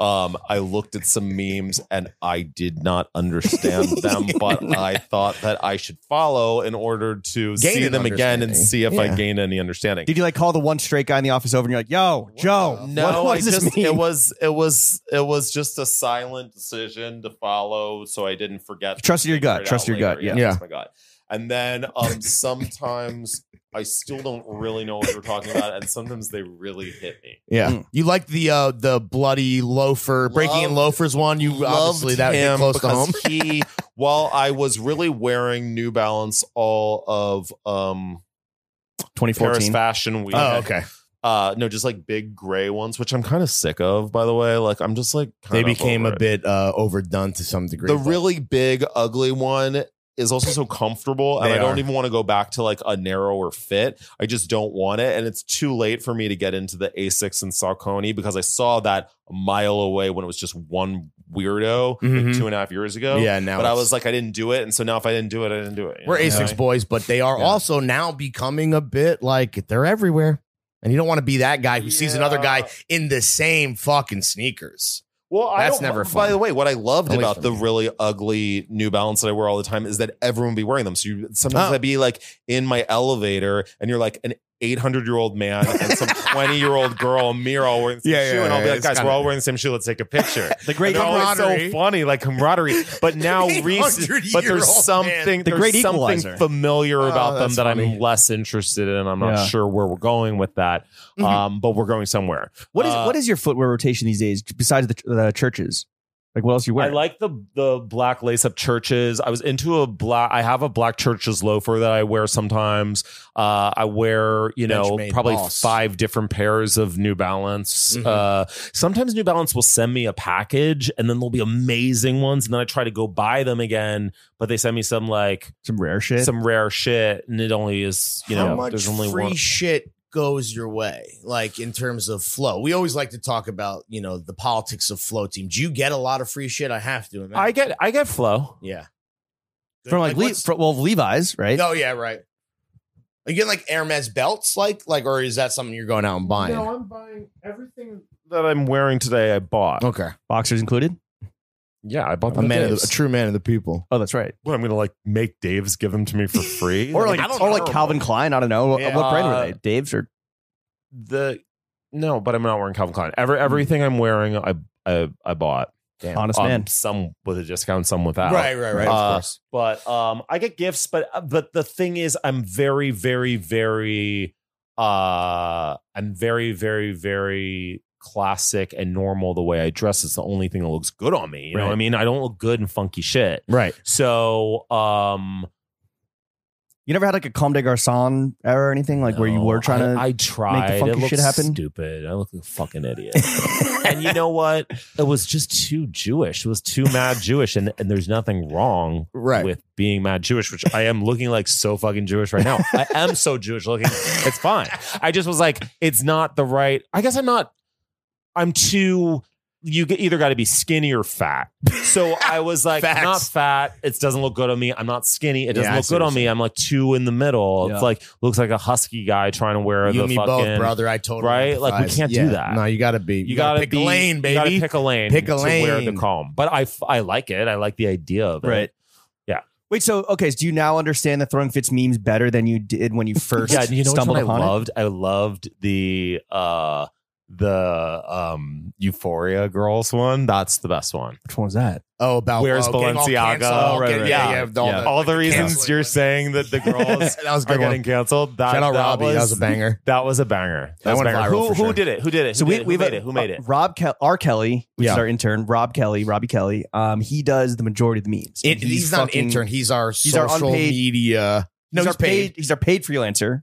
Speaker 2: um, I looked at some memes and I did not understand them, but I thought that I should follow in order
Speaker 3: Gain
Speaker 2: to see
Speaker 3: an
Speaker 2: them again and
Speaker 3: understanding.
Speaker 2: see if I
Speaker 3: Yeah.
Speaker 2: gained any understanding.
Speaker 1: Did you like call the one straight guy in the office over and you're like, yo, Joe,
Speaker 2: No,
Speaker 1: Oh, what
Speaker 2: I
Speaker 1: does this
Speaker 2: just
Speaker 1: mean?
Speaker 2: it was it was it was just a silent decision to follow, so I didn't forget.
Speaker 1: Trust
Speaker 2: to
Speaker 1: your
Speaker 2: figure
Speaker 1: gut.
Speaker 2: it
Speaker 1: Trust
Speaker 2: out
Speaker 1: your gut.
Speaker 2: later.
Speaker 1: Yeah.
Speaker 2: trust my gut. And then um, sometimes I still don't really know what you're talking about, and sometimes they really hit me.
Speaker 3: yeah.
Speaker 1: Mm.
Speaker 3: You like the uh the bloody loafer, breaking in
Speaker 2: Loved-
Speaker 3: loafers one. You obviously
Speaker 2: Loved
Speaker 3: that hit
Speaker 2: him
Speaker 3: close to
Speaker 2: because
Speaker 3: home.
Speaker 2: he, while I was really wearing New Balance all of um Paris
Speaker 1: 2014.
Speaker 2: Fashion Week.
Speaker 3: Oh, okay.
Speaker 2: Uh, no, just like big gray ones, which I'm kind of sick of. By the way, like I'm just like
Speaker 3: They
Speaker 2: kind of
Speaker 3: became
Speaker 2: over
Speaker 3: a
Speaker 2: it.
Speaker 3: bit uh overdone to some degree.
Speaker 2: the
Speaker 3: but-
Speaker 2: really big ugly one is also so comfortable and
Speaker 3: They
Speaker 2: i don't
Speaker 3: are.
Speaker 2: even want to go back to like a narrower fit i just don't want it and it's too late for me to get into the asics and saucony because i saw that a mile away when it was just one weirdo
Speaker 3: Mhm.
Speaker 2: like two and a half years ago
Speaker 3: yeah. Now,
Speaker 2: but i
Speaker 3: it's-
Speaker 2: was like i didn't do it and so now if i didn't do it i didn't do it you
Speaker 3: We're
Speaker 2: know?
Speaker 3: Asics
Speaker 2: Yeah.
Speaker 3: boys, but they are
Speaker 2: Yeah.
Speaker 3: also now becoming a bit like they're everywhere. And you don't want to be that guy who sees another guy
Speaker 2: Yeah.
Speaker 3: in the same fucking sneakers.
Speaker 2: Well, I
Speaker 3: That's
Speaker 2: don't,
Speaker 3: never
Speaker 2: By
Speaker 3: fun.
Speaker 2: the way, what I loved
Speaker 3: At least
Speaker 2: about
Speaker 3: for
Speaker 2: the
Speaker 3: me.
Speaker 2: really ugly New Balance that I wear all the time is that everyone would be wearing them. So you, sometimes
Speaker 3: Oh.
Speaker 2: I'd be like in my elevator, and you're like an 800 year old man and some 20 year old girl, and me are all wearing the same
Speaker 3: Yeah, yeah,
Speaker 2: shoe, and I'll
Speaker 3: yeah,
Speaker 2: be like,
Speaker 3: it's
Speaker 2: guys,
Speaker 3: kinda-
Speaker 2: we're all wearing the same shoe. Let's take a picture.
Speaker 1: The great
Speaker 2: They're always so
Speaker 3: camaraderie.
Speaker 2: funny, like camaraderie. But now, recent,
Speaker 3: 800-year-old
Speaker 2: but there's
Speaker 3: man.
Speaker 2: something,
Speaker 1: The
Speaker 2: there's
Speaker 1: great
Speaker 2: something
Speaker 1: equalizer.
Speaker 2: familiar
Speaker 3: Oh,
Speaker 2: about them
Speaker 3: that's
Speaker 2: that
Speaker 3: funny.
Speaker 2: I'm less interested in. I'm not
Speaker 1: Yeah.
Speaker 2: sure where we're going with that,
Speaker 3: Mhm.
Speaker 2: um, but we're going somewhere.
Speaker 1: What is
Speaker 2: Uh,
Speaker 1: what is your footwear rotation these days besides the, the churches? Like what else you wear?
Speaker 2: I like the the black lace up churches. I was into a black. I have a black churches loafer that I wear sometimes. Uh, I wear you know
Speaker 3: Benchmade
Speaker 2: probably
Speaker 3: Boss.
Speaker 2: five different pairs of New Balance.
Speaker 3: Mhm.
Speaker 2: Uh, sometimes New Balance will send me a package, and then there'll be amazing ones, and then I try to go buy them again, but they send me some like
Speaker 1: some rare shit.
Speaker 2: some rare shit, and it only is you
Speaker 3: How
Speaker 2: know
Speaker 3: much
Speaker 2: there's only
Speaker 3: free
Speaker 2: one.
Speaker 3: shit goes your way, like in terms of flow? We always like to talk about, you know, the politics of flow team. Do you get a lot of free shit? I have to imagine.
Speaker 2: I get I get flow.
Speaker 3: yeah. Good.
Speaker 1: from like, Le-
Speaker 3: what's-
Speaker 1: from, well Levi's, right?
Speaker 3: oh yeah, right. Are you getting like Hermes belts, like like, or is that something you're going out and buying?
Speaker 8: No, I'm buying everything that I'm wearing today. I bought.
Speaker 2: Oh,
Speaker 3: Okay,
Speaker 1: Boxers included.
Speaker 8: Yeah, I bought
Speaker 3: a
Speaker 8: them.
Speaker 3: man,
Speaker 8: at
Speaker 3: of the,
Speaker 8: Dave's.
Speaker 3: a true man of the people.
Speaker 1: Oh, that's right.
Speaker 8: What I'm gonna like make Dave's give them to me for free,
Speaker 1: Or like
Speaker 3: I don't
Speaker 1: or like
Speaker 3: know.
Speaker 1: Calvin Klein. I don't know
Speaker 3: Yeah.
Speaker 1: what brand
Speaker 8: Uh,
Speaker 1: were they? Dave's or
Speaker 8: the no, but I'm not wearing Calvin Klein. Every everything I'm wearing, I I, I bought.
Speaker 3: Damn.
Speaker 1: Honest
Speaker 8: Um,
Speaker 1: Man.
Speaker 8: some with a discount, some without.
Speaker 3: Right, right, right.
Speaker 8: Uh,
Speaker 3: of course.
Speaker 2: But um I get gifts, but but the thing is I'm very, very, very uh I'm very, very, very classic and normal the way I dress. It's the only thing that looks good on me. You know
Speaker 1: Right.
Speaker 2: what I mean? I don't look good in funky shit.
Speaker 1: Right.
Speaker 2: So um
Speaker 1: You never had like a Comme des Garçons era or anything like where you
Speaker 2: No,
Speaker 1: were trying
Speaker 2: I,
Speaker 1: to.
Speaker 2: I tried.
Speaker 1: funky
Speaker 2: it looked
Speaker 1: shit happen?
Speaker 2: Stupid. I look like a fucking idiot. and you know what? It was just too Jewish. It was too mad Jewish, and and there's nothing wrong
Speaker 3: Right.
Speaker 2: with being mad Jewish, which I am looking like so fucking Jewish right now. I am so Jewish looking. It's fine. I just was like, it's not the right. I guess I'm not. I'm too. You g- either got to be skinny or fat. So I was like, I'm not
Speaker 3: Facts.
Speaker 2: fat. It doesn't look good on me. I'm not skinny. It doesn't
Speaker 3: Yeah, I
Speaker 2: look
Speaker 3: see what
Speaker 2: good on
Speaker 3: you're
Speaker 2: me. I'm like two in the middle.
Speaker 1: Yeah.
Speaker 2: It's like looks like a husky guy trying to wear
Speaker 3: you
Speaker 2: the
Speaker 3: and me
Speaker 2: fucking.
Speaker 3: both, brother. I totally
Speaker 2: right? Like, we
Speaker 3: empathize.
Speaker 2: can't do
Speaker 3: Yeah.
Speaker 2: that.
Speaker 3: No, you got to be.
Speaker 2: You, gotta,
Speaker 3: pick
Speaker 2: be,
Speaker 3: a lane,
Speaker 2: You gotta
Speaker 3: baby.
Speaker 2: pick a lane.
Speaker 3: Pick a
Speaker 2: To wear the
Speaker 3: lane.
Speaker 2: calm, but I f- I like it. I like the idea of it.
Speaker 1: Right.
Speaker 2: Yeah.
Speaker 1: Wait. So okay. So do you now understand that throwing fits memes better than you did when you first
Speaker 2: yeah, you know what
Speaker 1: stumbled
Speaker 2: I
Speaker 1: upon
Speaker 2: loved? I loved the uh the um Euphoria girls one. That's the best one.
Speaker 1: it? Which one was that?
Speaker 3: oh, about
Speaker 2: Where's
Speaker 3: oh, getting all
Speaker 2: Balenciaga?
Speaker 3: canceled, all
Speaker 2: Oh, right,
Speaker 3: getting-
Speaker 2: right,
Speaker 3: yeah,
Speaker 2: right.
Speaker 3: yeah, all
Speaker 1: Yeah.
Speaker 3: that-
Speaker 2: All the reasons
Speaker 3: canceling
Speaker 2: you're
Speaker 3: one.
Speaker 2: saying that the girls
Speaker 3: that was a
Speaker 2: are
Speaker 3: good
Speaker 2: getting
Speaker 3: one.
Speaker 2: canceled. That,
Speaker 3: Shout out Robbie.
Speaker 2: Was,
Speaker 3: that was a banger.
Speaker 2: That was a banger.
Speaker 3: That
Speaker 2: That, was a
Speaker 3: went
Speaker 2: banger.
Speaker 3: viral
Speaker 2: Who,
Speaker 3: for
Speaker 2: who
Speaker 3: sure.
Speaker 2: did it? Who did it? Who
Speaker 1: So
Speaker 2: did
Speaker 1: we,
Speaker 2: it? Who
Speaker 1: we've
Speaker 2: made it? Who made it?
Speaker 1: Rob Kel- R. Kelly, which
Speaker 3: Yeah.
Speaker 1: is our intern. Rob Kelly, Robbie Kelly. Um, he does the majority of the memes.
Speaker 3: It- he's, not
Speaker 1: fucking-
Speaker 3: an intern. He's our
Speaker 1: he's our
Speaker 3: social
Speaker 1: unpaid-
Speaker 3: media. No, he's,
Speaker 1: our
Speaker 3: paid.
Speaker 1: He's our paid freelancer.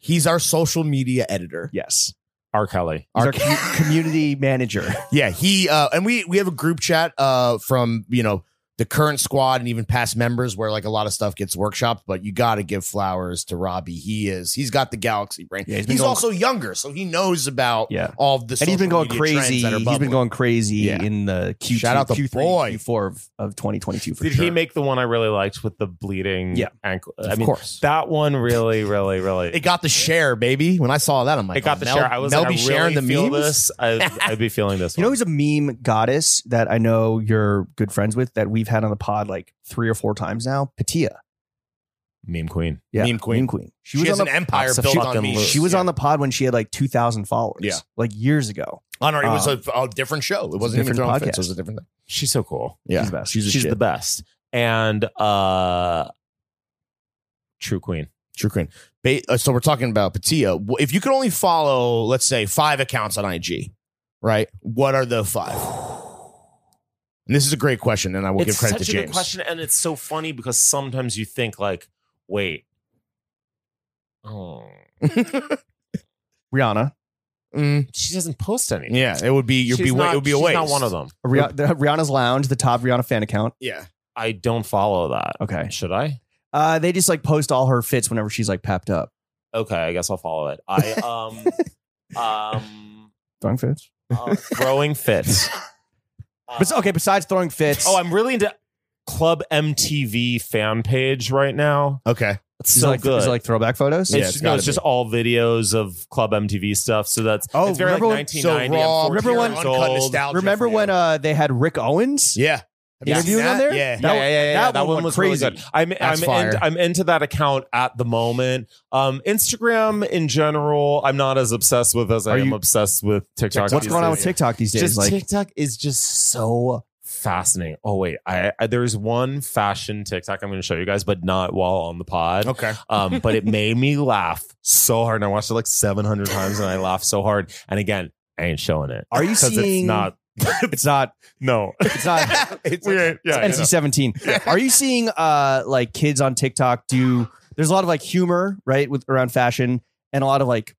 Speaker 3: He's our social media editor.
Speaker 1: Yes.
Speaker 3: uh,
Speaker 2: R. Kelly.
Speaker 1: He's
Speaker 3: Our-
Speaker 1: our, commu- community manager.
Speaker 3: Yeah, he uh, and we we have a group chat uh, from you know the current squad and even past members where like a lot of stuff gets workshopped. But you got to give flowers to Robbie. He is he's got the galaxy brain.
Speaker 1: Yeah,
Speaker 3: he's
Speaker 1: he's been going-
Speaker 3: also younger, so he knows about
Speaker 1: Yeah.
Speaker 3: all of the.
Speaker 1: and he's been
Speaker 3: social
Speaker 1: going
Speaker 3: media trends
Speaker 1: crazy.
Speaker 3: that are
Speaker 1: He's
Speaker 3: bubbling.
Speaker 1: been going crazy
Speaker 3: Yeah.
Speaker 1: in the Q2,
Speaker 3: Shout out the
Speaker 1: Q3,
Speaker 3: boy.
Speaker 1: Q4 of, of 2022 for
Speaker 2: Did
Speaker 1: sure. Uh,
Speaker 2: he make the one I really liked with the bleeding
Speaker 1: Yeah.
Speaker 2: ankle? I
Speaker 3: Of
Speaker 2: mean,
Speaker 3: course.
Speaker 2: that one really, really, really.
Speaker 3: It got the share, baby. When I saw that, I'm like,
Speaker 2: I got
Speaker 3: oh,
Speaker 2: the
Speaker 3: Mel-
Speaker 2: share. I was
Speaker 3: Mel
Speaker 2: like, I
Speaker 3: be sharing the
Speaker 2: really feel
Speaker 3: memes.
Speaker 2: This. I, I'd be feeling this.
Speaker 1: you know
Speaker 2: one.
Speaker 1: who's a meme goddess that I know you're good friends with that we've had on the pod like three or four times now? Patia.
Speaker 2: meme queen.
Speaker 1: Yeah.
Speaker 3: Meme queen.
Speaker 1: Meme queen.
Speaker 3: She, was has
Speaker 1: on
Speaker 3: an
Speaker 1: the,
Speaker 3: empire
Speaker 2: so
Speaker 3: built
Speaker 2: fuck
Speaker 3: on
Speaker 2: them
Speaker 3: me.
Speaker 2: loose.
Speaker 1: She was on the pod when she had like 2,000 followers.
Speaker 3: Yeah.
Speaker 1: Like years ago.
Speaker 3: on her. It was
Speaker 1: uh,
Speaker 3: a, a different show. It wasn't even
Speaker 1: different
Speaker 3: throwing fits.
Speaker 1: podcast.
Speaker 3: It was a different thing.
Speaker 2: She's so cool.
Speaker 3: Yeah,
Speaker 1: She's the best.
Speaker 2: She's,
Speaker 1: the
Speaker 2: the
Speaker 1: shit.
Speaker 2: best. And uh true queen.
Speaker 3: True Queen. Ba- uh, so we're talking about Patia. W- If you could only follow, let's say, five accounts on IG, right? What are the five? And this is a great question, and I will
Speaker 2: it's
Speaker 3: give credit
Speaker 2: such
Speaker 3: to
Speaker 2: a
Speaker 3: James.
Speaker 2: good question, and it's so funny because sometimes you think like, wait, oh,
Speaker 1: Rihanna.
Speaker 3: Mm,
Speaker 2: she doesn't post anything.
Speaker 3: yeah, it would be. You'd
Speaker 2: She's
Speaker 3: be. wa-
Speaker 2: not-
Speaker 3: it would be a
Speaker 2: she's
Speaker 3: waste.
Speaker 2: Not one of them.
Speaker 1: Rih- the Rihanna's Lounge, the top Rihanna fan account.
Speaker 3: Yeah.
Speaker 2: I don't follow that.
Speaker 1: Okay.
Speaker 2: Should I?
Speaker 1: Uh, they just like post all her fits whenever she's like pepped up.
Speaker 2: Okay, I guess I'll follow it. I um um
Speaker 1: Throwing fits.
Speaker 2: uh, throwing fits. Uh,
Speaker 1: But okay, besides throwing fits.
Speaker 2: Oh, I'm really into Club MTV fan page right now.
Speaker 3: Okay.
Speaker 2: It's
Speaker 1: Is
Speaker 2: so
Speaker 1: it like,
Speaker 2: good.
Speaker 1: Is it like throwback photos?
Speaker 2: it's,
Speaker 3: Yeah, it's
Speaker 2: no,
Speaker 3: gotta
Speaker 2: it's just
Speaker 3: be.
Speaker 2: all videos of Club MTV stuff. So that's
Speaker 1: Oh,
Speaker 2: it's very like
Speaker 1: remember when-
Speaker 2: 1990.
Speaker 3: so raw.
Speaker 2: I'm 14
Speaker 1: remember when-
Speaker 2: years
Speaker 3: uncut
Speaker 2: old.
Speaker 3: nostalgia
Speaker 1: Remember
Speaker 3: for you.
Speaker 1: when uh, they had Rick Owens?
Speaker 3: yeah. Have you
Speaker 1: Interviewing
Speaker 3: seen
Speaker 1: on
Speaker 3: that?
Speaker 1: there?
Speaker 3: Yeah.
Speaker 1: That-
Speaker 2: yeah, yeah, yeah, yeah.
Speaker 1: that
Speaker 2: That
Speaker 1: one
Speaker 2: one was
Speaker 1: went
Speaker 2: crazy.
Speaker 1: crazy.
Speaker 2: I'm
Speaker 3: That's
Speaker 2: I'm,
Speaker 3: fire.
Speaker 2: in, I'm into that account at the moment. Um, Instagram in general, I'm not as obsessed with as
Speaker 1: Are
Speaker 2: I am
Speaker 1: you-
Speaker 2: obsessed with TikTok.
Speaker 1: What's
Speaker 2: these
Speaker 1: going on
Speaker 2: days.
Speaker 1: with TikTok these days?
Speaker 2: Just
Speaker 1: like,
Speaker 2: TikTok is just so fascinating. Oh wait, I, I there's one fashion TikTok I'm going to show you guys, but not while on the pod.
Speaker 3: Okay.
Speaker 2: Um, but it made me laugh so hard, and I watched it like 700 times, and I laughed so hard. And again, I ain't showing it
Speaker 1: are you
Speaker 2: because
Speaker 1: seeing?
Speaker 2: it's not.
Speaker 1: It's not.
Speaker 2: No,
Speaker 1: It's not.
Speaker 2: it's weird. Yeah,
Speaker 1: NC seventeen. Are you seeing uh like kids on TikTok do? There's a lot of like humor right with around fashion and a lot of like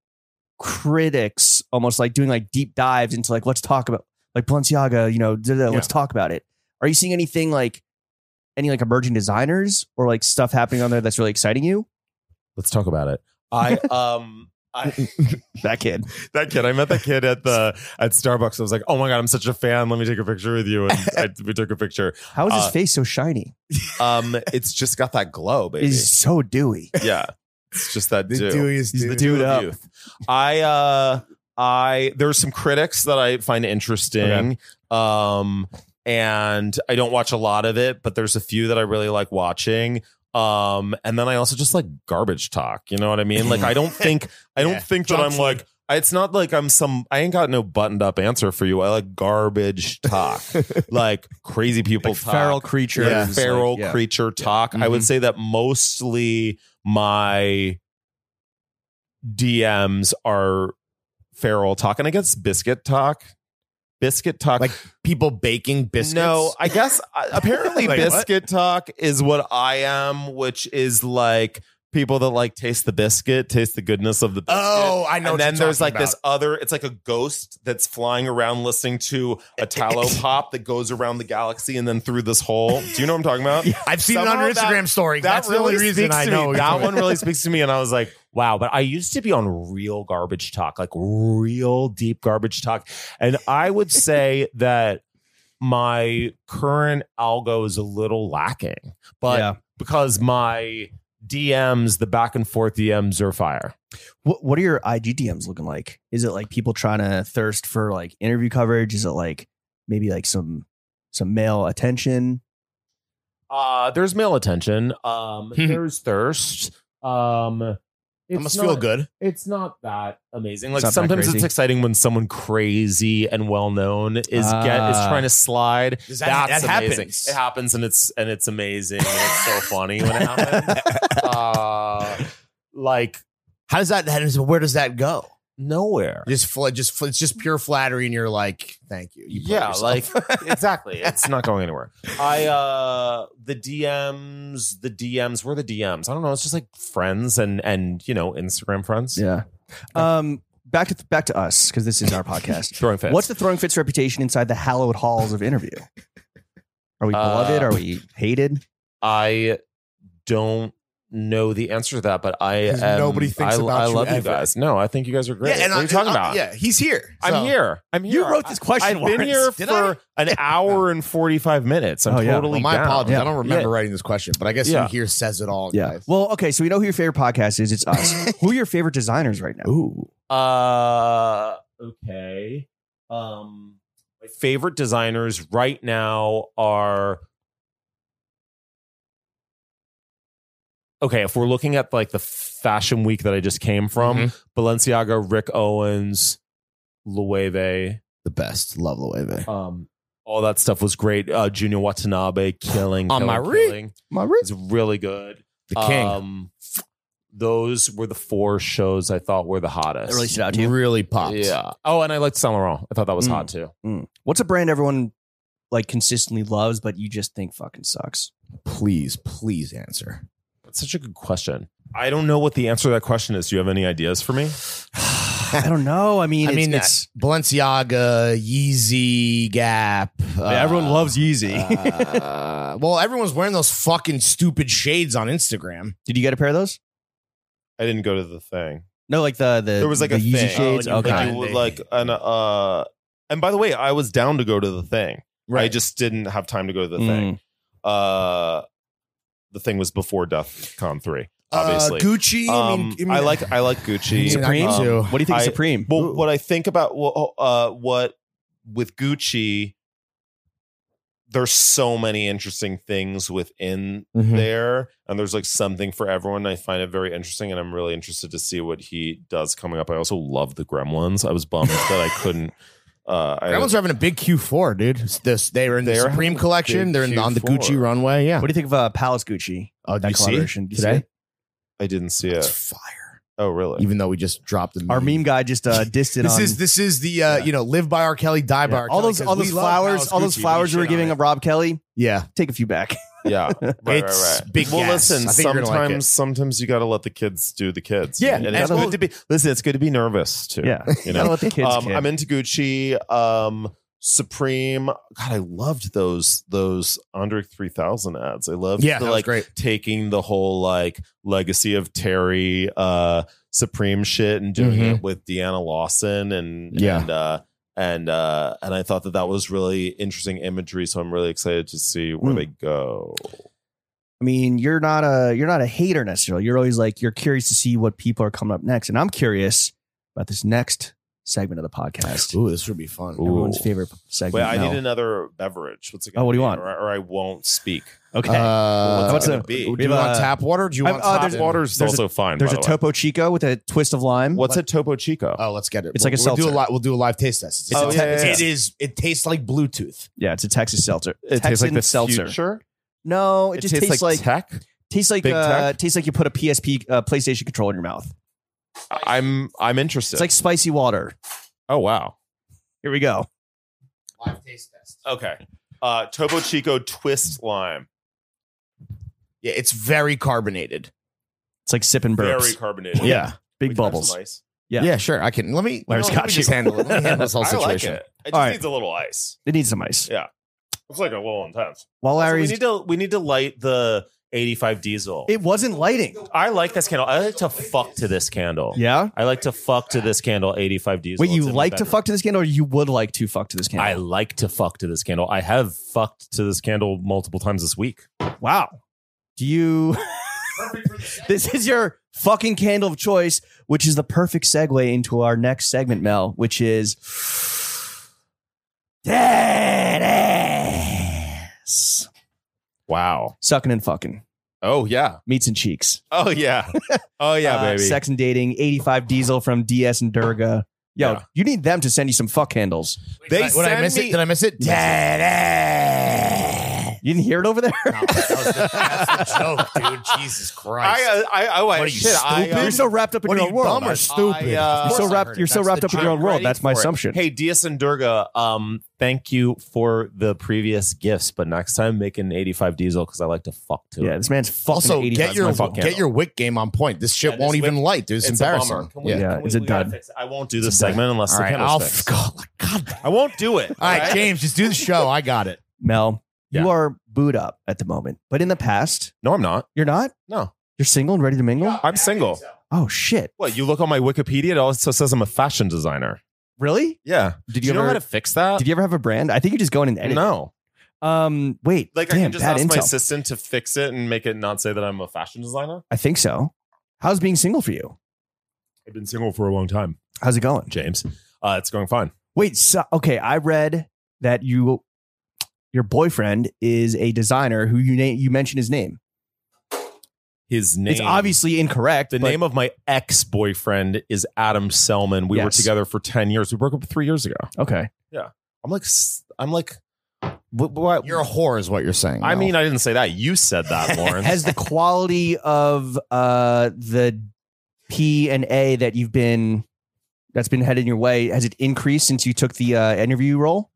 Speaker 1: critics almost like doing like deep dives into like let's talk about like Balenciaga. You know, duh, duh, let's talk about it. Are you seeing anything like any like emerging designers or like stuff happening on there that's really exciting you?
Speaker 2: let's talk about it. I um I,
Speaker 1: that kid.
Speaker 2: that kid, I met that kid at the at Starbucks. I was like, "Oh my god, I'm such a fan. Let me take a picture with you." And I, we took a picture.
Speaker 1: How is his
Speaker 2: Uh,
Speaker 1: face so shiny?
Speaker 2: Um, it's just got that glow, baby.
Speaker 1: He's so dewy.
Speaker 2: yeah, it's just that
Speaker 3: The
Speaker 2: dew.
Speaker 3: Dewey's
Speaker 2: He's the
Speaker 3: dude.
Speaker 2: dude
Speaker 3: Dude
Speaker 2: up.
Speaker 3: up.
Speaker 2: I uh I there's some critics that I find interesting. Um and I don't watch a lot of it, but there's a few that I really like watching. Um and then I also just like garbage talk, you know what I mean? Like I don't think I don't
Speaker 3: Yeah.
Speaker 2: think that
Speaker 3: Junk
Speaker 2: I'm
Speaker 3: food.
Speaker 2: like I- it's not like I'm some I ain't got no buttoned up answer for you. I like garbage talk. like crazy people talk
Speaker 1: creature.
Speaker 2: like, feral creature talk. I would
Speaker 3: Mhm.
Speaker 2: say that mostly my DMs are feral talk, and I guess biscuit talk. Biscuit talk.
Speaker 3: Like people baking biscuits.
Speaker 2: No, I guess uh, apparently
Speaker 3: Like what?
Speaker 2: biscuit talk is what I am, which is like people that like taste the biscuit, taste the goodness of the biscuit.
Speaker 3: Oh, I know.
Speaker 2: And
Speaker 3: what
Speaker 2: then
Speaker 3: you're
Speaker 2: there's like
Speaker 3: talking
Speaker 2: this other, it's like a ghost that's flying around listening to a tallow pop that goes around the galaxy and then through this hole. Do you know what I'm talking about?
Speaker 3: about. I've seen it on
Speaker 2: somehow
Speaker 3: your
Speaker 2: that-
Speaker 3: Instagram story.
Speaker 2: That
Speaker 3: That's the
Speaker 2: really
Speaker 3: only reason
Speaker 2: speaks
Speaker 3: I
Speaker 2: to me.
Speaker 3: know.
Speaker 2: That one really speaks to me. And I was like, wow, but I used to be on real garbage talk, like real deep garbage talk. And I would say that my current algo is a little lacking, but
Speaker 1: Yeah.
Speaker 2: because my DMs, the back and forth DMs are fire.
Speaker 1: What What are your IG DMs looking like? Is it like people trying to thirst for like interview coverage? Is it like maybe like some some male attention?
Speaker 2: Uh, there's male attention. Um, there's thirst. Um,
Speaker 3: Hmm. I
Speaker 2: it's
Speaker 3: must
Speaker 2: not-
Speaker 3: feel good.
Speaker 5: It's not
Speaker 2: that amazing.
Speaker 1: It's
Speaker 2: Like
Speaker 1: not that
Speaker 2: sometimes it's
Speaker 1: crazy.
Speaker 2: exciting when someone crazy and well known is get is
Speaker 1: Ah.
Speaker 2: trying to slide.
Speaker 3: Does that-
Speaker 2: That's
Speaker 3: that happens.
Speaker 2: amazing. It happens and it's and it's amazing. and it's so funny when it happens. Uh, like
Speaker 3: How does that? How does, where does that go?
Speaker 2: nowhere.
Speaker 3: Just fl- just fl- it's just pure flattery, and you're like, thank you. you played
Speaker 2: yeah,
Speaker 3: yourself.
Speaker 2: like exactly. It's not going anywhere. I uh the DMs, the DMs, were the DMs. I don't know. It's just like friends and and you know Instagram friends
Speaker 1: Yeah. Um. Back to back to us because this is our podcast.
Speaker 2: throwing fits.
Speaker 1: What's the throwing fits reputation inside the hallowed halls of interview? Are we
Speaker 2: Uh,
Speaker 1: beloved? Are we hated?
Speaker 2: I don't know the answer to that, but I
Speaker 3: 'Cause
Speaker 2: am,
Speaker 3: nobody thinks
Speaker 2: I,
Speaker 3: about
Speaker 2: I
Speaker 3: you
Speaker 2: love you
Speaker 3: ever.
Speaker 2: guys. No, I think you guys are great.
Speaker 3: Yeah, and
Speaker 2: what
Speaker 3: I-
Speaker 2: are you talking
Speaker 3: and I-
Speaker 2: about?
Speaker 3: Yeah, he's here.
Speaker 2: I'm
Speaker 3: So-
Speaker 2: here. I'm here.
Speaker 1: You wrote this question,
Speaker 2: I've been
Speaker 1: Lawrence.
Speaker 3: Did
Speaker 2: here for an hour and forty five minutes. I'm
Speaker 1: Oh, yeah.
Speaker 2: totally
Speaker 3: Well, my
Speaker 2: down.
Speaker 3: apologies.
Speaker 1: Yeah.
Speaker 3: I don't remember writing this question, but I guess
Speaker 2: Yeah.
Speaker 3: in here says it all. guys.
Speaker 1: Well, okay. So we know who your favorite podcast is. It's us. who are your favorite designers right now?
Speaker 3: Ooh.
Speaker 2: Uh, okay. Um, my favorite designers right now are. Okay, if we're looking at like the fashion week that I just came from,
Speaker 3: Mm-hmm.
Speaker 2: Balenciaga, Rick Owens, Loewe,
Speaker 3: the best. Love Loewe.
Speaker 2: um, all that stuff was great. Uh, Junior Watanabe killing,
Speaker 3: On
Speaker 2: killing,
Speaker 3: my re-
Speaker 2: killing. It's really good.
Speaker 3: Ah, The king.
Speaker 2: Um, those were the four shows I thought were the hottest.
Speaker 1: out
Speaker 3: really popped.
Speaker 2: Yeah. Oh, and I liked Saint Laurent. I thought that was hot too.
Speaker 1: What's a brand everyone like consistently loves, but you just think fucking sucks?
Speaker 3: Please, please answer.
Speaker 2: That's such a good question. I don't know what the answer to that question is. Do you have any ideas for me?
Speaker 1: I don't know. I mean,
Speaker 3: I mean,
Speaker 1: it's,
Speaker 3: Balenciaga, Yeezy, Gap. uh,
Speaker 1: Yeezy.
Speaker 3: uh, well, everyone's wearing those fucking stupid shades on Instagram.
Speaker 1: Did you get a pair of those?
Speaker 2: I didn't go to the thing.
Speaker 1: No, like the the
Speaker 2: There was like
Speaker 1: the
Speaker 2: a
Speaker 1: Yeezy
Speaker 2: thing.
Speaker 1: shades.
Speaker 3: Oh, and
Speaker 1: okay,
Speaker 2: Like, you would, like an uh. And by the way, I was down to go to the thing. I just didn't have time to go to the thing.
Speaker 1: Mm.
Speaker 2: Uh, the thing was before Death Con three.
Speaker 3: Uh,
Speaker 2: Obviously,
Speaker 3: Gucci. I, mean,
Speaker 2: Um, I like I like Gucci. Um,
Speaker 3: I
Speaker 1: Supreme.
Speaker 3: mean, I need to.
Speaker 1: What do you think? of
Speaker 2: I-
Speaker 1: Supreme.
Speaker 2: Well,
Speaker 1: Ooh.
Speaker 2: what I think about well, uh, what with Gucci, there's so many interesting things within
Speaker 1: Mm-hmm.
Speaker 3: Mhm.
Speaker 2: there, and there's like something for everyone. I find it very interesting, and I'm really interested to see what he does coming up. I also love the Gremlins. I was bummed that I couldn't. Uh, I,
Speaker 3: Everyone's having a big Q4, dude. It's This they were in the
Speaker 2: They're
Speaker 3: Supreme
Speaker 2: having a
Speaker 3: collection.
Speaker 2: big
Speaker 3: They're in, on the
Speaker 2: Q4.
Speaker 3: Gucci runway. Yeah.
Speaker 1: what do you think of uh, Palace Gucci?
Speaker 3: Oh, did
Speaker 1: That
Speaker 3: you see it
Speaker 1: collaboration Did you see
Speaker 3: today?
Speaker 1: it?
Speaker 2: I didn't see it.
Speaker 3: It's fire.
Speaker 2: Oh, really?
Speaker 3: Even though we just dropped the meme.
Speaker 1: Our meme guy just uh, dissed it
Speaker 3: This
Speaker 1: on.
Speaker 3: is this is the uh,
Speaker 1: Yeah.
Speaker 3: you know live by R Kelly die by
Speaker 1: Yeah.
Speaker 3: R
Speaker 1: all
Speaker 3: Kelly,
Speaker 1: those
Speaker 3: 'cause
Speaker 1: all
Speaker 3: we
Speaker 1: those
Speaker 3: love
Speaker 1: flowers,
Speaker 3: House
Speaker 1: all those
Speaker 3: Gucci.
Speaker 1: flowers we were
Speaker 3: shit
Speaker 1: giving
Speaker 3: on
Speaker 1: of
Speaker 3: it.
Speaker 1: Rob Kelly.
Speaker 3: Yeah,
Speaker 1: Take a few back.
Speaker 2: Yeah. Right, right,
Speaker 3: It's
Speaker 2: right.
Speaker 3: big
Speaker 2: well,
Speaker 3: gas.
Speaker 2: listen.
Speaker 3: I think you're gonna like
Speaker 2: Sometimes,
Speaker 3: it.
Speaker 2: sometimes you got to let the kids do the kids.
Speaker 3: Yeah,
Speaker 2: and
Speaker 3: and
Speaker 2: it's
Speaker 3: well-
Speaker 2: good to be. Listen, it's good to be nervous too. you know.
Speaker 1: Gotta let the kids.
Speaker 2: um,
Speaker 1: kid.
Speaker 2: I'm into Gucci, um, Supreme. God, I loved those those Andre 3000 ads. I loved
Speaker 3: Yeah,
Speaker 2: the,
Speaker 3: that was
Speaker 2: like
Speaker 3: great.
Speaker 2: taking the whole like legacy of Terry uh Supreme shit and doing
Speaker 1: Mm-hmm.
Speaker 3: Mhm.
Speaker 2: it with Deanna Lawson and
Speaker 3: Yeah.
Speaker 2: and uh, and uh, and I thought that that was really interesting imagery. So I'm really excited to see where
Speaker 1: Hmm.
Speaker 2: they go.
Speaker 1: I mean, you're not a you're not a hater necessarily. You're always like you're curious to see what people are coming up next, and I'm curious about this next segment of the podcast.
Speaker 3: Ooh, this would be fun.
Speaker 2: Ooh.
Speaker 1: Everyone's favorite segment.
Speaker 2: Wait, I
Speaker 1: now.
Speaker 2: need another beverage. What's it?
Speaker 1: Oh, what do you
Speaker 2: gonna
Speaker 1: want?
Speaker 2: be? Or, or I won't speak.
Speaker 1: Okay,
Speaker 3: Uh,
Speaker 2: What's
Speaker 1: what's
Speaker 2: it
Speaker 1: a-
Speaker 2: gonna be?
Speaker 3: do you
Speaker 1: We have
Speaker 3: want
Speaker 1: a-
Speaker 3: tap water? Do you
Speaker 1: I've-
Speaker 3: want
Speaker 1: uh,
Speaker 3: tap
Speaker 1: there's-
Speaker 3: water?
Speaker 2: Water's
Speaker 1: there's a-
Speaker 2: also fine.
Speaker 1: there's
Speaker 2: by
Speaker 1: a
Speaker 2: the way.
Speaker 1: Topo Chico with a twist of lime.
Speaker 2: What's a Topo Chico?
Speaker 3: Oh, let's get it.
Speaker 1: It's like a
Speaker 3: we'll do
Speaker 1: seltzer.
Speaker 3: a li- We'll do a live taste test. It's
Speaker 2: Oh,
Speaker 3: a
Speaker 2: yeah, yeah, yeah.
Speaker 3: It is. It tastes like Bluetooth.
Speaker 1: Yeah, it's a Texas seltzer.
Speaker 2: it tastes like
Speaker 1: Texan
Speaker 2: the
Speaker 1: seltzer.
Speaker 2: future?
Speaker 1: No, it,
Speaker 2: It
Speaker 1: just
Speaker 2: tastes, like, tech.
Speaker 1: tastes like
Speaker 2: Big
Speaker 1: uh,
Speaker 2: Tech?
Speaker 1: tastes like you put a PSP uh, PlayStation control in your mouth.
Speaker 2: I'm I'm interested.
Speaker 1: It's like spicy water.
Speaker 2: oh wow.
Speaker 1: Here we go.
Speaker 3: Live taste test.
Speaker 2: Okay. Uh Topo Chico twist lime.
Speaker 3: Yeah, it's very carbonated.
Speaker 1: It's like sipping burps.
Speaker 2: Very carbonated.
Speaker 1: yeah, big
Speaker 2: We can have
Speaker 1: bubbles.
Speaker 2: some ice.
Speaker 1: Yeah.
Speaker 3: sure. I can. Let me.
Speaker 1: Larry's
Speaker 3: let me
Speaker 1: got
Speaker 3: just
Speaker 1: you.
Speaker 3: handle it. Let me handle this whole
Speaker 2: I like
Speaker 3: situation.
Speaker 2: it. It just
Speaker 1: All right.
Speaker 2: needs a little ice.
Speaker 1: It needs some ice.
Speaker 2: Yeah. Looks like a little intense.
Speaker 1: While
Speaker 2: Also, we
Speaker 1: Larry's,
Speaker 2: need to we need to light the 85 diesel.
Speaker 1: it wasn't lighting.
Speaker 2: I like this candle. I like to fuck to this candle.
Speaker 1: Yeah.
Speaker 2: I like to fuck to this candle 85 diesel.
Speaker 1: Wait, you
Speaker 2: It's in my
Speaker 1: like to
Speaker 2: bedroom.
Speaker 1: fuck to this candle, or you would like to fuck to this
Speaker 2: I
Speaker 1: candle?
Speaker 2: like to fuck to this candle. I have fucked to this candle multiple times this week.
Speaker 1: wow. Do you? this is your fucking candle of choice, which is the perfect segue into our next segment, Mel, which is dead ass
Speaker 2: Wow.
Speaker 1: sucking and fucking
Speaker 2: Oh yeah.
Speaker 1: meats and cheeks.
Speaker 2: Oh yeah. Oh yeah,
Speaker 1: uh,
Speaker 2: baby.
Speaker 1: Sex and Dating, 85 Diesel from DS and Durga. Yo,
Speaker 2: Yeah.
Speaker 1: you need them to send you some fuck handles.
Speaker 2: They
Speaker 3: Did I- would I
Speaker 2: send
Speaker 3: miss it?
Speaker 2: me-
Speaker 3: Did I miss it? Dead
Speaker 1: You didn't hear it over there?
Speaker 3: No, that was the, that's the joke, dude. Jesus Christ.
Speaker 2: I, I, I, oh,
Speaker 3: What
Speaker 2: I,
Speaker 3: are you,
Speaker 2: shit, I,
Speaker 3: stupid?
Speaker 2: um,
Speaker 1: You're so wrapped up in
Speaker 3: what
Speaker 1: your
Speaker 3: are
Speaker 1: own
Speaker 3: you,
Speaker 1: world.
Speaker 3: dumb or
Speaker 1: Matt.
Speaker 3: stupid?
Speaker 1: You're so
Speaker 2: I, uh, Of course I
Speaker 1: wrapped. You're so wrapped up in your own
Speaker 2: I'm
Speaker 1: world.
Speaker 2: ready
Speaker 1: That's my
Speaker 2: for it.
Speaker 1: assumption.
Speaker 2: Hey, Diaz and Durga, um, thank you for the previous gifts, but next time make an 85 diesel because I like to fuck to
Speaker 1: yeah,
Speaker 2: it.
Speaker 1: this man's fucking
Speaker 3: Also,
Speaker 1: 85.
Speaker 3: get your
Speaker 1: That's my fuck
Speaker 3: get
Speaker 1: handle.
Speaker 3: your wick game on point. This shit
Speaker 2: Yeah,
Speaker 3: won't
Speaker 2: this
Speaker 3: even
Speaker 2: wick-
Speaker 3: light, dude. It's,
Speaker 2: a
Speaker 3: embarrassing.
Speaker 2: bummer. Can we-
Speaker 1: Yeah.
Speaker 2: can we-
Speaker 1: it's a
Speaker 2: we gotta
Speaker 1: dud.
Speaker 2: fix it. I won't do this
Speaker 3: It's a dud.
Speaker 2: segment unless
Speaker 3: All
Speaker 2: the
Speaker 3: right,
Speaker 2: candle's
Speaker 3: I'll
Speaker 2: fixed.
Speaker 3: God, God.
Speaker 2: I won't do it.
Speaker 3: All right, James, just do the show. I got it.
Speaker 1: Mel, you
Speaker 2: Yeah.
Speaker 1: are booed up at the moment, but in the past,
Speaker 2: No, I'm not.
Speaker 1: you're not?
Speaker 2: No.
Speaker 1: You're single and ready to mingle?
Speaker 2: I'm single.
Speaker 1: Oh, shit.
Speaker 2: What you look on my Wikipedia? It also says I'm a fashion designer.
Speaker 1: Really?
Speaker 2: Yeah.
Speaker 1: Did
Speaker 2: Do
Speaker 1: you,
Speaker 2: you know how
Speaker 1: ever,
Speaker 2: to fix that?
Speaker 1: did you ever have a brand? I think you're just going into editing.
Speaker 2: Uh, no.
Speaker 1: Um, wait.
Speaker 2: Like
Speaker 1: damn,
Speaker 2: I can just
Speaker 1: bad
Speaker 2: ask my
Speaker 1: intel.
Speaker 2: assistant to fix it and make it not say that I'm a fashion designer.
Speaker 1: I think so. How's being single for you?
Speaker 2: I've been single for a long time,
Speaker 1: How's it going?
Speaker 2: James. Uh, it's going fine.
Speaker 1: Wait, so, okay, I read that you your boyfriend is a designer who you name you mentioned his name.
Speaker 2: His name.
Speaker 1: It's obviously incorrect.
Speaker 2: The
Speaker 1: but-
Speaker 2: name of my ex boyfriend is Adam Selman. We were
Speaker 1: Yes.
Speaker 2: together for ten years. We broke up three years ago.
Speaker 1: Okay.
Speaker 2: I'm like, s- I'm like, what? what
Speaker 3: You're a whore, is what you're saying.
Speaker 2: I
Speaker 3: Mel.
Speaker 2: mean, I didn't say that. You said that, Lawrence.
Speaker 1: Has the quality of uh the P and A that you've been that's been headed your way, has it increased since you took the uh interview role?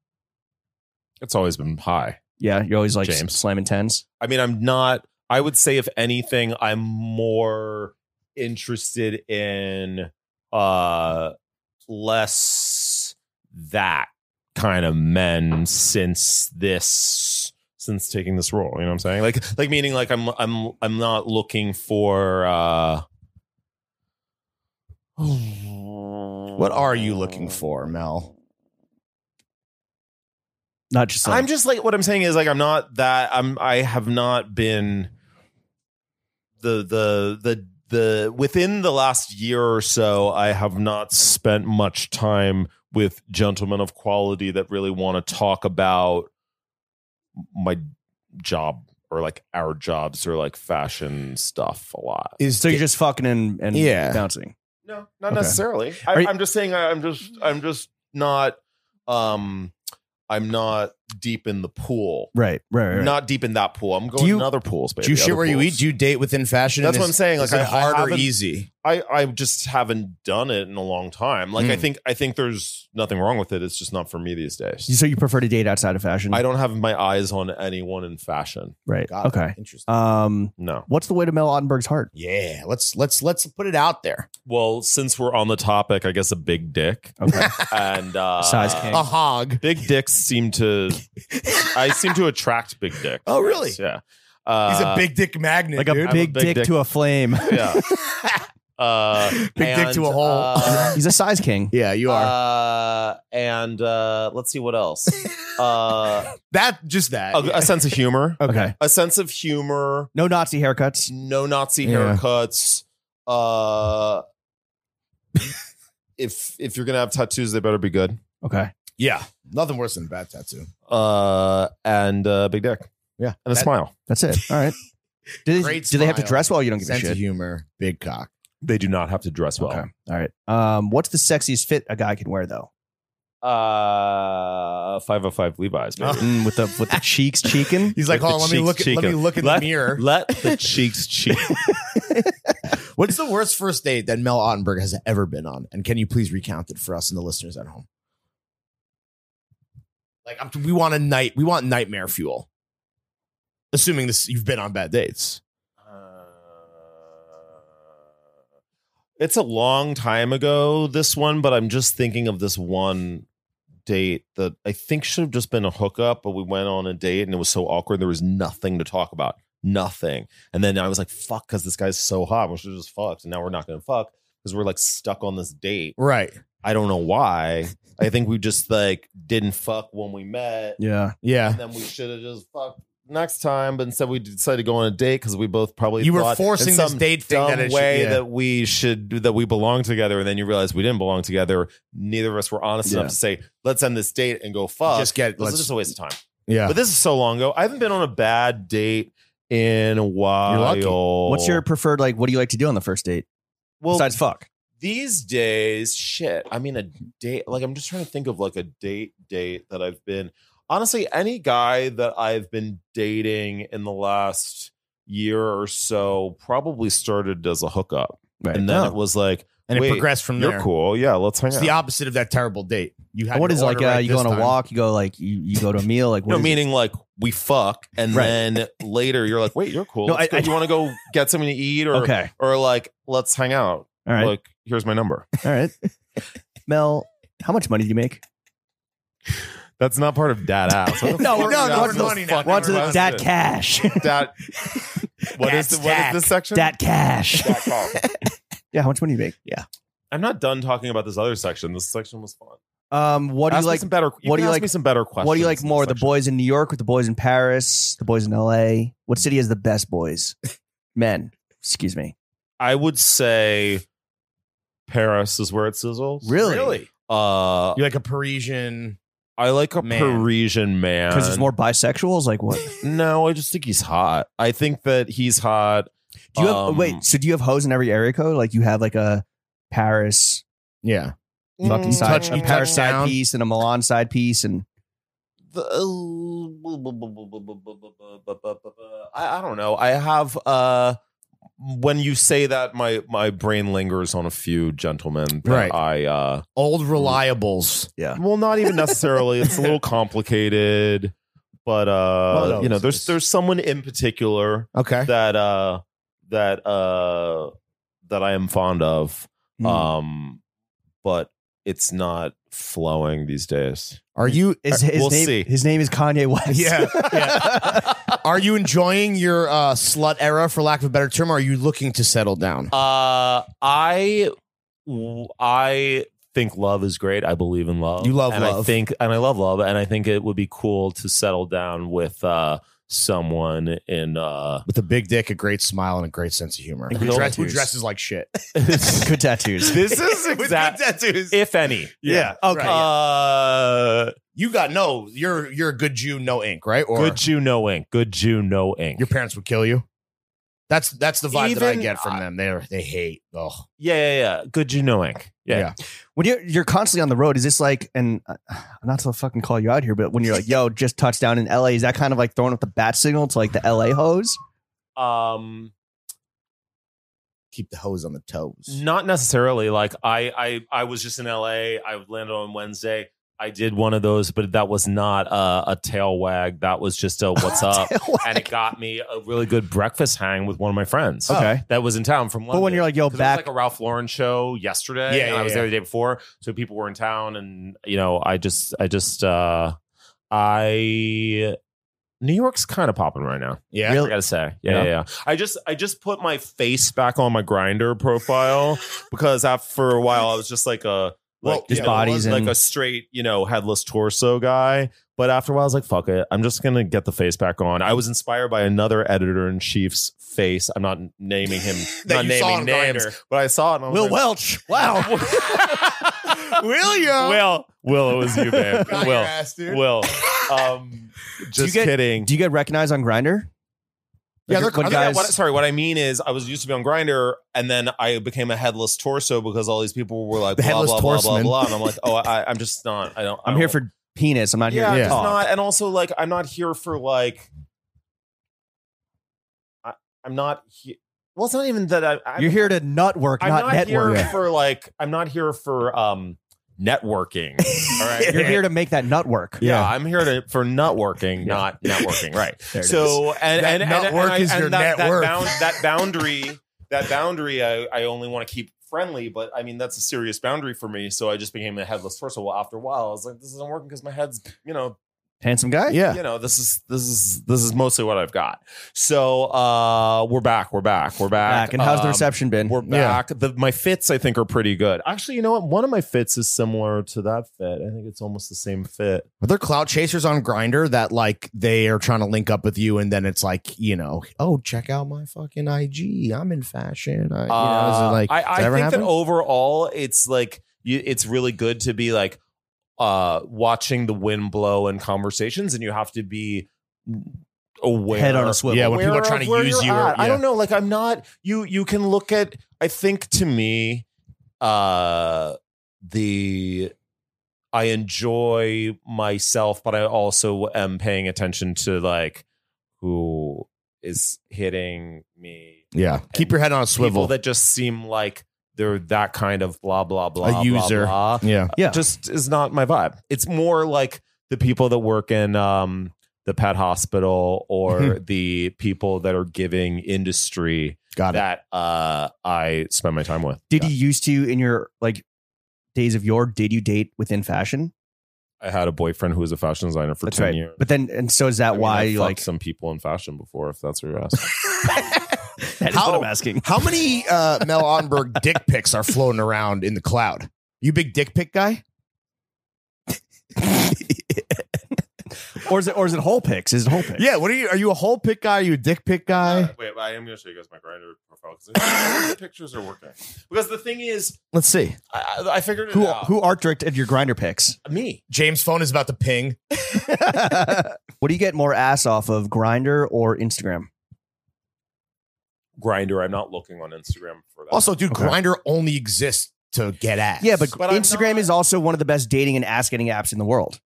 Speaker 2: it's always been high.
Speaker 1: Yeah, you're always like
Speaker 2: James.
Speaker 1: slamming tens.
Speaker 2: I mean, I'm not. I would say, if anything, I'm more interested in uh less that kind of men since this since taking this role. You know what I'm saying? Like, like meaning, like I'm I'm I'm not looking for. uh
Speaker 3: what are you looking for, Mel?
Speaker 1: Not just like
Speaker 2: I'm just like what I'm saying is like I'm not that I'm I have not been the the the the within the last year or so I have not spent much time with gentlemen of quality that really want to talk about my job or like our jobs or like fashion stuff a lot.
Speaker 3: Is
Speaker 1: so you're just fucking and, and
Speaker 3: Yeah.
Speaker 1: bouncing.
Speaker 2: No, not
Speaker 1: Okay.
Speaker 2: necessarily.
Speaker 1: Are
Speaker 2: I,
Speaker 1: you-
Speaker 2: I'm just saying. I, I'm just. I'm just not. Um, I'm not deep in the pool.
Speaker 1: Right, right, right.
Speaker 2: Not deep in that pool. I'm going
Speaker 1: you-
Speaker 2: in other pools. Baby,
Speaker 3: do you
Speaker 2: other
Speaker 3: shit where you
Speaker 2: pools.
Speaker 3: eat? Do you date within fashion?
Speaker 2: That's
Speaker 3: And
Speaker 2: what I'm
Speaker 3: is-
Speaker 2: saying,
Speaker 3: is
Speaker 2: like,
Speaker 3: it
Speaker 2: I- I
Speaker 3: hard or
Speaker 2: haven't-
Speaker 3: easy?
Speaker 2: I I just haven't done it in a long time. Like I
Speaker 3: Mm.
Speaker 2: think I think there's nothing wrong with it. It's just not for me these days.
Speaker 1: so you prefer to date outside of fashion?
Speaker 2: I don't have my eyes on anyone in fashion.
Speaker 1: right.
Speaker 3: Got it.
Speaker 1: Okay.
Speaker 3: Interesting.
Speaker 1: Um
Speaker 2: No.
Speaker 1: what's the way to Mel Ottenberg's heart?
Speaker 3: yeah, let's let's let's put it out there.
Speaker 2: Well, since we're on the topic, I guess a big dick
Speaker 1: Okay.
Speaker 2: and uh,
Speaker 1: Size king.
Speaker 3: A hog.
Speaker 2: Big dicks seem to. I seem to attract big dicks.
Speaker 3: Oh, really?
Speaker 2: Yeah.
Speaker 3: He's
Speaker 2: Uh,
Speaker 3: a big dick magnet,
Speaker 1: like a
Speaker 3: dude.
Speaker 1: big,
Speaker 2: big
Speaker 1: dick,
Speaker 2: dick.
Speaker 1: to a flame.
Speaker 2: yeah.
Speaker 5: Uh,
Speaker 3: Big dick
Speaker 5: and,
Speaker 3: to a hole.
Speaker 5: uh,
Speaker 1: He's a size king.
Speaker 3: yeah, you are.
Speaker 5: Uh, and uh, let's see what else. Uh,
Speaker 3: that just that.
Speaker 2: a, Oh, a sense of humor,
Speaker 1: Okay.
Speaker 5: a sense of humor,
Speaker 1: No Nazi haircuts.
Speaker 5: no Nazi
Speaker 1: Yeah.
Speaker 5: haircuts. Uh,
Speaker 2: if if you're gonna have tattoos, they better be good.
Speaker 1: Okay.
Speaker 3: Yeah, nothing worse than a bad tattoo.
Speaker 2: Uh, and uh, big dick.
Speaker 3: Yeah.
Speaker 2: and a
Speaker 3: That-
Speaker 2: smile.
Speaker 1: That's it. All right. Do they,
Speaker 3: Great
Speaker 1: do they have to
Speaker 3: smile.
Speaker 1: dress well? You don't give a
Speaker 3: Sense of
Speaker 1: shit.
Speaker 3: humor, big cock.
Speaker 2: They do not have to dress well.
Speaker 1: Okay. All right. Um, what's the sexiest fit a guy can wear though?
Speaker 5: uh,
Speaker 2: Five hundred five Levi's. Baby.
Speaker 1: Mm, with the with the cheeks cheeking.
Speaker 3: He's like,
Speaker 2: With
Speaker 3: hold on, let
Speaker 2: the
Speaker 3: me look.
Speaker 2: cheeks
Speaker 3: At, let me
Speaker 2: cheeking.
Speaker 3: look in
Speaker 2: Let-
Speaker 3: the mirror.
Speaker 2: Let the cheeks cheek.
Speaker 3: What's the worst first date that Mel Ottenberg has ever been on? And can you please recount it for us and the listeners at home? Like, I'm, we want a night. We want nightmare fuel. Assuming this, you've been on bad dates.
Speaker 2: It's a long time ago, this one, but I'm just thinking of this one date that I think should have just been a hookup, but we went on a date and it was so awkward. There was nothing to talk about, nothing. And then I was like, fuck, because this guy's so hot. We should have just fucked. And now we're not going to fuck because we're like stuck on this date.
Speaker 3: Right.
Speaker 2: I don't know why. I think we just like didn't fuck when we met.
Speaker 1: yeah.
Speaker 3: Yeah.
Speaker 2: And then we should have just fucked next time. But instead, we decided to go on a date because we both probably
Speaker 3: You were
Speaker 2: thought in
Speaker 3: forcing this
Speaker 2: some
Speaker 3: date thing
Speaker 2: dumb
Speaker 3: that it
Speaker 2: way
Speaker 3: should, yeah.
Speaker 2: that we should that we belong together, and then you realize we didn't belong together. Neither of us were honest
Speaker 1: Yeah.
Speaker 2: enough to say, "Let's end this date and go fuck."
Speaker 3: Just get-
Speaker 2: this
Speaker 3: let's-
Speaker 2: is just a waste of time.
Speaker 3: yeah.
Speaker 2: But this is so long ago. I haven't been on a bad date in a while.
Speaker 3: lucky.
Speaker 1: What's your preferred like? What do you like to do on the first date
Speaker 2: Oh. well?
Speaker 1: besides fuck?
Speaker 2: these days, shit. I mean, a date. Like, I'm just trying to think of like a date date that I've been. Honestly, any guy that I've been dating in the last year or so probably started as a hookup,
Speaker 1: Right.
Speaker 2: and then
Speaker 1: Oh.
Speaker 2: it was like,
Speaker 3: and
Speaker 2: wait,
Speaker 3: it progressed from
Speaker 2: "You're
Speaker 3: there.
Speaker 2: cool, yeah, let's hang
Speaker 3: It's
Speaker 2: out."
Speaker 3: the opposite of that terrible date. You had
Speaker 1: what
Speaker 3: your
Speaker 1: is it, like
Speaker 3: order
Speaker 1: uh,
Speaker 3: right
Speaker 1: you go
Speaker 3: this
Speaker 1: on a
Speaker 3: time.
Speaker 1: walk, you go like you, you go to a meal, like what
Speaker 2: no,
Speaker 1: is it?
Speaker 2: meaning like we fuck, and
Speaker 1: Right.
Speaker 2: then later you're like, "Wait, you're cool.
Speaker 1: No,
Speaker 2: let's
Speaker 1: I-
Speaker 2: go.
Speaker 1: I-
Speaker 2: Do you want to go get something to eat, or
Speaker 1: Okay.
Speaker 2: or like let's hang out?
Speaker 1: All right.
Speaker 2: Like, here's my number."
Speaker 1: All right. Mel, how much money do you make?
Speaker 2: That's not part of dad ass. What the
Speaker 1: No,
Speaker 2: fuck
Speaker 1: we're-
Speaker 2: is
Speaker 1: no,
Speaker 2: that?
Speaker 1: no,
Speaker 2: What
Speaker 1: we're
Speaker 2: the
Speaker 3: money now.
Speaker 2: fuck
Speaker 1: Want to
Speaker 2: am
Speaker 1: the
Speaker 2: I
Speaker 1: dat
Speaker 2: supposed do?
Speaker 1: cash.
Speaker 2: Dat. What is
Speaker 3: That's
Speaker 2: the, what is
Speaker 3: dat.
Speaker 2: this section?
Speaker 1: dat cash.
Speaker 2: Dat call.
Speaker 1: yeah, how much money do you make?
Speaker 2: I'm not done talking about this other section. This section was fun.
Speaker 1: Um, what do
Speaker 2: Ask
Speaker 1: you
Speaker 2: me
Speaker 1: like?
Speaker 2: Some better. you
Speaker 1: what do
Speaker 2: can
Speaker 1: you
Speaker 2: ask
Speaker 1: like-
Speaker 2: Me some better questions.
Speaker 1: What do you like
Speaker 2: in this
Speaker 1: more? The
Speaker 2: section.
Speaker 1: boys in New York with the boys in Paris, the boys in LA? What city has the best boys? Men. Excuse me.
Speaker 2: I would say Paris is where it sizzles.
Speaker 1: Really?
Speaker 2: Uh,
Speaker 3: You're like a Parisian.
Speaker 2: I like a
Speaker 3: Man.
Speaker 2: Parisian man.
Speaker 1: Because it's more bisexuals? Like what?
Speaker 2: No, I just think he's hot. I think that he's hot.
Speaker 1: Do you have oh,
Speaker 2: Um,
Speaker 1: wait, so do you have hoes in every area code? Like you have like a Paris
Speaker 3: Yeah.
Speaker 1: fucking
Speaker 3: You
Speaker 1: side,
Speaker 3: touch-
Speaker 1: a
Speaker 3: you
Speaker 1: Paris
Speaker 3: touch
Speaker 1: side
Speaker 3: down.
Speaker 1: piece and a Milan side piece and
Speaker 2: The- uh, I, I don't know. I have uh when you say that my my brain lingers on a few gentlemen that
Speaker 3: Right.
Speaker 2: I uh
Speaker 3: Old reliables.
Speaker 2: well not even necessarily it's a little complicated but
Speaker 3: One
Speaker 2: uh
Speaker 3: of
Speaker 2: you know
Speaker 3: those
Speaker 2: there's
Speaker 3: is-
Speaker 2: there's someone in particular
Speaker 3: Okay.
Speaker 2: that uh that uh that I am fond of
Speaker 3: Hmm.
Speaker 2: um but it's not flowing these days.
Speaker 3: Are you
Speaker 1: Is- his,
Speaker 2: we'll
Speaker 1: name,
Speaker 2: see.
Speaker 1: his name is Kanye West.
Speaker 3: Yeah, are you enjoying your uh, slut era, for lack of a better term? Or are you looking to settle down?
Speaker 2: Uh, I I think love is great. I believe in love.
Speaker 3: You love
Speaker 2: and I
Speaker 3: love.
Speaker 2: think and I love love and I think it would be cool to settle down with uh someone in uh
Speaker 3: With a big dick, a great smile, and a great sense of humor.
Speaker 2: And
Speaker 3: Who,
Speaker 2: good
Speaker 3: dress- who
Speaker 2: tattoos.
Speaker 3: dresses like shit?
Speaker 1: Good tattoos.
Speaker 2: this is
Speaker 3: With good
Speaker 2: exact
Speaker 3: tattoos.
Speaker 2: if any.
Speaker 3: Yeah. Okay.
Speaker 2: Uh
Speaker 3: you got no. You're you're a good Jew, no ink, right? Or
Speaker 2: good Jew no ink. Good Jew no ink.
Speaker 3: your parents would kill you. That's that's the vibe that I
Speaker 2: Even-
Speaker 3: get from them. They are they hate. Oh,
Speaker 2: yeah, yeah, yeah. Good Jew no ink. Yeah.
Speaker 3: Yeah.
Speaker 1: when you're you're constantly on the road, is this like and uh, not to fucking call you out here, but when you're like, yo, just touchdown in LA, is that kind of like throwing up the bat signal to like the LA hoes?
Speaker 2: Um
Speaker 3: keep the hose on the toes.
Speaker 2: Not necessarily. Like I, I, I was just in LA. I landed on Wednesday. I did one of those, but that was not a, a tail wag. That was just a what's up, Oh, and it got me a really good breakfast hang with one of my friends
Speaker 1: okay.
Speaker 2: that was in town from London.
Speaker 1: Oh. But when you're like, yo,
Speaker 2: Oh, 'Cause
Speaker 1: back
Speaker 2: it was like a Ralph Lauren show yesterday.
Speaker 3: Yeah,
Speaker 2: and
Speaker 3: yeah,
Speaker 2: I was
Speaker 3: yeah.
Speaker 2: there the day before, so people were in town, and you know, I just, I just, uh I New York's kind of popping right now.
Speaker 3: Yeah.
Speaker 2: I gotta say, yeah,
Speaker 5: Yeah.
Speaker 2: yeah, yeah. I just, I just put my face back on my grinder profile because after a while I was just like a, like,
Speaker 3: Well,
Speaker 2: you
Speaker 3: just
Speaker 2: know, I
Speaker 1: bodies
Speaker 2: was like
Speaker 1: and-
Speaker 2: a straight, you know, headless torso guy. But after a while, I was like, fuck it, I'm just gonna get the face back on. I was inspired by another editor in chief's face. I'm not naming him,
Speaker 3: That
Speaker 2: not
Speaker 3: you saw
Speaker 2: naming
Speaker 3: on
Speaker 2: names,
Speaker 3: Grindr.
Speaker 2: but I saw it. And I was
Speaker 1: Will
Speaker 2: like,
Speaker 1: Welch. Wow.
Speaker 3: William.
Speaker 2: Will, Will, it was you, babe.
Speaker 3: Got your
Speaker 2: Will,
Speaker 3: ass, dude.
Speaker 2: Will. Um, just
Speaker 1: get-
Speaker 2: kidding.
Speaker 1: Do you get recognized on Grinder?
Speaker 3: Yeah, they're-
Speaker 2: I
Speaker 1: when
Speaker 2: think I-
Speaker 1: guys.
Speaker 2: what- sorry, what I mean is I was used to be on Grinder, and then I became a headless torso because all these people were like
Speaker 1: The
Speaker 2: blah
Speaker 1: headless
Speaker 2: blah blah blah
Speaker 1: torseman.
Speaker 2: blah, and I'm like, oh, I, I'm just not. I don't. I
Speaker 1: I'm here
Speaker 2: don't-
Speaker 1: for penis. I'm not here. Oh.
Speaker 2: yeah,
Speaker 1: to
Speaker 2: I'm just
Speaker 1: talk.
Speaker 2: not. And also, like, I'm not here for like. I, I'm not. He- well, it's not even that I. I'm,
Speaker 1: You're here to nut work,
Speaker 2: I'm
Speaker 1: not,
Speaker 2: not
Speaker 1: network.
Speaker 2: here for like. I'm not here for um networking. All right,
Speaker 1: You're here to make that nut work.
Speaker 2: yeah, I'm here to for networking,
Speaker 1: Yeah.
Speaker 2: not networking. Right.
Speaker 1: There it
Speaker 2: so and
Speaker 3: That
Speaker 2: and, and,
Speaker 3: nut
Speaker 2: and
Speaker 3: work
Speaker 2: I-
Speaker 3: is
Speaker 2: and
Speaker 3: your
Speaker 2: that,
Speaker 3: net worth.
Speaker 2: That, bound, that boundary, that boundary, I, I only want to keep friendly, but I mean that's a serious boundary for me. So I just became a headless torso. Well, after a while, I was like, this isn't working because my head's, you know,
Speaker 1: Handsome guy?
Speaker 2: you know, this is this is this is mostly what I've got. So uh we're back, we're back, we're back.
Speaker 1: Back. And how's the
Speaker 2: Um,
Speaker 1: reception been?
Speaker 2: We're back. The, my fits, I think, are pretty good. Actually, you know what? One of my fits is similar to that fit. I think it's almost the same fit.
Speaker 3: Are there clout chasers on Grinder that like they are trying to link up with you, and then it's like you know, oh, check out my fucking IG. I'm in fashion. I, you know, is it
Speaker 2: Uh,
Speaker 3: like
Speaker 2: I,
Speaker 3: does
Speaker 2: I
Speaker 3: that ever
Speaker 2: think
Speaker 3: happen?
Speaker 2: that overall, it's like you, it's really good to be like uh watching the wind blow and conversations, and you have to be aware
Speaker 1: Head on a swivel.
Speaker 3: Yeah, when people
Speaker 2: aware
Speaker 3: are trying
Speaker 2: of
Speaker 3: to
Speaker 2: where
Speaker 3: use
Speaker 2: you're
Speaker 3: you or-
Speaker 2: at. I
Speaker 3: yeah.
Speaker 2: don't know. Like I'm not. You you can look at. I think to me, uh, the I enjoy myself, but I also am paying attention to like who is hitting me
Speaker 3: yeah, keep your head on a
Speaker 2: people
Speaker 3: swivel.
Speaker 2: that just seem like they're that kind of blah blah blah blah,
Speaker 3: user.
Speaker 2: blah,
Speaker 3: yeah,
Speaker 1: Yeah.
Speaker 2: just is not my vibe. It's more like the people that work in um, the pet hospital or
Speaker 1: Mm-hmm.
Speaker 2: the people that are giving industry
Speaker 3: got it.
Speaker 2: that uh, I spend my time with.
Speaker 1: Did you used to in your like days of yore? Did you date within fashion?
Speaker 2: I had a boyfriend who was a fashion designer for
Speaker 1: That's
Speaker 2: ten
Speaker 1: right.
Speaker 2: years.
Speaker 1: But then, and so is that
Speaker 2: I mean,
Speaker 1: why
Speaker 2: I
Speaker 1: you
Speaker 2: fucked
Speaker 1: like?
Speaker 2: some people in fashion before, if that's what you're asking.
Speaker 1: That is what
Speaker 3: How-
Speaker 1: I'm asking.
Speaker 3: How many uh, Mel Onberg dick pics are floating around in the cloud? You big dick pic guy?
Speaker 1: Or is it? Or is it whole pics? Is it whole pics?
Speaker 3: Yeah. What are you? Are you a whole pic guy? Are you a dick pic guy?
Speaker 2: Uh, wait, I am going to show you guys my grinder profile because the pictures are working. Because the thing is,
Speaker 3: Let's see.
Speaker 2: I, I- I figured it
Speaker 1: Who
Speaker 2: out.
Speaker 1: who art directed your grinder pics?
Speaker 2: me?
Speaker 3: James' phone is about to ping.
Speaker 1: what do you get more ass off of, grinder or Instagram?
Speaker 2: grinder. I'm not looking on Instagram for that.
Speaker 3: Also, dude,
Speaker 1: Okay.
Speaker 3: Grinder only exists to get ass.
Speaker 1: Yeah, but,
Speaker 2: But I'm
Speaker 1: Instagram
Speaker 2: not-
Speaker 1: is also one of the best dating and ass getting apps in the world.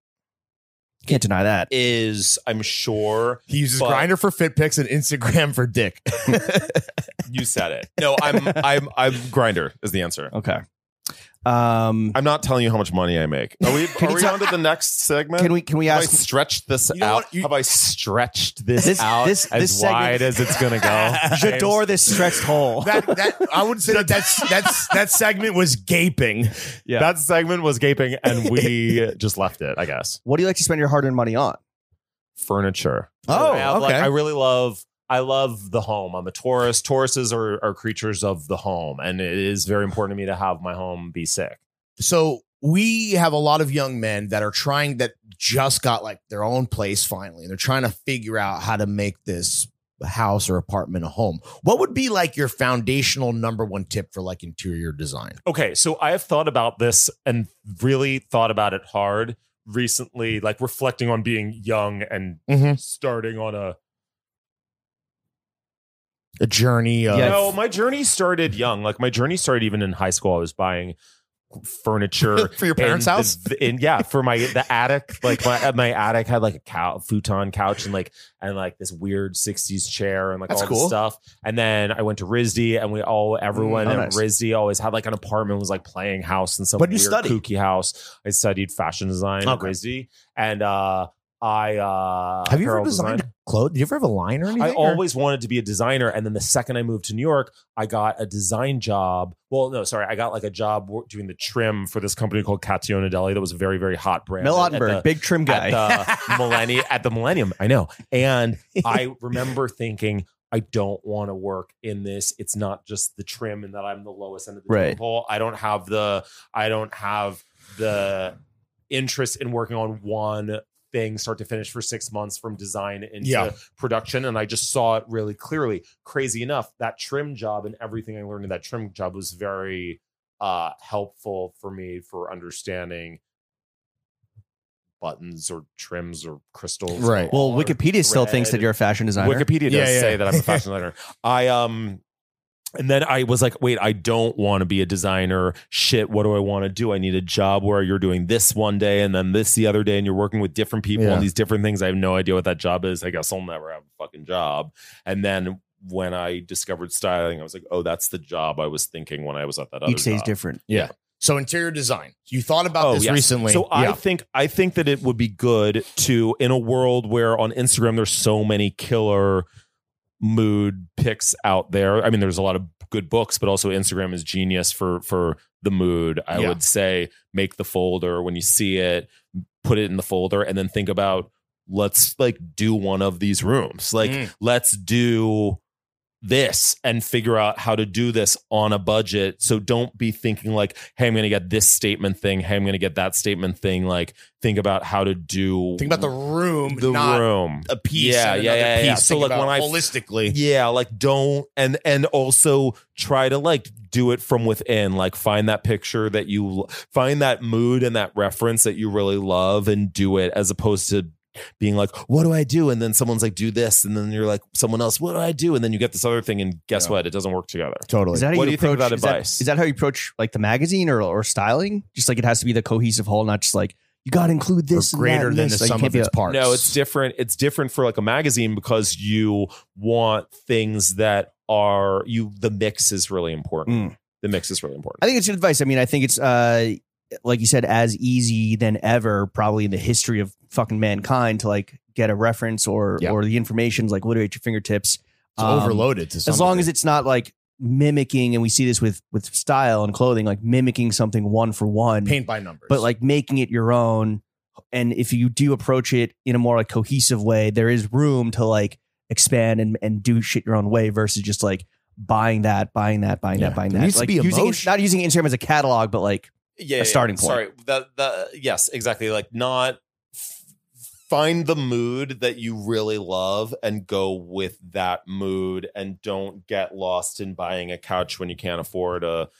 Speaker 1: Can't deny that.
Speaker 2: is I'm sure
Speaker 3: he uses
Speaker 2: but-
Speaker 3: Grinder for fit pics and Instagram for dick.
Speaker 2: you said it. No, I'm I'm I'm grinder is the answer.
Speaker 1: Okay. Um,
Speaker 2: I'm not telling you how much money I make. Are we
Speaker 1: Can
Speaker 2: are
Speaker 1: you
Speaker 2: we
Speaker 1: tell-
Speaker 2: on to the next segment?
Speaker 1: can we can we
Speaker 2: have I
Speaker 1: ask?
Speaker 2: stretched this
Speaker 3: You know
Speaker 2: out?
Speaker 3: what? You-
Speaker 2: Have I stretched this,
Speaker 1: This-
Speaker 2: out
Speaker 1: this-
Speaker 2: as
Speaker 1: this segment-
Speaker 2: wide as it's gonna go?
Speaker 1: J'adore this stretched hole.
Speaker 3: that, that I would say that that's that's that segment was gaping.
Speaker 1: yeah.
Speaker 2: That segment was gaping, and we just left it. I guess
Speaker 1: what do you like to spend your hard-earned money on?
Speaker 2: furniture.
Speaker 3: Oh,
Speaker 2: I have, like,
Speaker 3: okay.
Speaker 2: I really love. I love the home. I'm a Taurus. Tauruses are, are creatures of the home, and it is very important to me to have my home be sick.
Speaker 3: So we have a lot of young men that are trying that just got like their own place finally. and They're trying to figure out how to make this house or apartment a home. What would be like your foundational number one tip for like interior design?
Speaker 2: Okay, so I have thought about this and really thought about it hard recently, like reflecting on being young and
Speaker 3: Mhm.
Speaker 2: starting on a.
Speaker 3: A journey of
Speaker 2: You know, my journey started young. Like my journey started even in high school. I was buying furniture
Speaker 3: for your
Speaker 2: in the- in- yeah, for my the attic, like my my attic had like a cow, futon couch and like and like this weird '60s chair and like
Speaker 3: That's
Speaker 2: all
Speaker 3: cool.
Speaker 2: this stuff. And then I went to RISD, and we all everyone
Speaker 1: Mm, oh,
Speaker 2: at
Speaker 1: nice.
Speaker 2: RISD always had like an apartment was like playing house in some
Speaker 3: What'd you
Speaker 2: weird
Speaker 3: study?
Speaker 2: kooky house. I studied fashion design at
Speaker 3: Okay.
Speaker 2: RISD, and uh, I uh
Speaker 3: Have you ever
Speaker 2: apparel design-
Speaker 3: designed clothes? Did you ever have a line or anything?
Speaker 2: I
Speaker 3: or-
Speaker 2: always wanted to be a designer, and then the second I moved to New York, I got a design job. Well, no, sorry, I got like a job wor- doing the trim for this company called Cationa Deli that was a very, very hot brand.
Speaker 1: Mel
Speaker 2: at- at
Speaker 1: Ottenberg,
Speaker 2: the-
Speaker 1: big trim guy.
Speaker 2: at the millennium at the millennium. I know. And I remember thinking, I don't want to work in this. It's not just the trim and that I'm the lowest end of the trim
Speaker 1: Right.
Speaker 2: pole. I don't have the I don't have the interest in working on one thing start to finish for six months from design into
Speaker 3: Yeah.
Speaker 2: production. And I just saw it really clearly. Crazy enough, that trim job and everything I learned in that trim job was very uh helpful for me for understanding buttons or trims or crystals.
Speaker 3: Right.
Speaker 2: or
Speaker 1: well,
Speaker 2: color.
Speaker 1: Wikipedia still
Speaker 2: Red.
Speaker 1: thinks that you're a fashion designer.
Speaker 2: Wikipedia does
Speaker 3: Yeah, yeah.
Speaker 2: say that I'm a fashion designer. I um and then I was like, wait, I don't want to be a designer. Shit, what do I want to do? I need a job where you're doing this one day and then this the other day, and you're working with different people
Speaker 3: Yeah.
Speaker 2: and these different things. I have no idea what that job is. I guess I'll never have a fucking job. And then when I discovered styling, I was like, oh, that's the job I was thinking when I was at that other
Speaker 1: Each day's
Speaker 2: job.
Speaker 1: different.
Speaker 3: so interior design. You thought about this
Speaker 2: Oh, yes.
Speaker 3: recently.
Speaker 2: So I
Speaker 3: Yeah.
Speaker 2: think I think that it would be good to in a world where on Instagram there's so many killer mood picks out there. I mean, there's a lot of good books, but also Instagram is genius for for the mood. I
Speaker 3: Yeah.
Speaker 2: would say make the folder when you see it, put it in the folder, and then think about let's like do one of these rooms. Like
Speaker 3: Mm.
Speaker 2: let's do this and figure out how to do this on a budget. So don't be thinking like, hey, I'm going to get this statement thing. Hey, I'm going to get that statement thing. Like, think about how to do.
Speaker 3: think about the room,
Speaker 2: the
Speaker 3: not
Speaker 2: room.
Speaker 3: a piece.
Speaker 2: Yeah,
Speaker 3: and
Speaker 2: yeah,
Speaker 3: another
Speaker 2: yeah, yeah.
Speaker 3: Piece.
Speaker 2: So,
Speaker 3: Think
Speaker 2: like,
Speaker 3: about
Speaker 2: when I-
Speaker 3: holistically,
Speaker 2: Yeah, like don't and and also try to like do it from within. Like find that picture that you find that mood and that reference that you really love and do it as opposed to being like, what do I do? And then someone's like, do this, and then you're like, someone else, what do I do? And then you get this other thing, and guess
Speaker 3: Yeah.
Speaker 2: what? It doesn't work together.
Speaker 3: totally.
Speaker 1: Is that how
Speaker 2: What
Speaker 1: you
Speaker 2: do you think
Speaker 1: approach,
Speaker 2: about
Speaker 1: is that-
Speaker 2: advice?
Speaker 1: Is that how you approach like the magazine or or styling? Just like it has to be the cohesive whole, not just like you got to include this and
Speaker 3: or
Speaker 1: that
Speaker 3: greater
Speaker 1: and
Speaker 3: than the
Speaker 1: this. Like, you
Speaker 3: sum
Speaker 1: can't
Speaker 3: of
Speaker 1: be
Speaker 3: its
Speaker 1: a-
Speaker 3: parts.
Speaker 2: No, it's different. It's different for like a magazine because you want things that are you. The mix is really important. The mix is really important.
Speaker 1: Mm. I think it's good advice. I mean, I think it's uh like you said, as easy than ever, probably in the history of fucking mankind to like get a reference or
Speaker 3: Yeah.
Speaker 1: or the information's like literally at your fingertips.
Speaker 3: It's
Speaker 1: Um,
Speaker 3: overloaded. To some
Speaker 1: As long
Speaker 3: degree.
Speaker 1: as it's not like mimicking, and we see this with with style and clothing, like mimicking something one for one,
Speaker 3: paint by numbers,
Speaker 1: but like making it your own. And if you do approach it in a more like cohesive way, there is room to like expand and, and do shit your own way versus just like buying that, buying that, buying
Speaker 3: Yeah.
Speaker 1: that, buying
Speaker 3: There
Speaker 1: that.
Speaker 3: needs to
Speaker 1: like
Speaker 3: be
Speaker 1: using it,
Speaker 3: emotion.
Speaker 1: not using Instagram as a catalog, but like
Speaker 2: yeah,
Speaker 1: starting point.
Speaker 2: Sorry, the the yes, exactly. Like not f- find the mood that you really love and go with that mood, and don't get lost in buying a couch when you can't afford a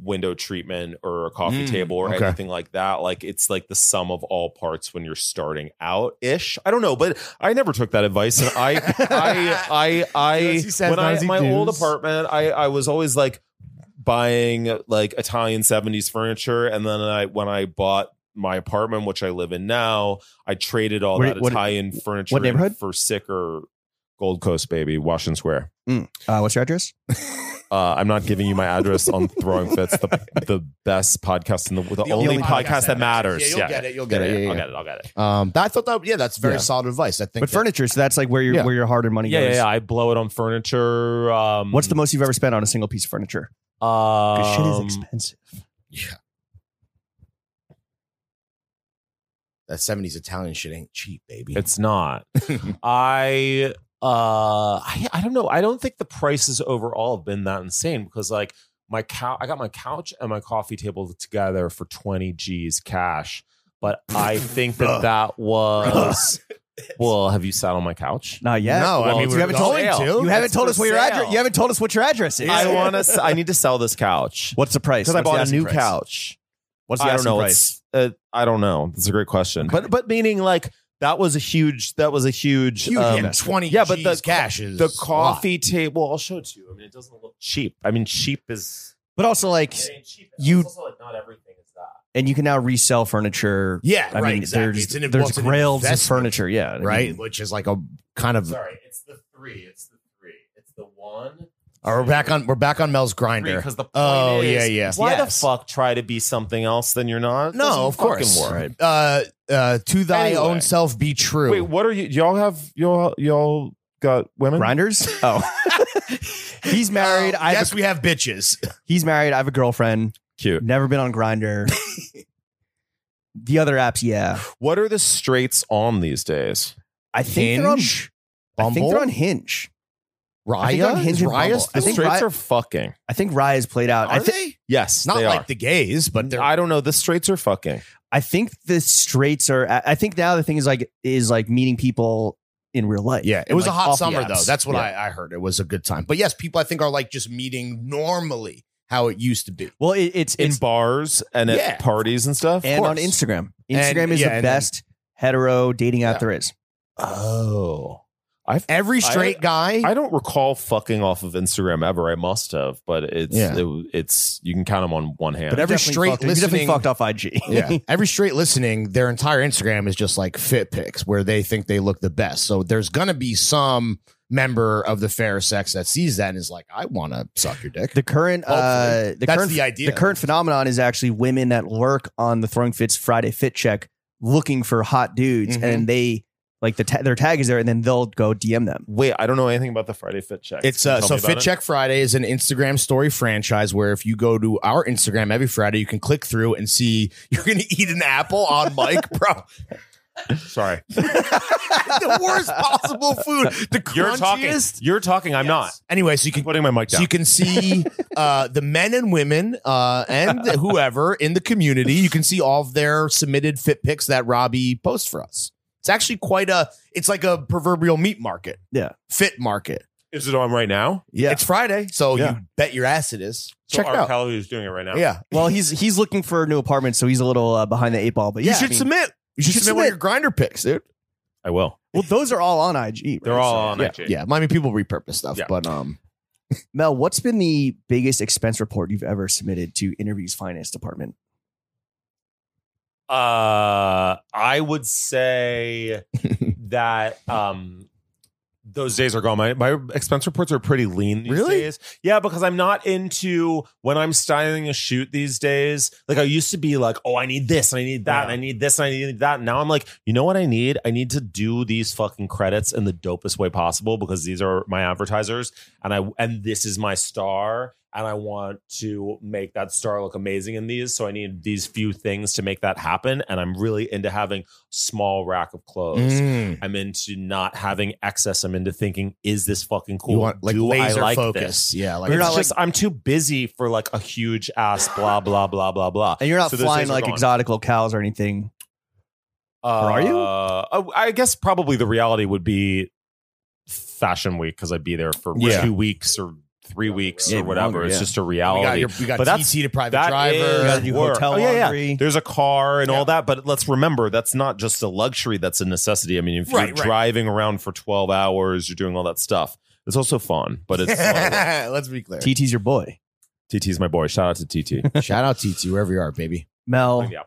Speaker 2: window treatment or a coffee
Speaker 3: Mm,
Speaker 2: table or
Speaker 3: okay.
Speaker 2: anything like that. Like it's like the sum of all parts when you're starting out ish. I don't know, but I never took that advice, and I I I I
Speaker 3: Yes, he said
Speaker 2: when I
Speaker 3: Nazi
Speaker 2: my old
Speaker 3: dudes.
Speaker 2: apartment, I I was always like buying like Italian 70s furniture. And then I when I bought my apartment, which I live in now, I traded all
Speaker 1: Where-
Speaker 2: that
Speaker 1: what-
Speaker 2: Italian furniture in
Speaker 1: neighborhood?
Speaker 2: for sicker Gold Coast, baby, Washington Square.
Speaker 1: uh, what's your address?
Speaker 2: Uh, I'm not giving you my address on Throwing Fits, the, the best podcast in the, the, only, podcast, that matters.
Speaker 3: Yeah, you'll
Speaker 2: yeah,
Speaker 3: get it. You'll get it. Yeah,
Speaker 2: I'll
Speaker 3: yeah.
Speaker 2: get it. I'll get it.
Speaker 3: Um, that- I thought that yeah, that's very
Speaker 1: Yeah.
Speaker 3: solid advice. I think,
Speaker 1: But
Speaker 3: that-
Speaker 1: furniture, so that's like where your
Speaker 3: Yeah.
Speaker 1: where your hard earned money
Speaker 2: Yeah, yeah,
Speaker 1: goes.
Speaker 2: yeah. I blow it on furniture. Um,
Speaker 1: What's the most you've ever spent on a single piece of furniture? Because shit
Speaker 2: Um,
Speaker 1: is expensive.
Speaker 3: that seventies Italian shit ain't cheap, baby.
Speaker 2: It's not. I uh I, I don't know. I don't think the prices overall have been that insane because like my cow I got my couch and my coffee table together for 20 G's cash. But I think that that was well, have you sat on my couch?
Speaker 1: Not yet.
Speaker 3: no, I
Speaker 2: well,
Speaker 3: mean
Speaker 2: it's
Speaker 3: we
Speaker 2: for
Speaker 3: haven't told
Speaker 2: sale.
Speaker 3: you.
Speaker 1: you haven't
Speaker 2: it's
Speaker 1: told
Speaker 2: for
Speaker 1: us what your
Speaker 2: sale.
Speaker 1: address. You haven't told us what your address is.
Speaker 2: I want to I need to sell this couch.
Speaker 1: What's the price?
Speaker 2: Cuz I
Speaker 1: What's the
Speaker 2: bought a
Speaker 1: asking
Speaker 2: new
Speaker 1: price?
Speaker 2: couch.
Speaker 1: What's the
Speaker 2: I don't
Speaker 1: asking
Speaker 2: know.
Speaker 1: price?
Speaker 2: It's uh, I don't know. That's a great question. But but meaning like that was a huge that was a huge,
Speaker 3: Huge
Speaker 2: um,
Speaker 3: yeah, twenty.
Speaker 2: yeah, but the
Speaker 3: G's cash is
Speaker 2: the
Speaker 3: a lot.
Speaker 2: coffee table. I'll show it to you. I mean, it doesn't look cheap. I mean, cheap is
Speaker 1: But also like,
Speaker 2: ain't cheap.
Speaker 1: You-
Speaker 2: It's also like not everything is that.
Speaker 1: and you can now resell furniture.
Speaker 3: Yeah,
Speaker 1: I
Speaker 3: right.
Speaker 1: mean,
Speaker 3: exactly.
Speaker 1: there's
Speaker 3: It's an- well,
Speaker 1: there's
Speaker 3: it's an
Speaker 1: grails of
Speaker 3: investment,
Speaker 1: furniture. Yeah, I mean,
Speaker 3: right? Which is like a kind of
Speaker 2: Sorry, it's the three. It's the three. It's the one.
Speaker 3: All right, we're back on we're back on Mel's grinder.
Speaker 5: Because the point
Speaker 3: Oh,
Speaker 5: is,
Speaker 3: yeah, yeah.
Speaker 5: Why
Speaker 3: Yes.
Speaker 5: the fuck try to be something else than you're not? Doesn't
Speaker 3: No, of
Speaker 5: fucking
Speaker 3: course.
Speaker 5: work.
Speaker 3: Uh, uh, to thy
Speaker 5: Anyway.
Speaker 3: own self be true.
Speaker 2: Wait, what are you? Y'all have y'all y'all got women?
Speaker 1: Grinders? Oh. he's married.
Speaker 3: Uh,
Speaker 1: I have
Speaker 3: yes, we have bitches.
Speaker 1: a, he's married. I have a girlfriend.
Speaker 2: Cute.
Speaker 1: Never been on Grinder. the other apps, yeah.
Speaker 2: What are the straights on these days?
Speaker 1: I think they're on
Speaker 3: Hinge?
Speaker 1: I think they're on
Speaker 3: Bumble?
Speaker 1: Hinge. I think they're on
Speaker 3: Raya?
Speaker 1: Hinge
Speaker 3: Is
Speaker 1: and
Speaker 3: Raya
Speaker 1: Bumble.
Speaker 3: still-
Speaker 1: I
Speaker 2: The
Speaker 1: think
Speaker 2: straights
Speaker 1: Ri-
Speaker 2: are fucking.
Speaker 1: I think Raya's played out. I
Speaker 3: Are
Speaker 1: think
Speaker 3: they?
Speaker 2: Yes,
Speaker 3: Not
Speaker 2: they
Speaker 3: like
Speaker 2: are.
Speaker 3: the gays, but they're
Speaker 2: I don't know. The straights are fucking.
Speaker 1: I think the straights are. I I think now the thing is like is like meeting people in real life.
Speaker 3: Yeah, it was
Speaker 1: Like,
Speaker 3: a
Speaker 1: off
Speaker 3: hot
Speaker 1: the
Speaker 3: summer
Speaker 1: apps.
Speaker 3: though. That's what
Speaker 1: Yeah.
Speaker 3: I, I heard. It was a good time. But yes, people I think are like just meeting normally how it used to be.
Speaker 1: Well, it, it's
Speaker 2: In
Speaker 1: it's
Speaker 2: bars and
Speaker 3: Yeah.
Speaker 2: at parties and stuff.
Speaker 1: and on
Speaker 3: course.
Speaker 1: Instagram.
Speaker 3: And-
Speaker 1: Instagram is
Speaker 3: yeah,
Speaker 1: the
Speaker 3: and then-
Speaker 1: best hetero dating app
Speaker 3: Yeah.
Speaker 1: there is.
Speaker 2: Oh. I've
Speaker 3: Every straight guy.
Speaker 2: I don't recall fucking off of Instagram ever. I must have, but it's
Speaker 3: Yeah.
Speaker 2: it- it's you can count them on one hand.
Speaker 1: But every
Speaker 3: Definitely
Speaker 1: straight
Speaker 3: fucked-
Speaker 1: you definitely
Speaker 3: listening-
Speaker 1: fucked off IG.
Speaker 3: yeah. Every straight listening, their entire Instagram is just like fit pics where they think they look the best. So there's gonna be some member of the fair sex that sees that and is like, I wanna suck your dick.
Speaker 1: The current uh,
Speaker 3: Hopefully.
Speaker 1: the
Speaker 3: That's
Speaker 1: current
Speaker 3: the idea.
Speaker 1: the current phenomenon is actually women that lurk on the Throwing Fits Friday Fit Check looking for hot dudes,
Speaker 3: Mhm.
Speaker 1: and they like the ta- their tag is there, and then they'll go DM them.
Speaker 2: Wait, I don't know anything about the Friday Fit Check.
Speaker 3: It's uh, so Fit Check Friday is an Instagram story franchise where if you go to our Instagram every Friday, you can click through and see you're gonna eat an apple on Mike, bro.
Speaker 2: Sorry,
Speaker 3: the worst possible food. The crunchiest.
Speaker 2: you're talking. You're talking. I'm not.
Speaker 3: Anyway, so you
Speaker 2: I'm
Speaker 3: can
Speaker 2: putting my mic
Speaker 3: so
Speaker 2: down.
Speaker 3: you can see uh, the men and women uh, and whoever in the community. You can see all of their submitted fit pics that Robbie posts for us. It's actually quite a. It's like a proverbial meat market.
Speaker 1: Yeah.
Speaker 3: fit market.
Speaker 2: Is it on right now?
Speaker 1: Yeah.
Speaker 3: It's Friday, so
Speaker 2: Yeah.
Speaker 3: you bet your ass it is.
Speaker 2: So
Speaker 3: Check it
Speaker 2: our
Speaker 3: out.
Speaker 2: Cali is doing it right now.
Speaker 3: yeah,
Speaker 1: Well, he's he's looking for a new apartment, so he's a little uh, behind the eight ball. But yeah,
Speaker 3: you should
Speaker 1: I mean-
Speaker 3: submit. You should,
Speaker 1: should
Speaker 3: submit, one of
Speaker 1: submit.
Speaker 3: your grinder picks, dude.
Speaker 2: I will.
Speaker 1: Well, those are all on IG. right?
Speaker 2: They're all
Speaker 1: So,
Speaker 2: on
Speaker 1: yeah.
Speaker 2: IG.
Speaker 3: Yeah, I mean people repurpose stuff,
Speaker 2: Yeah.
Speaker 3: but um,
Speaker 1: Mel, what's been the biggest expense report you've ever submitted to Interviews Finance Department?
Speaker 5: Uh, I would say that um,
Speaker 2: Those days are gone. My my expense reports are pretty lean these
Speaker 3: Really?
Speaker 2: days. Yeah, because I'm not into when I'm styling a shoot these days. Like I used to be like, oh, I need this and I need that and I need this and I need that. Now I'm like, you know what I need? I need to do these fucking credits in the dopest way possible because these are my advertisers and I and this is my star and I want to make that star look amazing in these. So I need these few things to make that happen. And I'm really into having small rack of
Speaker 3: Mm.
Speaker 2: clothes. I'm into not having excess. I'm into thinking, is this fucking cool?
Speaker 3: you want like
Speaker 2: Do
Speaker 3: laser
Speaker 2: I like
Speaker 3: focus?
Speaker 2: this?
Speaker 3: Yeah, like
Speaker 2: It's
Speaker 1: You're not
Speaker 2: just I'm too busy for like a huge ass blah blah blah blah blah.
Speaker 1: And you're not
Speaker 2: So those
Speaker 1: flying
Speaker 2: days are
Speaker 1: like
Speaker 2: gone.
Speaker 1: exotic locales or anything.
Speaker 2: Uh,
Speaker 1: are you?
Speaker 2: uh, I guess probably the reality would be Fashion Week because I'd be there for
Speaker 3: Yeah.
Speaker 2: two weeks or three weeks
Speaker 1: Yeah,
Speaker 2: or whatever.
Speaker 1: longer,
Speaker 2: It's
Speaker 1: yeah.
Speaker 2: just a
Speaker 3: we got,
Speaker 2: reality.
Speaker 3: your, we got
Speaker 2: But that's-
Speaker 3: TT to private
Speaker 2: that
Speaker 3: driver.
Speaker 2: is-
Speaker 1: You gotta do
Speaker 2: Work.
Speaker 1: hotel
Speaker 2: Oh, yeah, yeah.
Speaker 1: laundry.
Speaker 2: There's a car and
Speaker 3: Yeah.
Speaker 2: all that, but let's remember that's not just a luxury, that's a necessity. I mean, if
Speaker 3: Right,
Speaker 2: you're
Speaker 3: right.
Speaker 2: driving around for 12 hours, you're doing all that stuff. It's also fun, but it's fun.
Speaker 3: Let's be clear.
Speaker 1: TT's your boy.
Speaker 2: TT's my boy. Shout out to TT.
Speaker 3: Shout out TT wherever you are, baby.
Speaker 1: Mel.
Speaker 2: Yeah,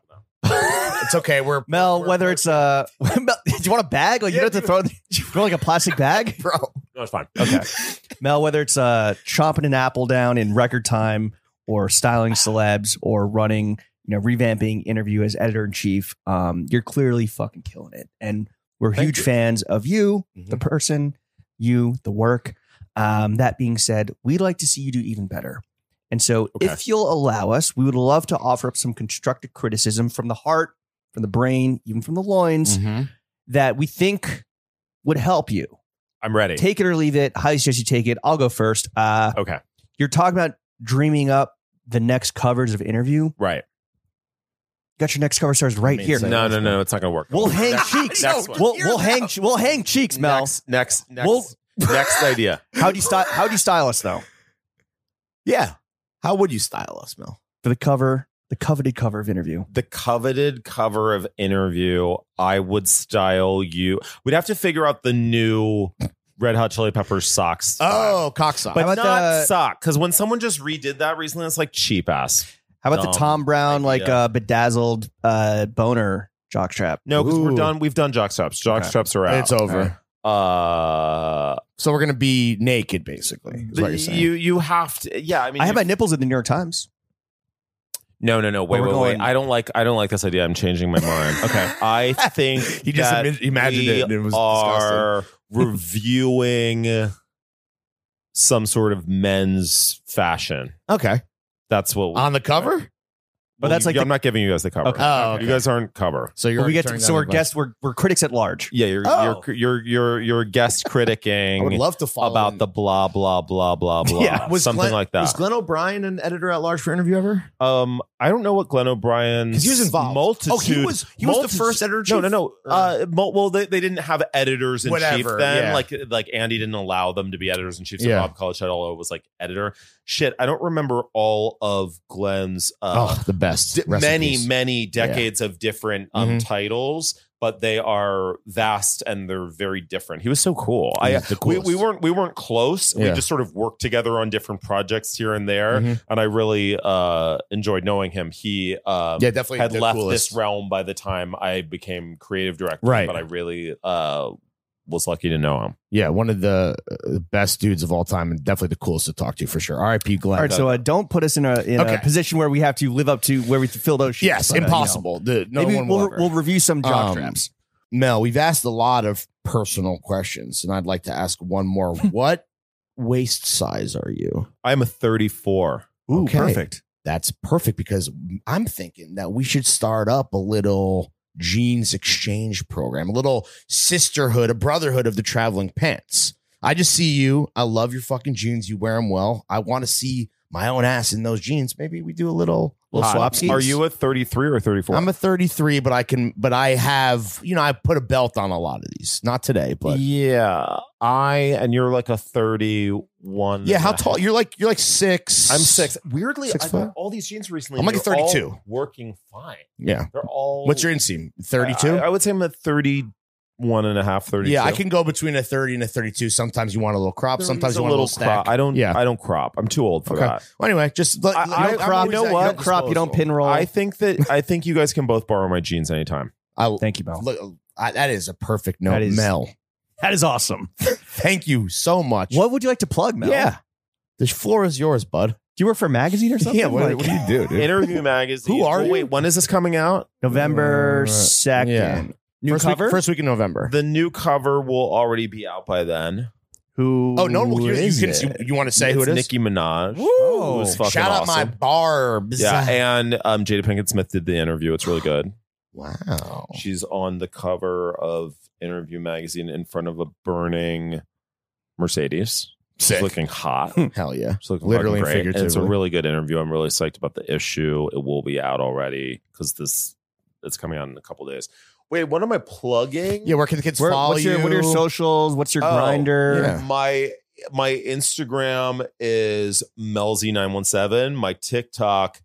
Speaker 2: no.
Speaker 3: It's okay. We're
Speaker 1: Mel,
Speaker 3: we're-
Speaker 1: whether it's uh, Mel, do you want a bag? Like you
Speaker 3: Yeah,
Speaker 1: don't have to throw, you throw like a plastic bag.
Speaker 3: bro.
Speaker 2: No, it's fine.
Speaker 1: Okay. Mel, whether it's uh, chomping an apple down in record time, or styling celebs, or running, you know, revamping interview as editor in chief, um, you're clearly fucking killing it, and we're
Speaker 2: Thank
Speaker 1: huge
Speaker 2: you. Mm-hmm.
Speaker 1: fans of you, the
Speaker 3: Mhm.
Speaker 1: person, you, the work. Um, that being said, we'd like to see you do even better. And so,
Speaker 2: Okay.
Speaker 1: if you'll allow us, we would love to offer up some constructive criticism from the heart, from the brain, even from the loins that we think would help you.
Speaker 2: I'm ready.
Speaker 1: Take it or leave it. Highly suggest you take it. I'll go first. Uh,
Speaker 2: okay.
Speaker 1: you're talking about dreaming up the next covers of interview.
Speaker 2: Right.
Speaker 1: Got your next cover stars right
Speaker 3: Amazing.
Speaker 1: here.
Speaker 3: Say
Speaker 2: No,
Speaker 3: next
Speaker 2: no, no. It's not going to work.
Speaker 1: We'll hang
Speaker 2: Next-
Speaker 1: cheeks.
Speaker 2: Next one.
Speaker 1: We'll we'll hang we'll hang cheeks, Mel.
Speaker 2: Next, next, next,
Speaker 1: We'll-
Speaker 2: next idea.
Speaker 1: How do you style? How do you style us though
Speaker 3: Yeah. How would you style us, Mel?
Speaker 1: for the cover, the coveted cover of interview?
Speaker 2: the coveted cover of interview i would style you we'd have to figure out the new red hot chili peppers socks
Speaker 3: Oh, cocksock.
Speaker 1: But- How
Speaker 3: But
Speaker 2: but
Speaker 1: about
Speaker 2: not
Speaker 3: uh,
Speaker 1: the-
Speaker 2: sock because when someone just redid that recently it's like cheap ass
Speaker 1: How about the
Speaker 2: Dumb
Speaker 1: Tom Brown like
Speaker 2: idea.
Speaker 1: uh, bedazzled uh, boner jockstrap?
Speaker 2: no because we're
Speaker 3: Ooh.
Speaker 2: done we've done jockstraps jockstraps are out
Speaker 3: it's over.
Speaker 2: uh
Speaker 3: So we're gonna be naked, basically. Is what you're saying.
Speaker 2: you you have to. Yeah, I mean,
Speaker 1: I have
Speaker 2: you-
Speaker 1: my nipples in the New York Times.
Speaker 2: no, no, no. Wait,
Speaker 1: we're
Speaker 2: wait, wait.
Speaker 1: going-
Speaker 2: I don't like. I don't like this idea. I'm changing my mind. Okay, I think
Speaker 3: He just
Speaker 2: that
Speaker 3: imag- imagined
Speaker 2: we
Speaker 3: it and it was
Speaker 2: are reviewing some sort of men's fashion.
Speaker 3: okay,
Speaker 2: That's what.
Speaker 3: on the cover.
Speaker 2: but
Speaker 1: that's like
Speaker 2: I'm
Speaker 1: the-
Speaker 2: not giving you guys the cover.
Speaker 1: Okay.
Speaker 3: Oh,
Speaker 2: You guys aren't cover.
Speaker 3: So you're
Speaker 1: But we
Speaker 3: already
Speaker 1: get to,
Speaker 3: turning
Speaker 1: so
Speaker 3: down
Speaker 1: we're
Speaker 3: advice.
Speaker 1: guests, we're, we're critics at large.
Speaker 2: Yeah, you're
Speaker 3: Oh.
Speaker 2: you're you're you're you're guest
Speaker 3: I would
Speaker 2: criticking
Speaker 3: love to follow
Speaker 2: about
Speaker 3: in-
Speaker 2: the blah blah blah blah blah.
Speaker 1: Yeah,
Speaker 3: Was
Speaker 2: something
Speaker 3: Glenn-
Speaker 2: like that.
Speaker 3: Was Glenn O'Brien an editor at large for interview ever?
Speaker 2: um, I don't know what Glenn O'Brien's
Speaker 3: Because he was involved.
Speaker 2: Multitude.
Speaker 3: Oh, he was. He was the
Speaker 2: multitude-
Speaker 3: first editor.
Speaker 2: No, no, no. Uh, mo- well, they, they didn't have editors in chief
Speaker 3: Whatever,
Speaker 2: then.
Speaker 3: yeah.
Speaker 2: Like, like Andy didn't allow them to be editors in chief. So
Speaker 3: Yeah.
Speaker 2: Bob College was like editor. Shit, I don't remember all of Glenn's uh,
Speaker 3: oh, the best.
Speaker 2: d-
Speaker 3: Rest in
Speaker 2: many,
Speaker 3: peace.
Speaker 2: many decades of different um,
Speaker 3: Mhm.
Speaker 2: titles, but they are vast and they're very different. He was so cool. I uh,
Speaker 3: He's the
Speaker 2: we,
Speaker 3: coolest.
Speaker 2: we weren't we weren't close. We
Speaker 3: Yeah.
Speaker 2: just sort of worked together on different projects here and there, Um,
Speaker 3: Mhm.
Speaker 2: and I really uh, enjoyed knowing him. He um,
Speaker 3: Yeah, definitely
Speaker 2: had
Speaker 3: the
Speaker 2: left
Speaker 3: coolest.
Speaker 2: this realm by the time I became creative director,
Speaker 3: Right.
Speaker 2: But I really uh, was lucky to know him.
Speaker 3: Yeah, one of the uh, the best dudes of all time, and definitely the coolest to talk to for sure. R.I.P. Glenn.
Speaker 1: All right, so uh, don't put us in a in
Speaker 3: Okay.
Speaker 1: a position where we have to live up to where we fill those shoes.
Speaker 3: yes,
Speaker 1: But, uh, you know,
Speaker 3: impossible. the, no
Speaker 1: maybe
Speaker 3: one will
Speaker 1: we'll,
Speaker 3: ever.
Speaker 1: we'll review some jock
Speaker 3: Um,
Speaker 1: traps.
Speaker 3: Mel, we've asked a lot of personal questions, and I'd like to ask one more. what waist size are you?
Speaker 2: I'm a 34.
Speaker 1: Ooh,
Speaker 3: okay.
Speaker 1: perfect.
Speaker 3: That's perfect because I'm thinking that we should start up a little jeans exchange program, a little sisterhood, a brotherhood of the traveling pants. I just see you. I love your fucking jeans. You wear them well. I want to see my own ass in those jeans. Maybe we do a little little
Speaker 2: Hot.
Speaker 3: swap. skis.
Speaker 2: Are you a 33 or 34?
Speaker 3: I'm a 33, but I can, but I have, you know, I put a belt on a lot of these. Not today, but
Speaker 2: yeah, I and you're like a 31.
Speaker 3: yeah. How
Speaker 2: and a
Speaker 3: tall? You're like, you're like six.
Speaker 2: I'm six. Weirdly,
Speaker 3: Six
Speaker 2: I got
Speaker 3: foot?
Speaker 2: all these jeans recently.
Speaker 3: I'm like a
Speaker 2: They're all
Speaker 3: 32.
Speaker 2: working fine.
Speaker 3: Yeah.
Speaker 2: They're all.
Speaker 3: What's your inseam? 32?
Speaker 2: I, I would say I'm a 31 and a half, 32.
Speaker 3: Yeah, I can go between a 30 and a 32. Sometimes you want a little crop. Sometimes you want a little stack.
Speaker 2: crop. I don't.
Speaker 3: Yeah.
Speaker 2: I don't crop. I'm too old for
Speaker 3: Okay.
Speaker 2: that.
Speaker 3: Well, anyway, just let,
Speaker 2: I-
Speaker 3: let-
Speaker 2: I-
Speaker 3: no
Speaker 2: I'm
Speaker 3: crop.
Speaker 2: always at your
Speaker 1: What crop? You don't
Speaker 3: disposal.
Speaker 1: pin roll.
Speaker 2: I think that I think you guys can both borrow my jeans anytime.
Speaker 3: I,
Speaker 1: Thank you, Mel.
Speaker 3: look, I, that is a perfect note,
Speaker 1: That is-
Speaker 3: Mel.
Speaker 1: That is awesome.
Speaker 3: Thank you so much.
Speaker 1: What would you like to plug, Mel?
Speaker 3: Yeah, the floor is yours, bud.
Speaker 1: Do you work for a magazine or something? Like-
Speaker 3: do you do,
Speaker 2: Interview magazine.
Speaker 3: Who are
Speaker 2: Well,
Speaker 3: you?
Speaker 2: Wait, when is this coming out?
Speaker 1: November
Speaker 3: Uh,
Speaker 1: 2nd.
Speaker 3: yeah.
Speaker 1: New
Speaker 3: first
Speaker 1: cover?
Speaker 3: Week, first week in November.
Speaker 2: The new cover will already be out by then.
Speaker 1: who
Speaker 3: oh, no one will hear you.
Speaker 1: is
Speaker 3: Can,
Speaker 1: it?
Speaker 3: you, you want to say
Speaker 2: it's
Speaker 3: who it is?
Speaker 2: Nicki Minaj.
Speaker 1: Woo!
Speaker 2: Who's fucking
Speaker 3: Shout out my
Speaker 2: awesome.
Speaker 3: barbs.
Speaker 2: Yeah, and um, Jada Pinkett Smith did the interview. It's really good.
Speaker 3: wow.
Speaker 2: She's on the cover of Interview magazine in front of a burning Mercedes. She's
Speaker 3: Sick.
Speaker 2: looking Hmm. hot.
Speaker 3: Hell yeah.
Speaker 2: She's looking
Speaker 3: Literally
Speaker 2: literally
Speaker 3: and
Speaker 2: great. And it's a
Speaker 3: figuratively.
Speaker 2: really good interview. I'm really psyched about the issue. It will be out already because this it's coming out in a couple days. Wait, what am I plugging?
Speaker 3: Yeah, where can the kids
Speaker 1: Where-
Speaker 3: follow
Speaker 1: what's your,
Speaker 3: you?
Speaker 1: What are your socials? What's your
Speaker 2: Oh,
Speaker 1: grinder?
Speaker 3: yeah.
Speaker 2: My my Instagram is Melzy917. My TikTok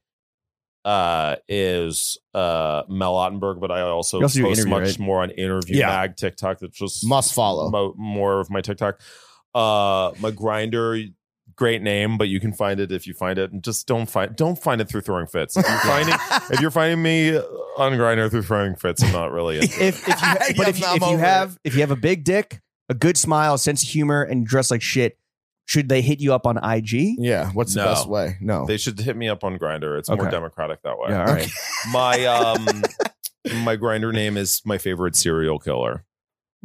Speaker 2: uh is uh Mel Ottenberg, but I also,
Speaker 1: You also do
Speaker 2: post
Speaker 1: interview,
Speaker 2: much
Speaker 1: right?
Speaker 2: more on interview
Speaker 3: Yeah.
Speaker 2: mag TikTok. That's just
Speaker 3: Must follow.
Speaker 2: mo- more of my TikTok. Uh, my grinder, great name, but you can find it if you find it. And just don't find don't find it through throwing fits. If you're finding if you're finding me on grinder through throwing fits, I'm not really. Into it.
Speaker 1: If, if you, ha- but if, you-
Speaker 3: I'm
Speaker 1: if you
Speaker 3: over
Speaker 1: have if you have a big dick, a good smile, sense of humor, and dress like shit, should they hit you up on IG?
Speaker 3: Yeah. What's
Speaker 2: No.
Speaker 3: the best way? No.
Speaker 2: They should hit me up on grinder. It's more
Speaker 1: Okay.
Speaker 2: democratic that way.
Speaker 1: Yeah, all right.
Speaker 2: My um, my grinder name is my favorite serial killer.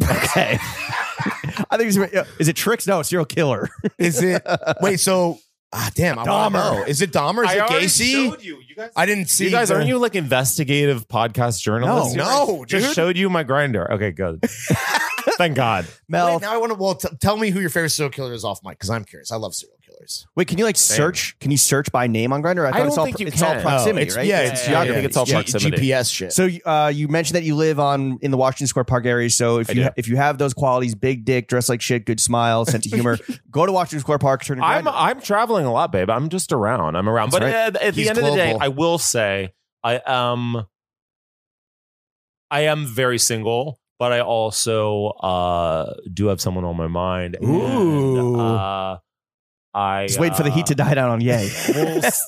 Speaker 1: Okay. I think it's, is it tricks? No, serial killer.
Speaker 3: Is it? Wait. So, ah, damn. I wanna
Speaker 1: Dahmer.
Speaker 3: know. Is it Dahmer? Is it Gacy?
Speaker 2: you. You guys.
Speaker 3: I didn't see.
Speaker 2: you guys,
Speaker 3: the-
Speaker 2: aren't you like investigative podcast journalists?
Speaker 1: No.
Speaker 3: No,
Speaker 2: just
Speaker 3: dude.
Speaker 2: showed you my grinder. Okay, good. Thank God.
Speaker 1: Mel,
Speaker 3: Wait, now I want to. Well, t- tell me who your favorite serial killer is off mic because I'm curious. I love serial killers.
Speaker 1: wait, can you like
Speaker 2: Same.
Speaker 1: search? Can you search by name on Grinder? I thought
Speaker 2: don't
Speaker 1: it's all
Speaker 2: think you
Speaker 1: it's all
Speaker 2: can.
Speaker 1: proximity,
Speaker 3: it's,
Speaker 1: right?
Speaker 3: Yeah, it's
Speaker 2: Yeah, yeah,
Speaker 3: geography.
Speaker 2: yeah.
Speaker 3: It's all
Speaker 2: G-
Speaker 3: proximity. GPS shit.
Speaker 1: So uh, you mentioned that you live on in the Washington Square Park area. So if
Speaker 2: I
Speaker 1: you
Speaker 2: do.
Speaker 1: if you have those qualities, big dick, dress like shit, good smile, sense of humor, go to Washington Square Park. Turn. to
Speaker 2: I'm
Speaker 1: Grindr.
Speaker 2: I'm traveling a lot, babe. I'm just around. I'm around.
Speaker 1: That's
Speaker 2: but
Speaker 1: right.
Speaker 2: at, at
Speaker 3: He's
Speaker 2: the end of the day,
Speaker 3: global.
Speaker 2: I will say I am I am very single, but I also uh do have someone on my mind. And,
Speaker 3: Ooh.
Speaker 2: uh, I
Speaker 1: just waiting for the heat to die down on Yay.
Speaker 2: We'll s-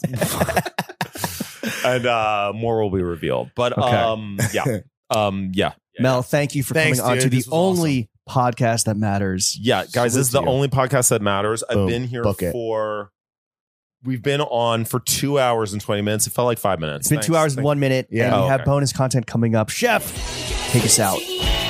Speaker 2: and uh more will be revealed. But
Speaker 1: Okay.
Speaker 2: um yeah. Um yeah.
Speaker 1: Mel, thank you for
Speaker 3: Thanks,
Speaker 1: coming on
Speaker 3: dude.
Speaker 1: to the
Speaker 3: This was
Speaker 1: only podcast that matters.
Speaker 2: Yeah, guys, this is the
Speaker 3: Salute to you.
Speaker 2: only podcast that matters. I've
Speaker 3: Boom.
Speaker 2: been here
Speaker 3: Book it.
Speaker 2: for. We've been on for two hours and twenty minutes. It felt like five minutes.
Speaker 1: It's been two
Speaker 2: Thanks.
Speaker 1: hours and
Speaker 2: Thank-
Speaker 1: one minute,
Speaker 3: Yeah.
Speaker 1: and we
Speaker 2: Oh,
Speaker 1: have
Speaker 2: okay.
Speaker 1: bonus content coming up. Chef, take us out.
Speaker 9: Take us out.